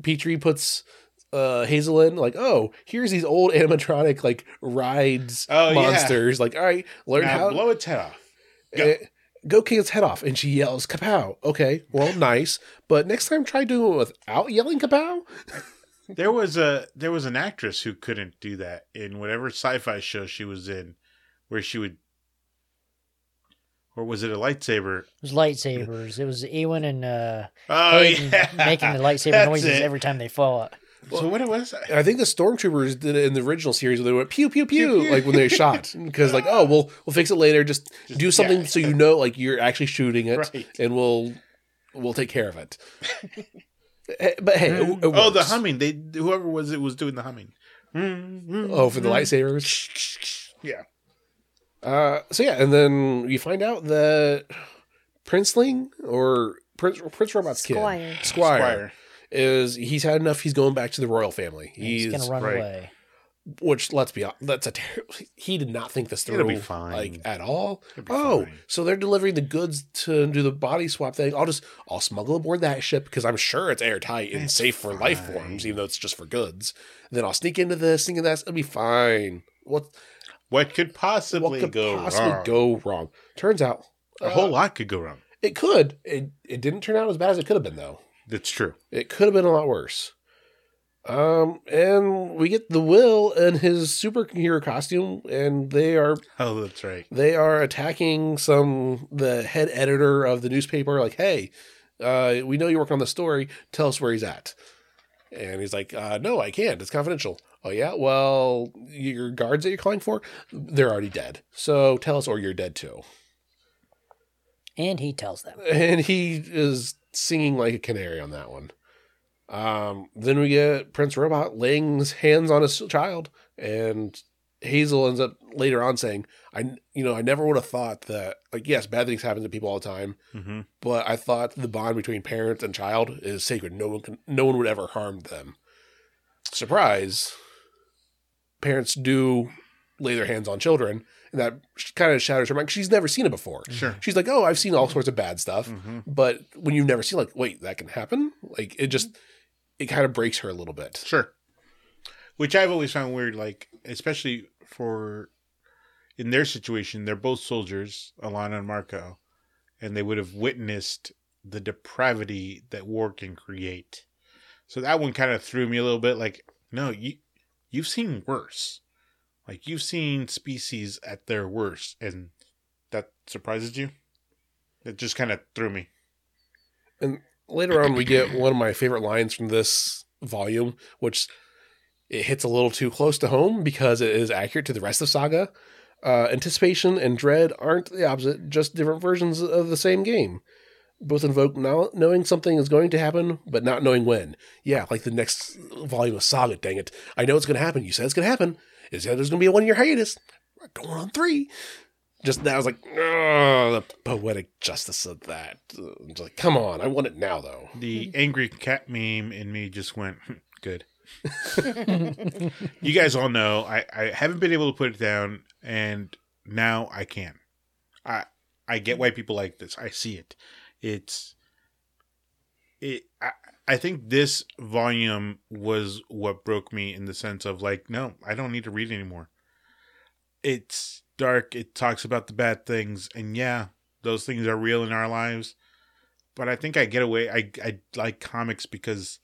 Speaker 1: Petrie puts uh, Hazel in. Like, oh, here's these old animatronic like rides
Speaker 4: Oh, yeah.
Speaker 1: monsters. Like, all right, learn
Speaker 4: now
Speaker 1: how
Speaker 4: blow its head off.
Speaker 1: go. go kick its head off, and she yells kapow. Okay, well, nice, but next time try doing it without yelling kapow.
Speaker 4: There was a there was an actress who couldn't do that in whatever sci-fi show she was in, where she would, or was it a lightsaber?
Speaker 2: It was lightsabers. It was Ewan and uh,
Speaker 4: Oh
Speaker 2: Hayden
Speaker 4: yeah,
Speaker 2: making the lightsaber
Speaker 4: That's
Speaker 2: noises
Speaker 4: it.
Speaker 2: every time they fought.
Speaker 4: So what it was? I-
Speaker 1: And I think the stormtroopers did it in the original series where they went pew pew pew,
Speaker 4: Pew, pew.
Speaker 1: like when they shot because like oh we'll we'll fix it later. Just,
Speaker 4: Just-
Speaker 1: do something
Speaker 4: yeah.
Speaker 1: so you know like you're actually shooting it,
Speaker 4: Right.
Speaker 1: and we'll we'll take care of it. Eh, but hey, it, it
Speaker 4: Oh, the
Speaker 1: works.
Speaker 4: humming. They whoever was it was doing the humming. Oh,
Speaker 1: Oh, for the lightsabers.
Speaker 4: yeah.
Speaker 1: Uh, so yeah, and then you find out that Princeling or Prince Prince Robot's
Speaker 3: Squire.
Speaker 1: kid Squire, is he's had enough. He's going back to the royal family.
Speaker 2: And He's,
Speaker 1: He's,
Speaker 2: gonna run
Speaker 4: right.
Speaker 2: away.
Speaker 1: which let's be honest, that's a terrible. He did not think this through,
Speaker 4: It'll be fine.
Speaker 1: like at all.
Speaker 4: It'll be
Speaker 1: Oh,
Speaker 4: fine.
Speaker 1: so they're delivering the goods to do the body swap thing. I'll just I'll smuggle aboard that ship because I'm sure it's airtight and
Speaker 4: It's
Speaker 1: safe for life forms,
Speaker 4: fine.
Speaker 1: even though it's just for goods. then I'll sneak into this, sneak into that. It'll be fine. What
Speaker 4: What could possibly
Speaker 1: what could
Speaker 4: go
Speaker 1: possibly
Speaker 4: wrong?
Speaker 1: go wrong? Turns out uh,
Speaker 4: a whole lot could go wrong.
Speaker 1: It could. It it didn't turn out as bad as it could have been though.
Speaker 4: That's true.
Speaker 1: It could have been a lot worse. Um, and we get the Will in his superhero costume, and they are
Speaker 4: Oh, that's right.
Speaker 1: they are attacking some the head editor of the newspaper like hey uh, we know you work on the story tell us where he's at and he's like uh, no i can't it's confidential oh yeah well your guards that you're calling for they're already dead so tell us or you're dead too
Speaker 2: And he tells them.
Speaker 1: and he is singing like a canary on that one um, then we get prince robot laying his hands on his child and Hazel ends up later on saying, "I, you know, I never would have thought that. Like, yes, bad things happen to people all the time,
Speaker 4: hmm
Speaker 1: but I thought the bond between parent and child is sacred. No one can, no one would ever harm them. Surprise! Parents do lay their hands on children, and that kind of shatters her mind. 'cause She's never seen it before.
Speaker 4: Sure.
Speaker 1: She's like, "Oh, I've seen all sorts of bad stuff,
Speaker 4: hmm
Speaker 1: but when you've never seen, like, wait, that can happen. Like, it just, it kind of breaks her a little bit.
Speaker 4: Sure. Which I've always found weird, like especially for in their situation, they're both soldiers, Alana and Marco, and they would have witnessed the depravity that war can create. So that one kind of threw me a little bit. Like, no, you you've seen worse. Like you've seen species at their worst, and that surprises you. It just kind of threw me.
Speaker 1: later on we get one of my favorite lines from this volume which it hits a little too close to home because it is accurate to the rest of saga uh, anticipation and dread aren't the opposite just different versions of the same game both invoke now knowing something is going to happen, but not knowing when. Yeah, like the next volume of Saga. Dang it! I know it's going to happen. You said it's going to happen. It said there's going to be a one-year hiatus. We're going on three. Just that I was like, "Ugh," the poetic justice of that. I'm just like, come on, I want it now though.
Speaker 4: The angry cat meme in me just went "Hmm, good. you guys all know I, I haven't been able to put it down, and now I can. I I get why people like this. I see it. It's it. I, I think this volume was what broke me in the sense of like, no, I don't need to read anymore. It's dark. It talks about the bad things, and yeah, those things are real in our lives. But I think I get away. I I like comics because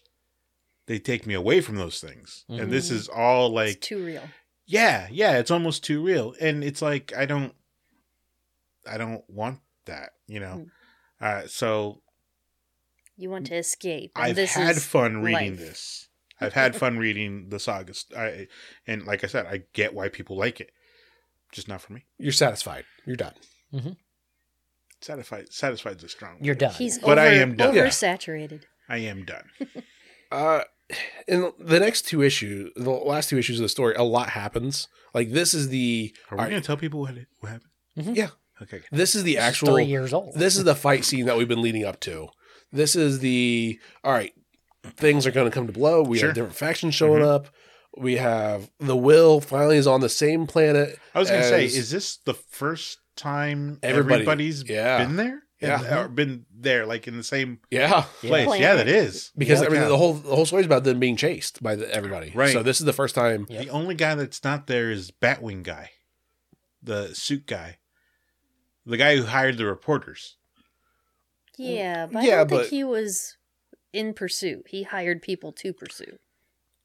Speaker 4: they take me away from those things, and this
Speaker 3: Mhm.
Speaker 4: is all like
Speaker 3: it's too real.
Speaker 4: yeah yeah it's almost too real and it's like i don't i don't want that you know
Speaker 3: Hmm.
Speaker 4: uh so
Speaker 3: You want to escape. and
Speaker 4: i've
Speaker 3: this
Speaker 4: had
Speaker 3: is
Speaker 4: fun reading
Speaker 3: life.
Speaker 4: this i've had fun reading the sagas I, and like i said i get why people like it just not for me
Speaker 1: You're satisfied. You're done.
Speaker 4: satisfied satisfied's a strong
Speaker 2: You're
Speaker 4: word.
Speaker 2: done.
Speaker 3: He's
Speaker 4: But
Speaker 3: over,
Speaker 4: I am done.
Speaker 1: Yeah.
Speaker 3: oversaturated.
Speaker 4: i am done
Speaker 1: Uh, in the next two issues, the last two issues of the story, a lot happens. Like this is the
Speaker 4: are we
Speaker 1: Alright.
Speaker 4: gonna tell people what, it, what happened
Speaker 3: Mm-hmm.
Speaker 2: Mhm.
Speaker 1: Yeah.
Speaker 4: okay
Speaker 1: this is the
Speaker 2: She's
Speaker 1: actual
Speaker 2: three years old.
Speaker 1: this is the fight scene that we've been leading up to. This is the all right. Things are going to come to blow. We
Speaker 4: Sure.
Speaker 1: have different factions showing
Speaker 4: Mhm.
Speaker 1: up. We have the will finally is on the same planet.
Speaker 4: i was gonna say
Speaker 1: As-
Speaker 4: is this the first time
Speaker 1: Everybody-
Speaker 4: everybody's
Speaker 1: yeah.
Speaker 4: been there
Speaker 1: Yeah.
Speaker 4: or been there like in the same
Speaker 1: Yeah,
Speaker 4: place
Speaker 3: Planet.
Speaker 4: yeah that is
Speaker 1: because
Speaker 4: Yeah,
Speaker 1: I mean,
Speaker 4: okay.
Speaker 1: the whole the whole story is about them being chased by the, everybody.
Speaker 4: Right.
Speaker 1: So this is the first time.
Speaker 2: Yep.
Speaker 4: The only guy that's not there is Batwing guy, the suit guy, the guy who hired the reporters.
Speaker 3: Yeah, but
Speaker 1: yeah,
Speaker 3: I don't
Speaker 1: but-
Speaker 3: think he was in pursuit. He hired people to pursue.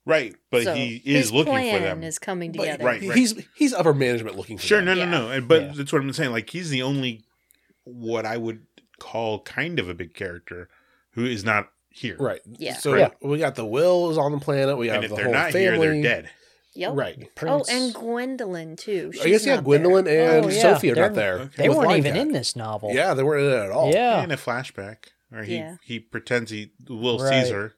Speaker 4: Right, but
Speaker 3: So
Speaker 4: he
Speaker 3: his
Speaker 4: is looking for
Speaker 3: plan
Speaker 4: them.
Speaker 3: Is coming
Speaker 1: but
Speaker 3: together.
Speaker 4: Right, right.
Speaker 1: He's he's upper management looking. For
Speaker 4: Sure,
Speaker 1: them.
Speaker 4: no,
Speaker 3: Yeah.
Speaker 4: no, no. And- But
Speaker 2: Yeah.
Speaker 4: that's what I'm saying. Like he's the only what I would call kind of a big character who is not here.
Speaker 1: Right.
Speaker 3: Yeah.
Speaker 1: So
Speaker 2: Yeah.
Speaker 1: we got the wills on the planet. We have
Speaker 4: and if
Speaker 1: the
Speaker 4: they're
Speaker 1: whole
Speaker 4: not here,
Speaker 1: family.
Speaker 4: they're dead.
Speaker 3: Yep.
Speaker 1: Right.
Speaker 3: Oh,
Speaker 2: Prince-
Speaker 3: and Gwendolyn too. She's
Speaker 1: I guess yeah,
Speaker 3: not
Speaker 1: Gwendolyn
Speaker 3: there.
Speaker 1: and
Speaker 2: Oh, yeah.
Speaker 1: Sophie are
Speaker 2: They're-
Speaker 1: not there.
Speaker 4: Okay.
Speaker 2: they
Speaker 1: with
Speaker 2: weren't
Speaker 1: Lion
Speaker 2: even
Speaker 1: Cat.
Speaker 2: in this novel.
Speaker 1: Yeah, Oh, they weren't in it at all.
Speaker 2: Yeah.
Speaker 4: In a flashback, or he
Speaker 3: Yeah.
Speaker 4: he pretends he will
Speaker 2: Right.
Speaker 4: seize her,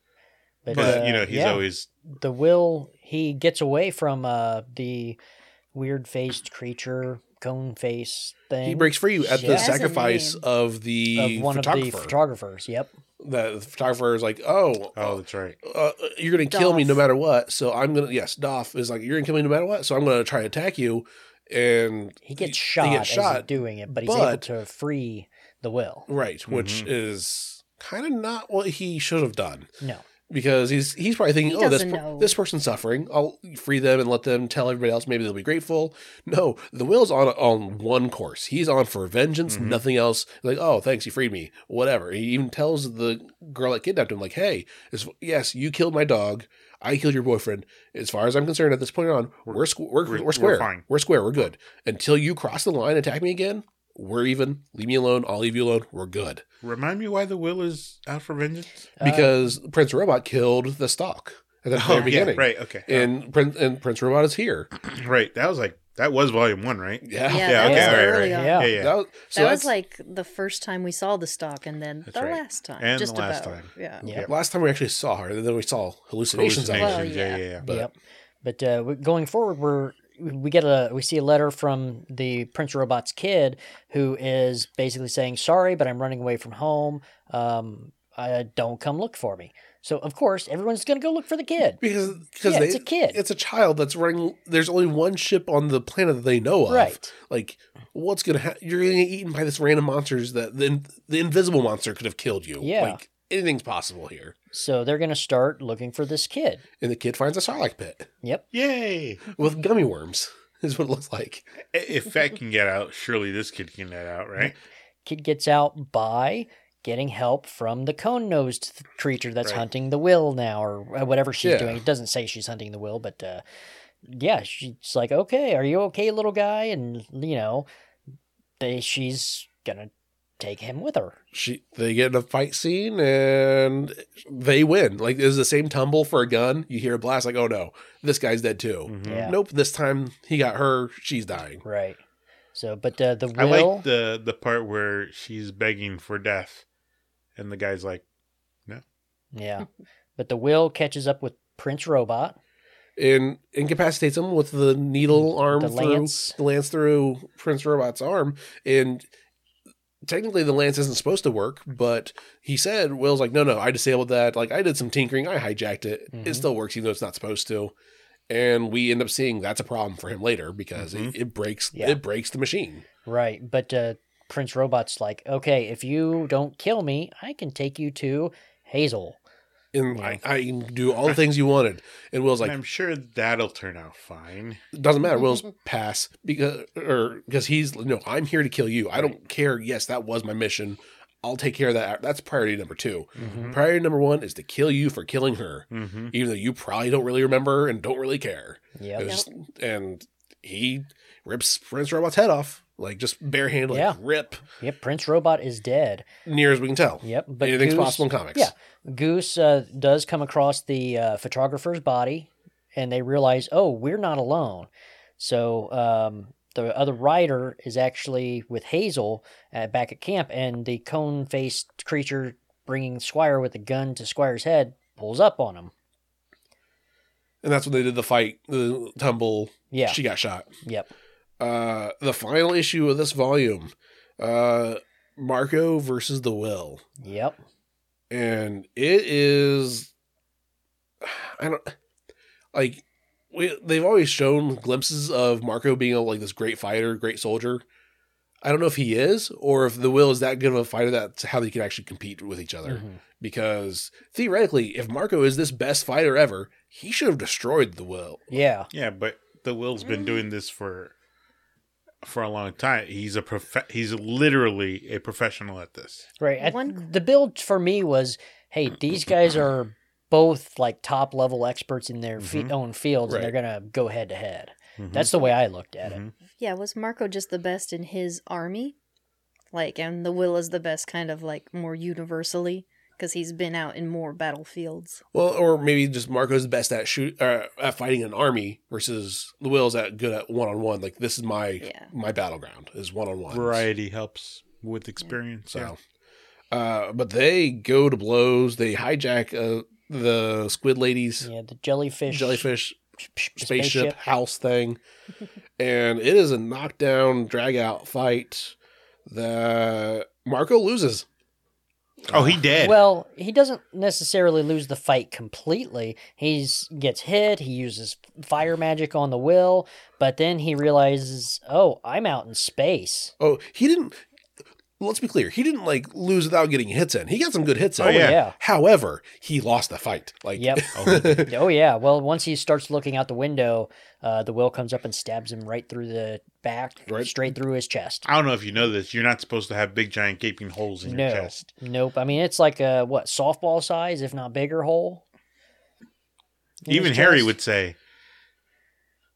Speaker 2: But,
Speaker 4: but
Speaker 2: uh,
Speaker 4: you know he's
Speaker 2: yeah.
Speaker 4: always
Speaker 2: the will he gets away from uh the weird faced creature cone face thing
Speaker 1: He breaks free at
Speaker 2: Yeah.
Speaker 1: the
Speaker 2: Has
Speaker 3: a
Speaker 1: sacrifice
Speaker 3: name.
Speaker 1: of the
Speaker 2: of one of the
Speaker 1: photographer.
Speaker 2: photographers yep
Speaker 1: the photographer is like, "Oh,
Speaker 4: oh that's right.
Speaker 1: uh, you're gonna kill me no
Speaker 3: Doff.
Speaker 1: matter what." So I'm gonna yes, Doff is like, "You're gonna kill me no matter what." So I'm gonna try to attack you, and
Speaker 2: he gets
Speaker 1: he
Speaker 2: shot,
Speaker 1: gets
Speaker 2: as he's
Speaker 1: shot,
Speaker 2: doing it but he's
Speaker 1: but-
Speaker 2: able to free the will
Speaker 1: right, which
Speaker 4: Mhm.
Speaker 1: is kind of not what he should have done
Speaker 2: no
Speaker 1: because he's he's probably thinking,
Speaker 3: He
Speaker 1: "Oh, this
Speaker 3: doesn't
Speaker 1: per-
Speaker 3: know."
Speaker 1: this person's suffering. I'll free them and let them tell everybody else. Maybe they'll be grateful." No, the will's on on one course. He's on for vengeance,
Speaker 4: Mhm.
Speaker 1: nothing else. Like, "Oh, thanks, you freed me." Whatever. He even tells the girl that kidnapped him, like, "Hey, it's, yes, you killed my dog. I killed your boyfriend. As far as I'm concerned, at this point on, we're squ- we're,
Speaker 4: we're-
Speaker 1: we're,
Speaker 4: we're
Speaker 1: square. We're,
Speaker 4: fine.
Speaker 1: square. We're good. Until you cross the line, and attack me again." We're even. Leave me alone. I'll leave you alone. We're good.
Speaker 4: Remind me why the will is out for vengeance.
Speaker 2: Uh,
Speaker 1: Because Prince Robot killed the stock at the very beginning.
Speaker 4: Oh, right. Okay.
Speaker 1: and Prince and Prince Robot is here.
Speaker 4: Right. That was like that was volume one, right?
Speaker 1: Yeah,
Speaker 3: Yeah,
Speaker 4: Yeah,
Speaker 3: that
Speaker 4: okay,
Speaker 3: was
Speaker 4: all right,
Speaker 3: early
Speaker 2: right.
Speaker 3: on.
Speaker 2: Yeah.
Speaker 4: Yeah, yeah.
Speaker 1: That was, so
Speaker 3: that
Speaker 1: that's
Speaker 3: was like the first time we saw the stock, and then
Speaker 4: That's
Speaker 3: the
Speaker 4: right.
Speaker 3: last time,
Speaker 4: And the
Speaker 3: just
Speaker 4: last
Speaker 3: about.
Speaker 4: time.
Speaker 3: Yeah.
Speaker 2: yeah
Speaker 1: last time we actually saw her. and Then we saw hallucinations. of her.
Speaker 3: Well,
Speaker 4: Hallucinations, yeah,
Speaker 3: yeah.
Speaker 4: yeah, yeah.
Speaker 1: But-
Speaker 2: yep but uh we- going forward we're we get a we see a letter from the prince robot's kid who is basically saying sorry but i'm running away from home um uh, don't come look for me so of course everyone's gonna go look for the kid
Speaker 1: Because because
Speaker 2: Yeah,
Speaker 1: they,
Speaker 2: it's a kid.
Speaker 1: it's a child that's running. There's only one ship on the planet that they know of.
Speaker 2: Right.
Speaker 1: Like, what's gonna happen? You're gonna get eaten by this random monsters that the the invisible monster could have killed you.
Speaker 2: Yeah.
Speaker 1: Like anything's possible here.
Speaker 2: So they're going to start looking for this kid.
Speaker 1: And the kid finds a sarlacc pit
Speaker 2: Yep.
Speaker 4: Yay!
Speaker 1: with gummy worms. Is what it looks like.
Speaker 4: I- If that can get out, surely this kid can get out, right?
Speaker 2: Kid gets out by getting help from the cone nosed creature that's
Speaker 4: Right.
Speaker 2: hunting the will now, or uh, whatever she's
Speaker 1: Yeah.
Speaker 2: doing. It doesn't say she's hunting the will, but uh, yeah, she's like, okay, are you okay, little guy? And, you know, they, she's going to take him with her.
Speaker 1: She they get in a fight scene and they win. Like it was the same tumble for a gun. You hear a blast. Like oh no, this guy's dead too.
Speaker 4: Mm-hmm.
Speaker 2: Yeah.
Speaker 1: Nope, this time he got her. She's dying.
Speaker 2: Right. So, but uh, the
Speaker 4: I
Speaker 2: will.
Speaker 4: like the the part where she's begging for death, And the guy's like,
Speaker 2: Yeah. But the will catches up with Prince Robot.
Speaker 1: and incapacitates him with the needle arm
Speaker 2: The
Speaker 1: through
Speaker 2: lance.
Speaker 1: the lance through Prince Robot's arm, and technically the lance isn't supposed to work, but he said Will's like, no, no, I disabled that. Like I did some tinkering, I hijacked it.
Speaker 2: Mhm.
Speaker 1: It still works, even though it's not supposed to. And we end up seeing that's a problem for him later because it, it breaks
Speaker 2: Mm-hmm. Yeah.
Speaker 1: it breaks the machine.
Speaker 2: Right. But uh, Prince Robot's like, okay, if you don't kill me, I can take you to Hazel.
Speaker 1: And I, I can do all the things you wanted. And Will's like,
Speaker 4: I'm sure that'll turn out fine.
Speaker 1: doesn't matter. Will's
Speaker 2: Mm-hmm.
Speaker 1: pass because or because he's no. I'm here to kill you. I don't care. Yes, that was my mission. I'll take care of that. That's priority number 2 Priority number one is to kill you for killing her,
Speaker 4: Mm-hmm.
Speaker 1: even though you probably don't really remember and don't really care. It
Speaker 2: Yep.
Speaker 1: was just- and he rips Prince Robot's head off, like just barehanded, like,
Speaker 2: Yeah.
Speaker 1: rip.
Speaker 2: Yep. Prince Robot is dead.
Speaker 1: Near as we can tell.
Speaker 2: Yep. But
Speaker 1: Anything's
Speaker 2: Goose-
Speaker 1: possible in comics.
Speaker 2: Yeah. Goose uh, does come across the uh, photographer's body, and they realize, oh, we're not alone. So um, the other rider is actually with Hazel uh, back at camp, and the cone faced creature bringing Squire with a gun to Squire's head pulls up on him.
Speaker 1: And that's when they did the fight, the tumble.
Speaker 2: Yeah.
Speaker 1: She got shot.
Speaker 2: yep.
Speaker 1: Uh, the final issue of this volume, uh, Marco versus the Will,
Speaker 2: Yep.
Speaker 1: and it is, I don't like. We, they've always shown glimpses of Marco being like this great fighter, great soldier. I don't know if he is, or if the Will is that good of a fighter that's how they can actually compete with each other.
Speaker 2: Mhm.
Speaker 1: Because theoretically, if Marco is this best fighter ever, he should have destroyed the Will.
Speaker 2: Yeah.
Speaker 4: Yeah, but the Will's been doing this for for a long time. He's a prof- he's literally a professional at this.
Speaker 2: Right. At-
Speaker 3: One-
Speaker 2: The build for me was, hey, these guys are both like top level experts in their fe-
Speaker 4: Mhm.
Speaker 2: own fields, and
Speaker 1: Mm-hmm. Right. Mm-hmm.
Speaker 2: they're gonna go head to head.
Speaker 4: Mhm.
Speaker 2: That's the way I looked at it.
Speaker 4: Mhm.
Speaker 3: Yeah, was Marco just the best in his army? Like, and the Will is the best kind of like more universally because he's been out in more battlefields.
Speaker 1: Well, or maybe just Marco's the best at shoot uh, at fighting an army versus the Will's at good at one on one. Like this is my
Speaker 3: Yeah.
Speaker 1: my battleground is one on one.
Speaker 4: variety helps with experience.
Speaker 1: So, uh, but they go to blows. They hijack uh, the squid lady's
Speaker 2: Yeah, the jellyfish.
Speaker 1: Mm-hmm. jellyfish
Speaker 2: sh- sh-
Speaker 1: spaceship, house thing, and it is a knockdown drag out fight that Marco loses.
Speaker 4: Oh, he dead.
Speaker 2: Well, he doesn't necessarily lose the fight completely. He's gets hit. He uses fire magic on the will, but then he realizes, oh, I'm out in space.
Speaker 1: Oh, he didn't. Let's be clear. He didn't like lose without getting hits in. He got some good hits in.
Speaker 4: Oh, yeah.
Speaker 2: yeah.
Speaker 1: However, he lost the fight. Like
Speaker 2: Yep.
Speaker 4: oh,
Speaker 2: oh yeah. Well, once he starts looking out the window, uh, the will comes up and stabs him right through the back,
Speaker 1: Right.
Speaker 2: straight through his chest.
Speaker 4: I don't know if you know this. You're not supposed to have big, giant, gaping holes in your chest.
Speaker 2: Nope. I mean, it's like a what softball size, if not bigger, hole. in his
Speaker 4: Even Harry
Speaker 2: chest.
Speaker 4: would say,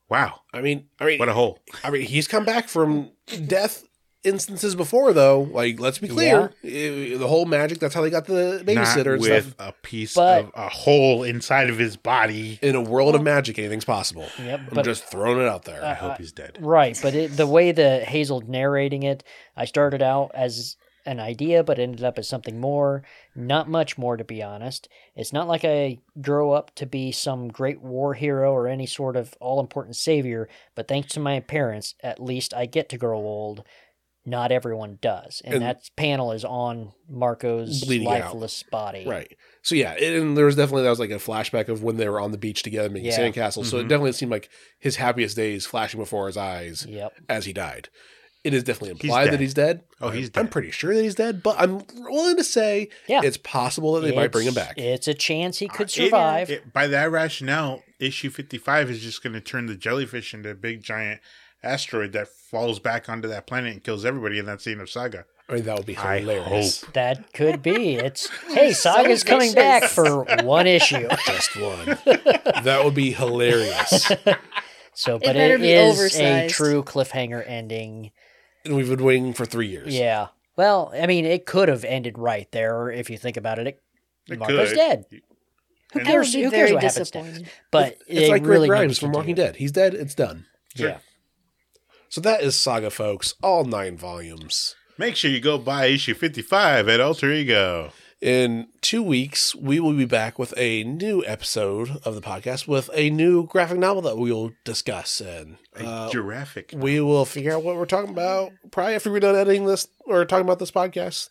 Speaker 4: "Wow,
Speaker 1: I mean, I mean,
Speaker 4: what a hole!"
Speaker 1: I mean, he's come back from death instances before, though. Like, let's be clear. Eh, the whole magic. That's how they got the
Speaker 4: Not
Speaker 1: babysitter and
Speaker 4: with
Speaker 1: stuff.
Speaker 4: a piece
Speaker 2: But-
Speaker 4: of a hole inside of his body.
Speaker 1: In a world of magic, anything's possible.
Speaker 2: Yep.
Speaker 1: I'm
Speaker 2: But
Speaker 1: just throwing it out there.
Speaker 4: I hope he's dead.
Speaker 2: Right, but it, the way that Hazel narrating it, I started out as an idea, but ended up as something more. Not much more, to be honest. It's not like I grow up to be some great war hero or any sort of all important savior, but thanks to my parents, at least I get to grow old. Not everyone does. And,
Speaker 1: And-
Speaker 2: that panel is on Marco's
Speaker 1: Bleeding out.
Speaker 2: lifeless body.
Speaker 1: Right. So yeah, it, and there was definitely that was like a flashback of when they were on the beach together making
Speaker 2: Yeah.
Speaker 1: sandcastles. So it
Speaker 4: Mhm.
Speaker 1: definitely seemed like his happiest days flashing before his eyes
Speaker 2: Yep.
Speaker 1: as he died. It is definitely
Speaker 4: He's
Speaker 1: implied that
Speaker 4: dead.
Speaker 1: he's dead.
Speaker 4: Oh, he's
Speaker 1: I'm
Speaker 4: dead.
Speaker 1: pretty sure that he's dead, but I'm willing to say
Speaker 2: Yeah.
Speaker 1: it's possible that they might bring him
Speaker 2: It's-
Speaker 1: back. Uh,
Speaker 2: It's a chance he could
Speaker 4: It-
Speaker 2: survive.
Speaker 4: it- by that rationale, issue 55 is just going to turn the jellyfish into a big, giant asteroid that falls back onto that planet and kills everybody, and that's the end of Saga.
Speaker 1: I mean, that would be
Speaker 4: I
Speaker 1: hilarious.
Speaker 2: That could be. It's hey, Saga's coming back for one issue.
Speaker 1: Just one. that would be hilarious.
Speaker 2: So, but
Speaker 3: better
Speaker 2: it
Speaker 3: be
Speaker 2: is a
Speaker 3: oversized.
Speaker 2: true cliffhanger ending.
Speaker 1: And we've been waiting for three years.
Speaker 2: Yeah. Well, I mean, it could have ended right there if you think about it. it
Speaker 4: It
Speaker 2: Marco's
Speaker 4: could.
Speaker 2: dead. Who
Speaker 4: And-
Speaker 3: I would
Speaker 2: cares?
Speaker 3: be
Speaker 2: Who cares
Speaker 3: very
Speaker 2: what happens next?
Speaker 3: disappointed.
Speaker 2: But
Speaker 1: it's like Rick
Speaker 2: really
Speaker 1: Grimes
Speaker 2: needs
Speaker 1: from
Speaker 2: to
Speaker 1: Walking
Speaker 2: do-
Speaker 1: Dead. He's dead. It's done.
Speaker 4: Sure.
Speaker 2: Yeah.
Speaker 1: So that is Saga, folks. All nine volumes.
Speaker 4: Make sure you go buy issue 55 at Alter Ego.
Speaker 1: In two weeks, we will be back with a new episode of the podcast with a new graphic novel that we will discuss. And
Speaker 4: A
Speaker 1: uh,
Speaker 4: giraffic.
Speaker 1: we will figure out what we're talking about. Probably after we're done editing this or talking about this podcast,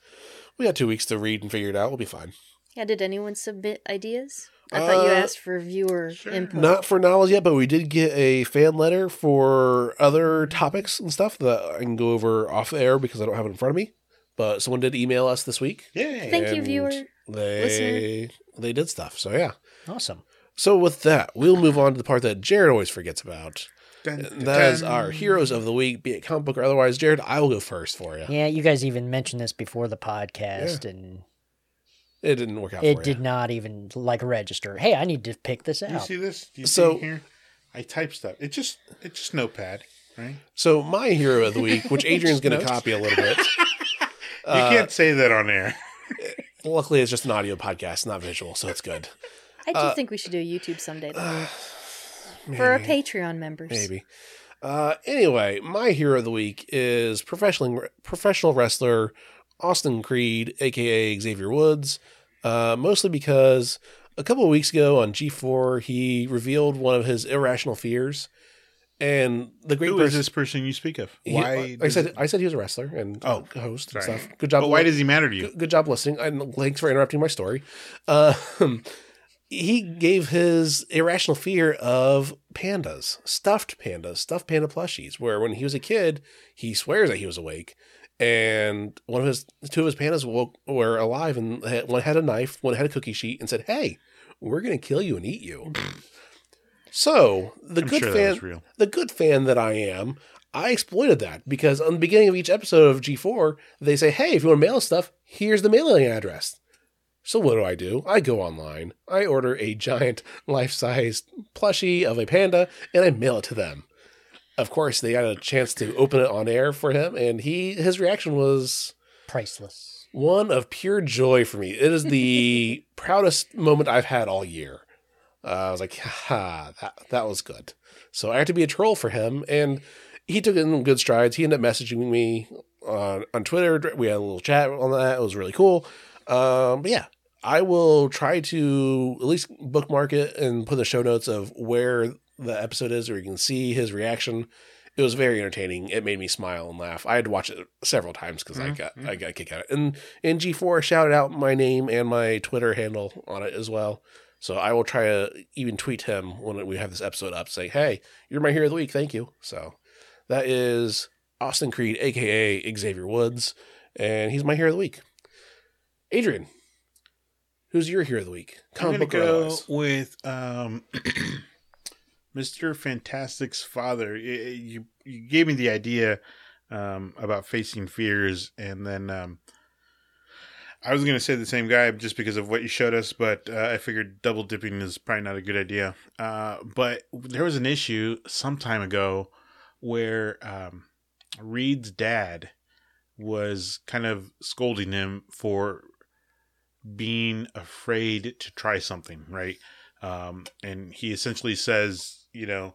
Speaker 1: we got two weeks to read and figure it out. We'll be fine.
Speaker 3: Yeah, did anyone submit ideas? I thought you
Speaker 1: Uh,
Speaker 3: asked for viewer
Speaker 4: sure.
Speaker 3: input.
Speaker 1: Not for novels yet, but we did get a fan letter for other topics and stuff that I can go over off the air because I don't have it in front of me. But someone did email us this week.
Speaker 4: Yeah.
Speaker 3: Thank you,
Speaker 1: and
Speaker 3: viewer.
Speaker 1: They they did stuff. So yeah.
Speaker 2: Awesome.
Speaker 1: So with that, we'll move on to the part that Jared always forgets about. And That is our heroes of the week, be it comic book or otherwise. Jared, I will go first for you.
Speaker 2: Yeah, you guys even mentioned this before the podcast, and
Speaker 1: It didn't work
Speaker 3: Oh,
Speaker 1: out. for
Speaker 2: it
Speaker 1: ya.
Speaker 2: did not even like register. Hey, I need to pick this
Speaker 4: Do you
Speaker 2: out.
Speaker 4: see this? Do you
Speaker 1: So-
Speaker 4: see it here? I type stuff. It's just it's just notepad, right?
Speaker 1: So my hero of the week, which Adrian's going to
Speaker 4: Notes.
Speaker 1: copy a little bit. Uh,
Speaker 4: you can't say that on air.
Speaker 1: Luckily, it's just an audio podcast, not visual, so it's good.
Speaker 3: I do
Speaker 1: uh,
Speaker 3: think we should do a YouTube someday though,
Speaker 1: Uh,
Speaker 3: for our
Speaker 1: maybe.
Speaker 3: Patreon members.
Speaker 1: Maybe. Uh, anyway, my hero of the week is professional professional wrestler Austin Creed, aka Xavier Woods, uh, mostly because a couple of weeks ago on G4 he revealed one of his irrational fears, and the great
Speaker 4: Who is
Speaker 1: person-
Speaker 4: this person you speak of?
Speaker 1: he-
Speaker 4: Why?
Speaker 1: I
Speaker 4: does
Speaker 1: said
Speaker 4: it-
Speaker 1: I said he was a wrestler and
Speaker 4: Oh,
Speaker 1: a host
Speaker 4: sorry.
Speaker 1: and stuff. Good job.
Speaker 4: but why does he matter to you?
Speaker 1: Good, good job listening. And thanks for interrupting my story. Um, he gave his irrational fear of pandas, stuffed pandas, stuffed panda plushies, where when he was a kid, he swears that he was awake. And one of his two of his pandas woke, were alive, and had, one had a knife, one had a cookie sheet, and said, "Hey, we're gonna kill you and eat you." so the
Speaker 4: I'm
Speaker 1: good
Speaker 4: sure that
Speaker 1: fan,
Speaker 4: was real.
Speaker 1: the good fan that I am, I exploited that because on the beginning of each episode of G4, they say, hey, if you want to mail us stuff, here's the mailing address. So what do I do? I go online, I order a giant life size plushie of a panda, and I mail it to them. Of course, they got a chance to open it on air for him, and he his reaction was
Speaker 2: Priceless.
Speaker 1: one of pure joy for me. It is the proudest moment I've had all year. Uh, I was like, ha, that, that was good. So I had to be a troll for him. And he took it in good strides. He ended up messaging me on, on Twitter. We had a little chat on that. It was really cool. Um, but yeah, I will try to at least bookmark it and put the show notes of where the episode is where you can see his reaction. It was very entertaining. It made me smile and laugh. I had to watch it several times because I got I got a kick out of it. And and G4 shouted out my name and my Twitter handle on it as well. So I will try to even tweet him when we have this episode up, saying, "Hey, you're my hero of the week. Thank you." So that is Austin Creed, aka Xavier Woods, and he's my hero of the week. Adrian, who's your hero of the week?
Speaker 4: I'm
Speaker 1: Comic
Speaker 4: gonna
Speaker 1: book or
Speaker 4: go
Speaker 1: otherwise?
Speaker 4: with um, Mr. Fantastic's father. Y- y- You you gave me the idea um, about facing fears, and then um, I was gonna say the same guy just because of what you showed us, but uh, I figured double dipping is probably not a good idea. Uh, but there was an issue some time ago where um, Reed's dad was kind of scolding him for being afraid to try something, right? Um, and he essentially says, you know,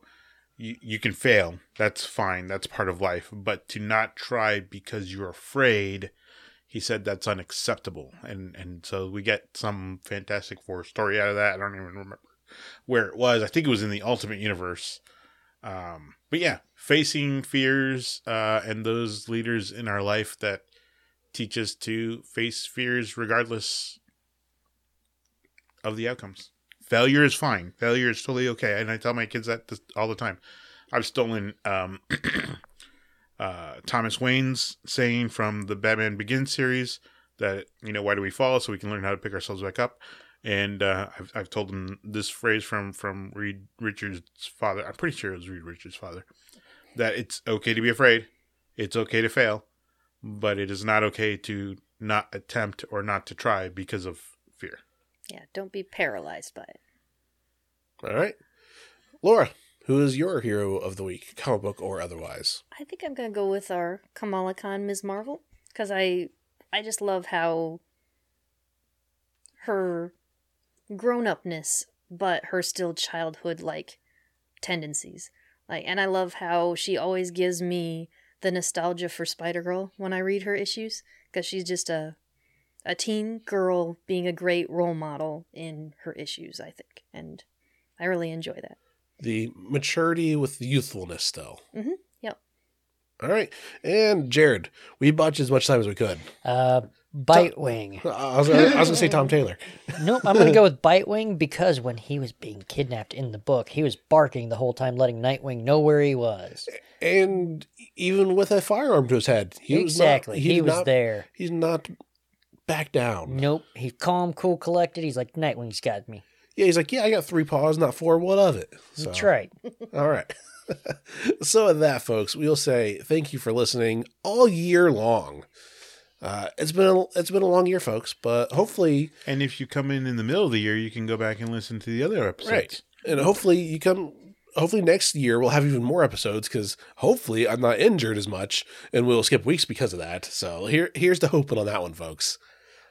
Speaker 4: you, you can fail. That's fine. That's part of life. But to not try because you're afraid, he said that's unacceptable. And and so we get some Fantastic Four story out of that. I don't even remember where it was. I think it was in the Ultimate Universe. Um, but yeah, facing fears uh, and those leaders in our life that teach us to face fears regardless of the outcomes. Failure is fine. Failure is totally okay. And I tell my kids that th- all the time. I've stolen um, uh, Thomas Wayne's saying from the Batman Begins series that, you know, why do we fall? So we can learn how to pick ourselves back up. And uh, I've, I've told them this phrase from, from Reed Richards' father. I'm pretty sure it was Reed Richards' father that it's okay to be afraid, it's okay to fail, but it is not okay to not attempt or not to try because of fear.
Speaker 3: Yeah, don't be paralyzed by it.
Speaker 1: All right, Laura, who is your hero of the week? Comic book or otherwise?
Speaker 3: I think I'm gonna go with our Kamala Khan Ms. Marvel because I I just love how her grown upness, but her still childhood like tendencies. Like, and I love how she always gives me the nostalgia for Spider Girl when I read her issues because she's just a a teen girl being a great role model in her issues, I think. And I really enjoy that.
Speaker 1: The maturity with the youthfulness still.
Speaker 2: Mm-hmm.
Speaker 3: Mhm, yep.
Speaker 1: All right. And Jared, we bought you as much time as we could.
Speaker 2: Uh, Bitewing.
Speaker 1: I was, I was going to say Tom Taylor.
Speaker 2: nope, I'm going to go with Bitewing because when he was being kidnapped in the book, he was barking the whole time, letting Nightwing know where he was.
Speaker 1: And even with a firearm to his head, he was not-
Speaker 2: exactly. he
Speaker 1: did
Speaker 2: was
Speaker 1: not-
Speaker 2: there.
Speaker 1: He's not back down.
Speaker 2: Nope. He's calm, cool, collected. He's like, Nightwing's got me.
Speaker 1: Yeah, he's like, yeah, I got three paws, not four. What of it? So,
Speaker 2: That's right.
Speaker 1: All right. so, with that, folks, we'll say thank you for listening all year long. Uh, it's been a, it's been a long year, folks, but hopefully,
Speaker 4: And if you come in in the middle of the year, you can go back and listen to the other episodes.
Speaker 1: Right. and hopefully you come. Hopefully next year we'll have even more episodes because hopefully I'm not injured as much and we'll skip weeks because of that. So here here's the hoping on that one, folks.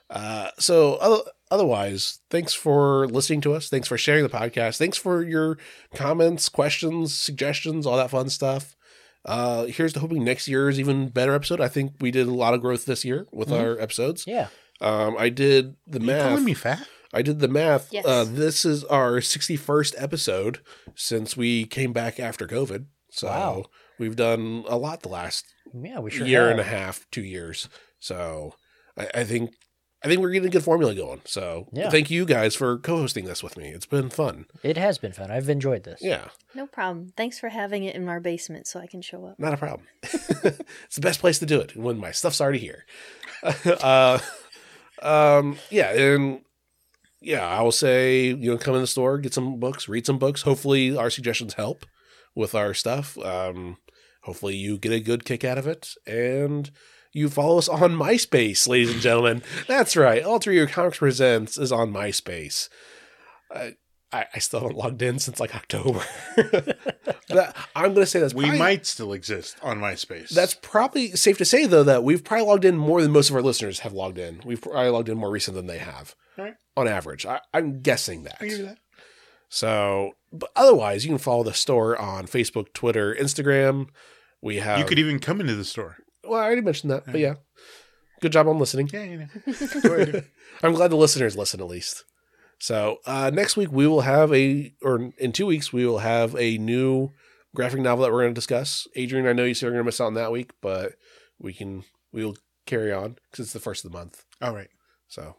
Speaker 1: Uh, so other, otherwise, thanks for listening to us. Thanks for sharing the podcast. Thanks for your comments, questions, suggestions, all that fun stuff. Uh, here's to hoping next year is even better episode. I think we did a lot of growth this year with our episodes.
Speaker 2: Yeah.
Speaker 1: Um, I did the
Speaker 4: Mm-hmm. You
Speaker 1: math.
Speaker 4: calling me fat?
Speaker 1: I did the math.
Speaker 3: Yes.
Speaker 1: Uh, this is our 61st episode since we came back after COVID. So
Speaker 2: Wow.
Speaker 1: we've done a lot the last
Speaker 2: Yeah, we sure
Speaker 1: year and a
Speaker 2: have.
Speaker 1: half, two years. So I, I think I think we're getting a good formula going. So
Speaker 2: Yeah.
Speaker 1: thank you guys for co-hosting this with me. It's been fun.
Speaker 2: It has been fun. I've enjoyed this.
Speaker 1: Yeah,
Speaker 3: No problem. Thanks for having it in our basement so I can show up.
Speaker 1: not a problem. it's the best place to do it when my stuff's already here. uh, um, yeah, and yeah, I will say, you know, come in the store, get some books, read some books. Hopefully, our suggestions help with our stuff. Um, hopefully, you get a good kick out of it, and you follow us on MySpace, ladies and gentlemen. That's right, Alter Your Comics Presents is on MySpace. I, I, I still haven't logged in since like October. but I'm gonna say that's
Speaker 4: We
Speaker 1: probably-
Speaker 4: might still exist on MySpace.
Speaker 1: that's probably safe to say, though, that we've probably logged in more than most of our listeners have logged in. We've probably logged in more recent than they have,
Speaker 4: Alright.
Speaker 1: on average. I, I'm guessing that.
Speaker 4: I can do that.
Speaker 1: So, but otherwise, you can follow the store on Facebook, Twitter, Instagram. We have.
Speaker 4: you could e- even come into the store.
Speaker 1: Well, I already mentioned that, but yeah. Good job on listening.
Speaker 4: Yeah, you know.
Speaker 1: I'm glad the listeners listen at least. So uh, next week we will have a, or in two weeks we will have a new graphic novel that we're going to discuss. Adrian, I know you said we're going to miss out on that week, but we can we will carry on because it's the first of the month.
Speaker 4: All right.
Speaker 1: So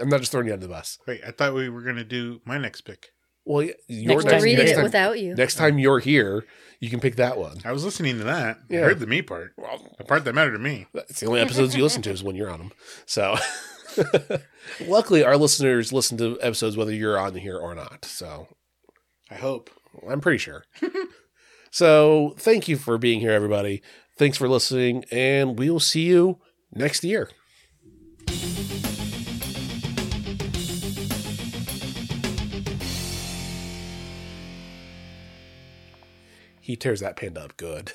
Speaker 1: I'm not just throwing you under the bus.
Speaker 4: Wait, I thought we were going to do my next pick.
Speaker 1: Well, y- your next,
Speaker 2: Next
Speaker 1: next,
Speaker 2: time you
Speaker 1: time,
Speaker 3: Read
Speaker 2: next
Speaker 3: it
Speaker 2: time-
Speaker 3: without you.
Speaker 1: next time you're here, you can pick that one.
Speaker 4: I was listening to that.
Speaker 1: Yeah.
Speaker 4: I heard the me part. The part that mattered to me.
Speaker 1: That's the only episodes you listen to is when you're on them. So luckily, our listeners listen to episodes whether you're on here or not. So
Speaker 4: I hope.
Speaker 1: I'm pretty sure. so thank you for being here, everybody. Thanks for listening, and we'll see you next year. He tears that panda up good.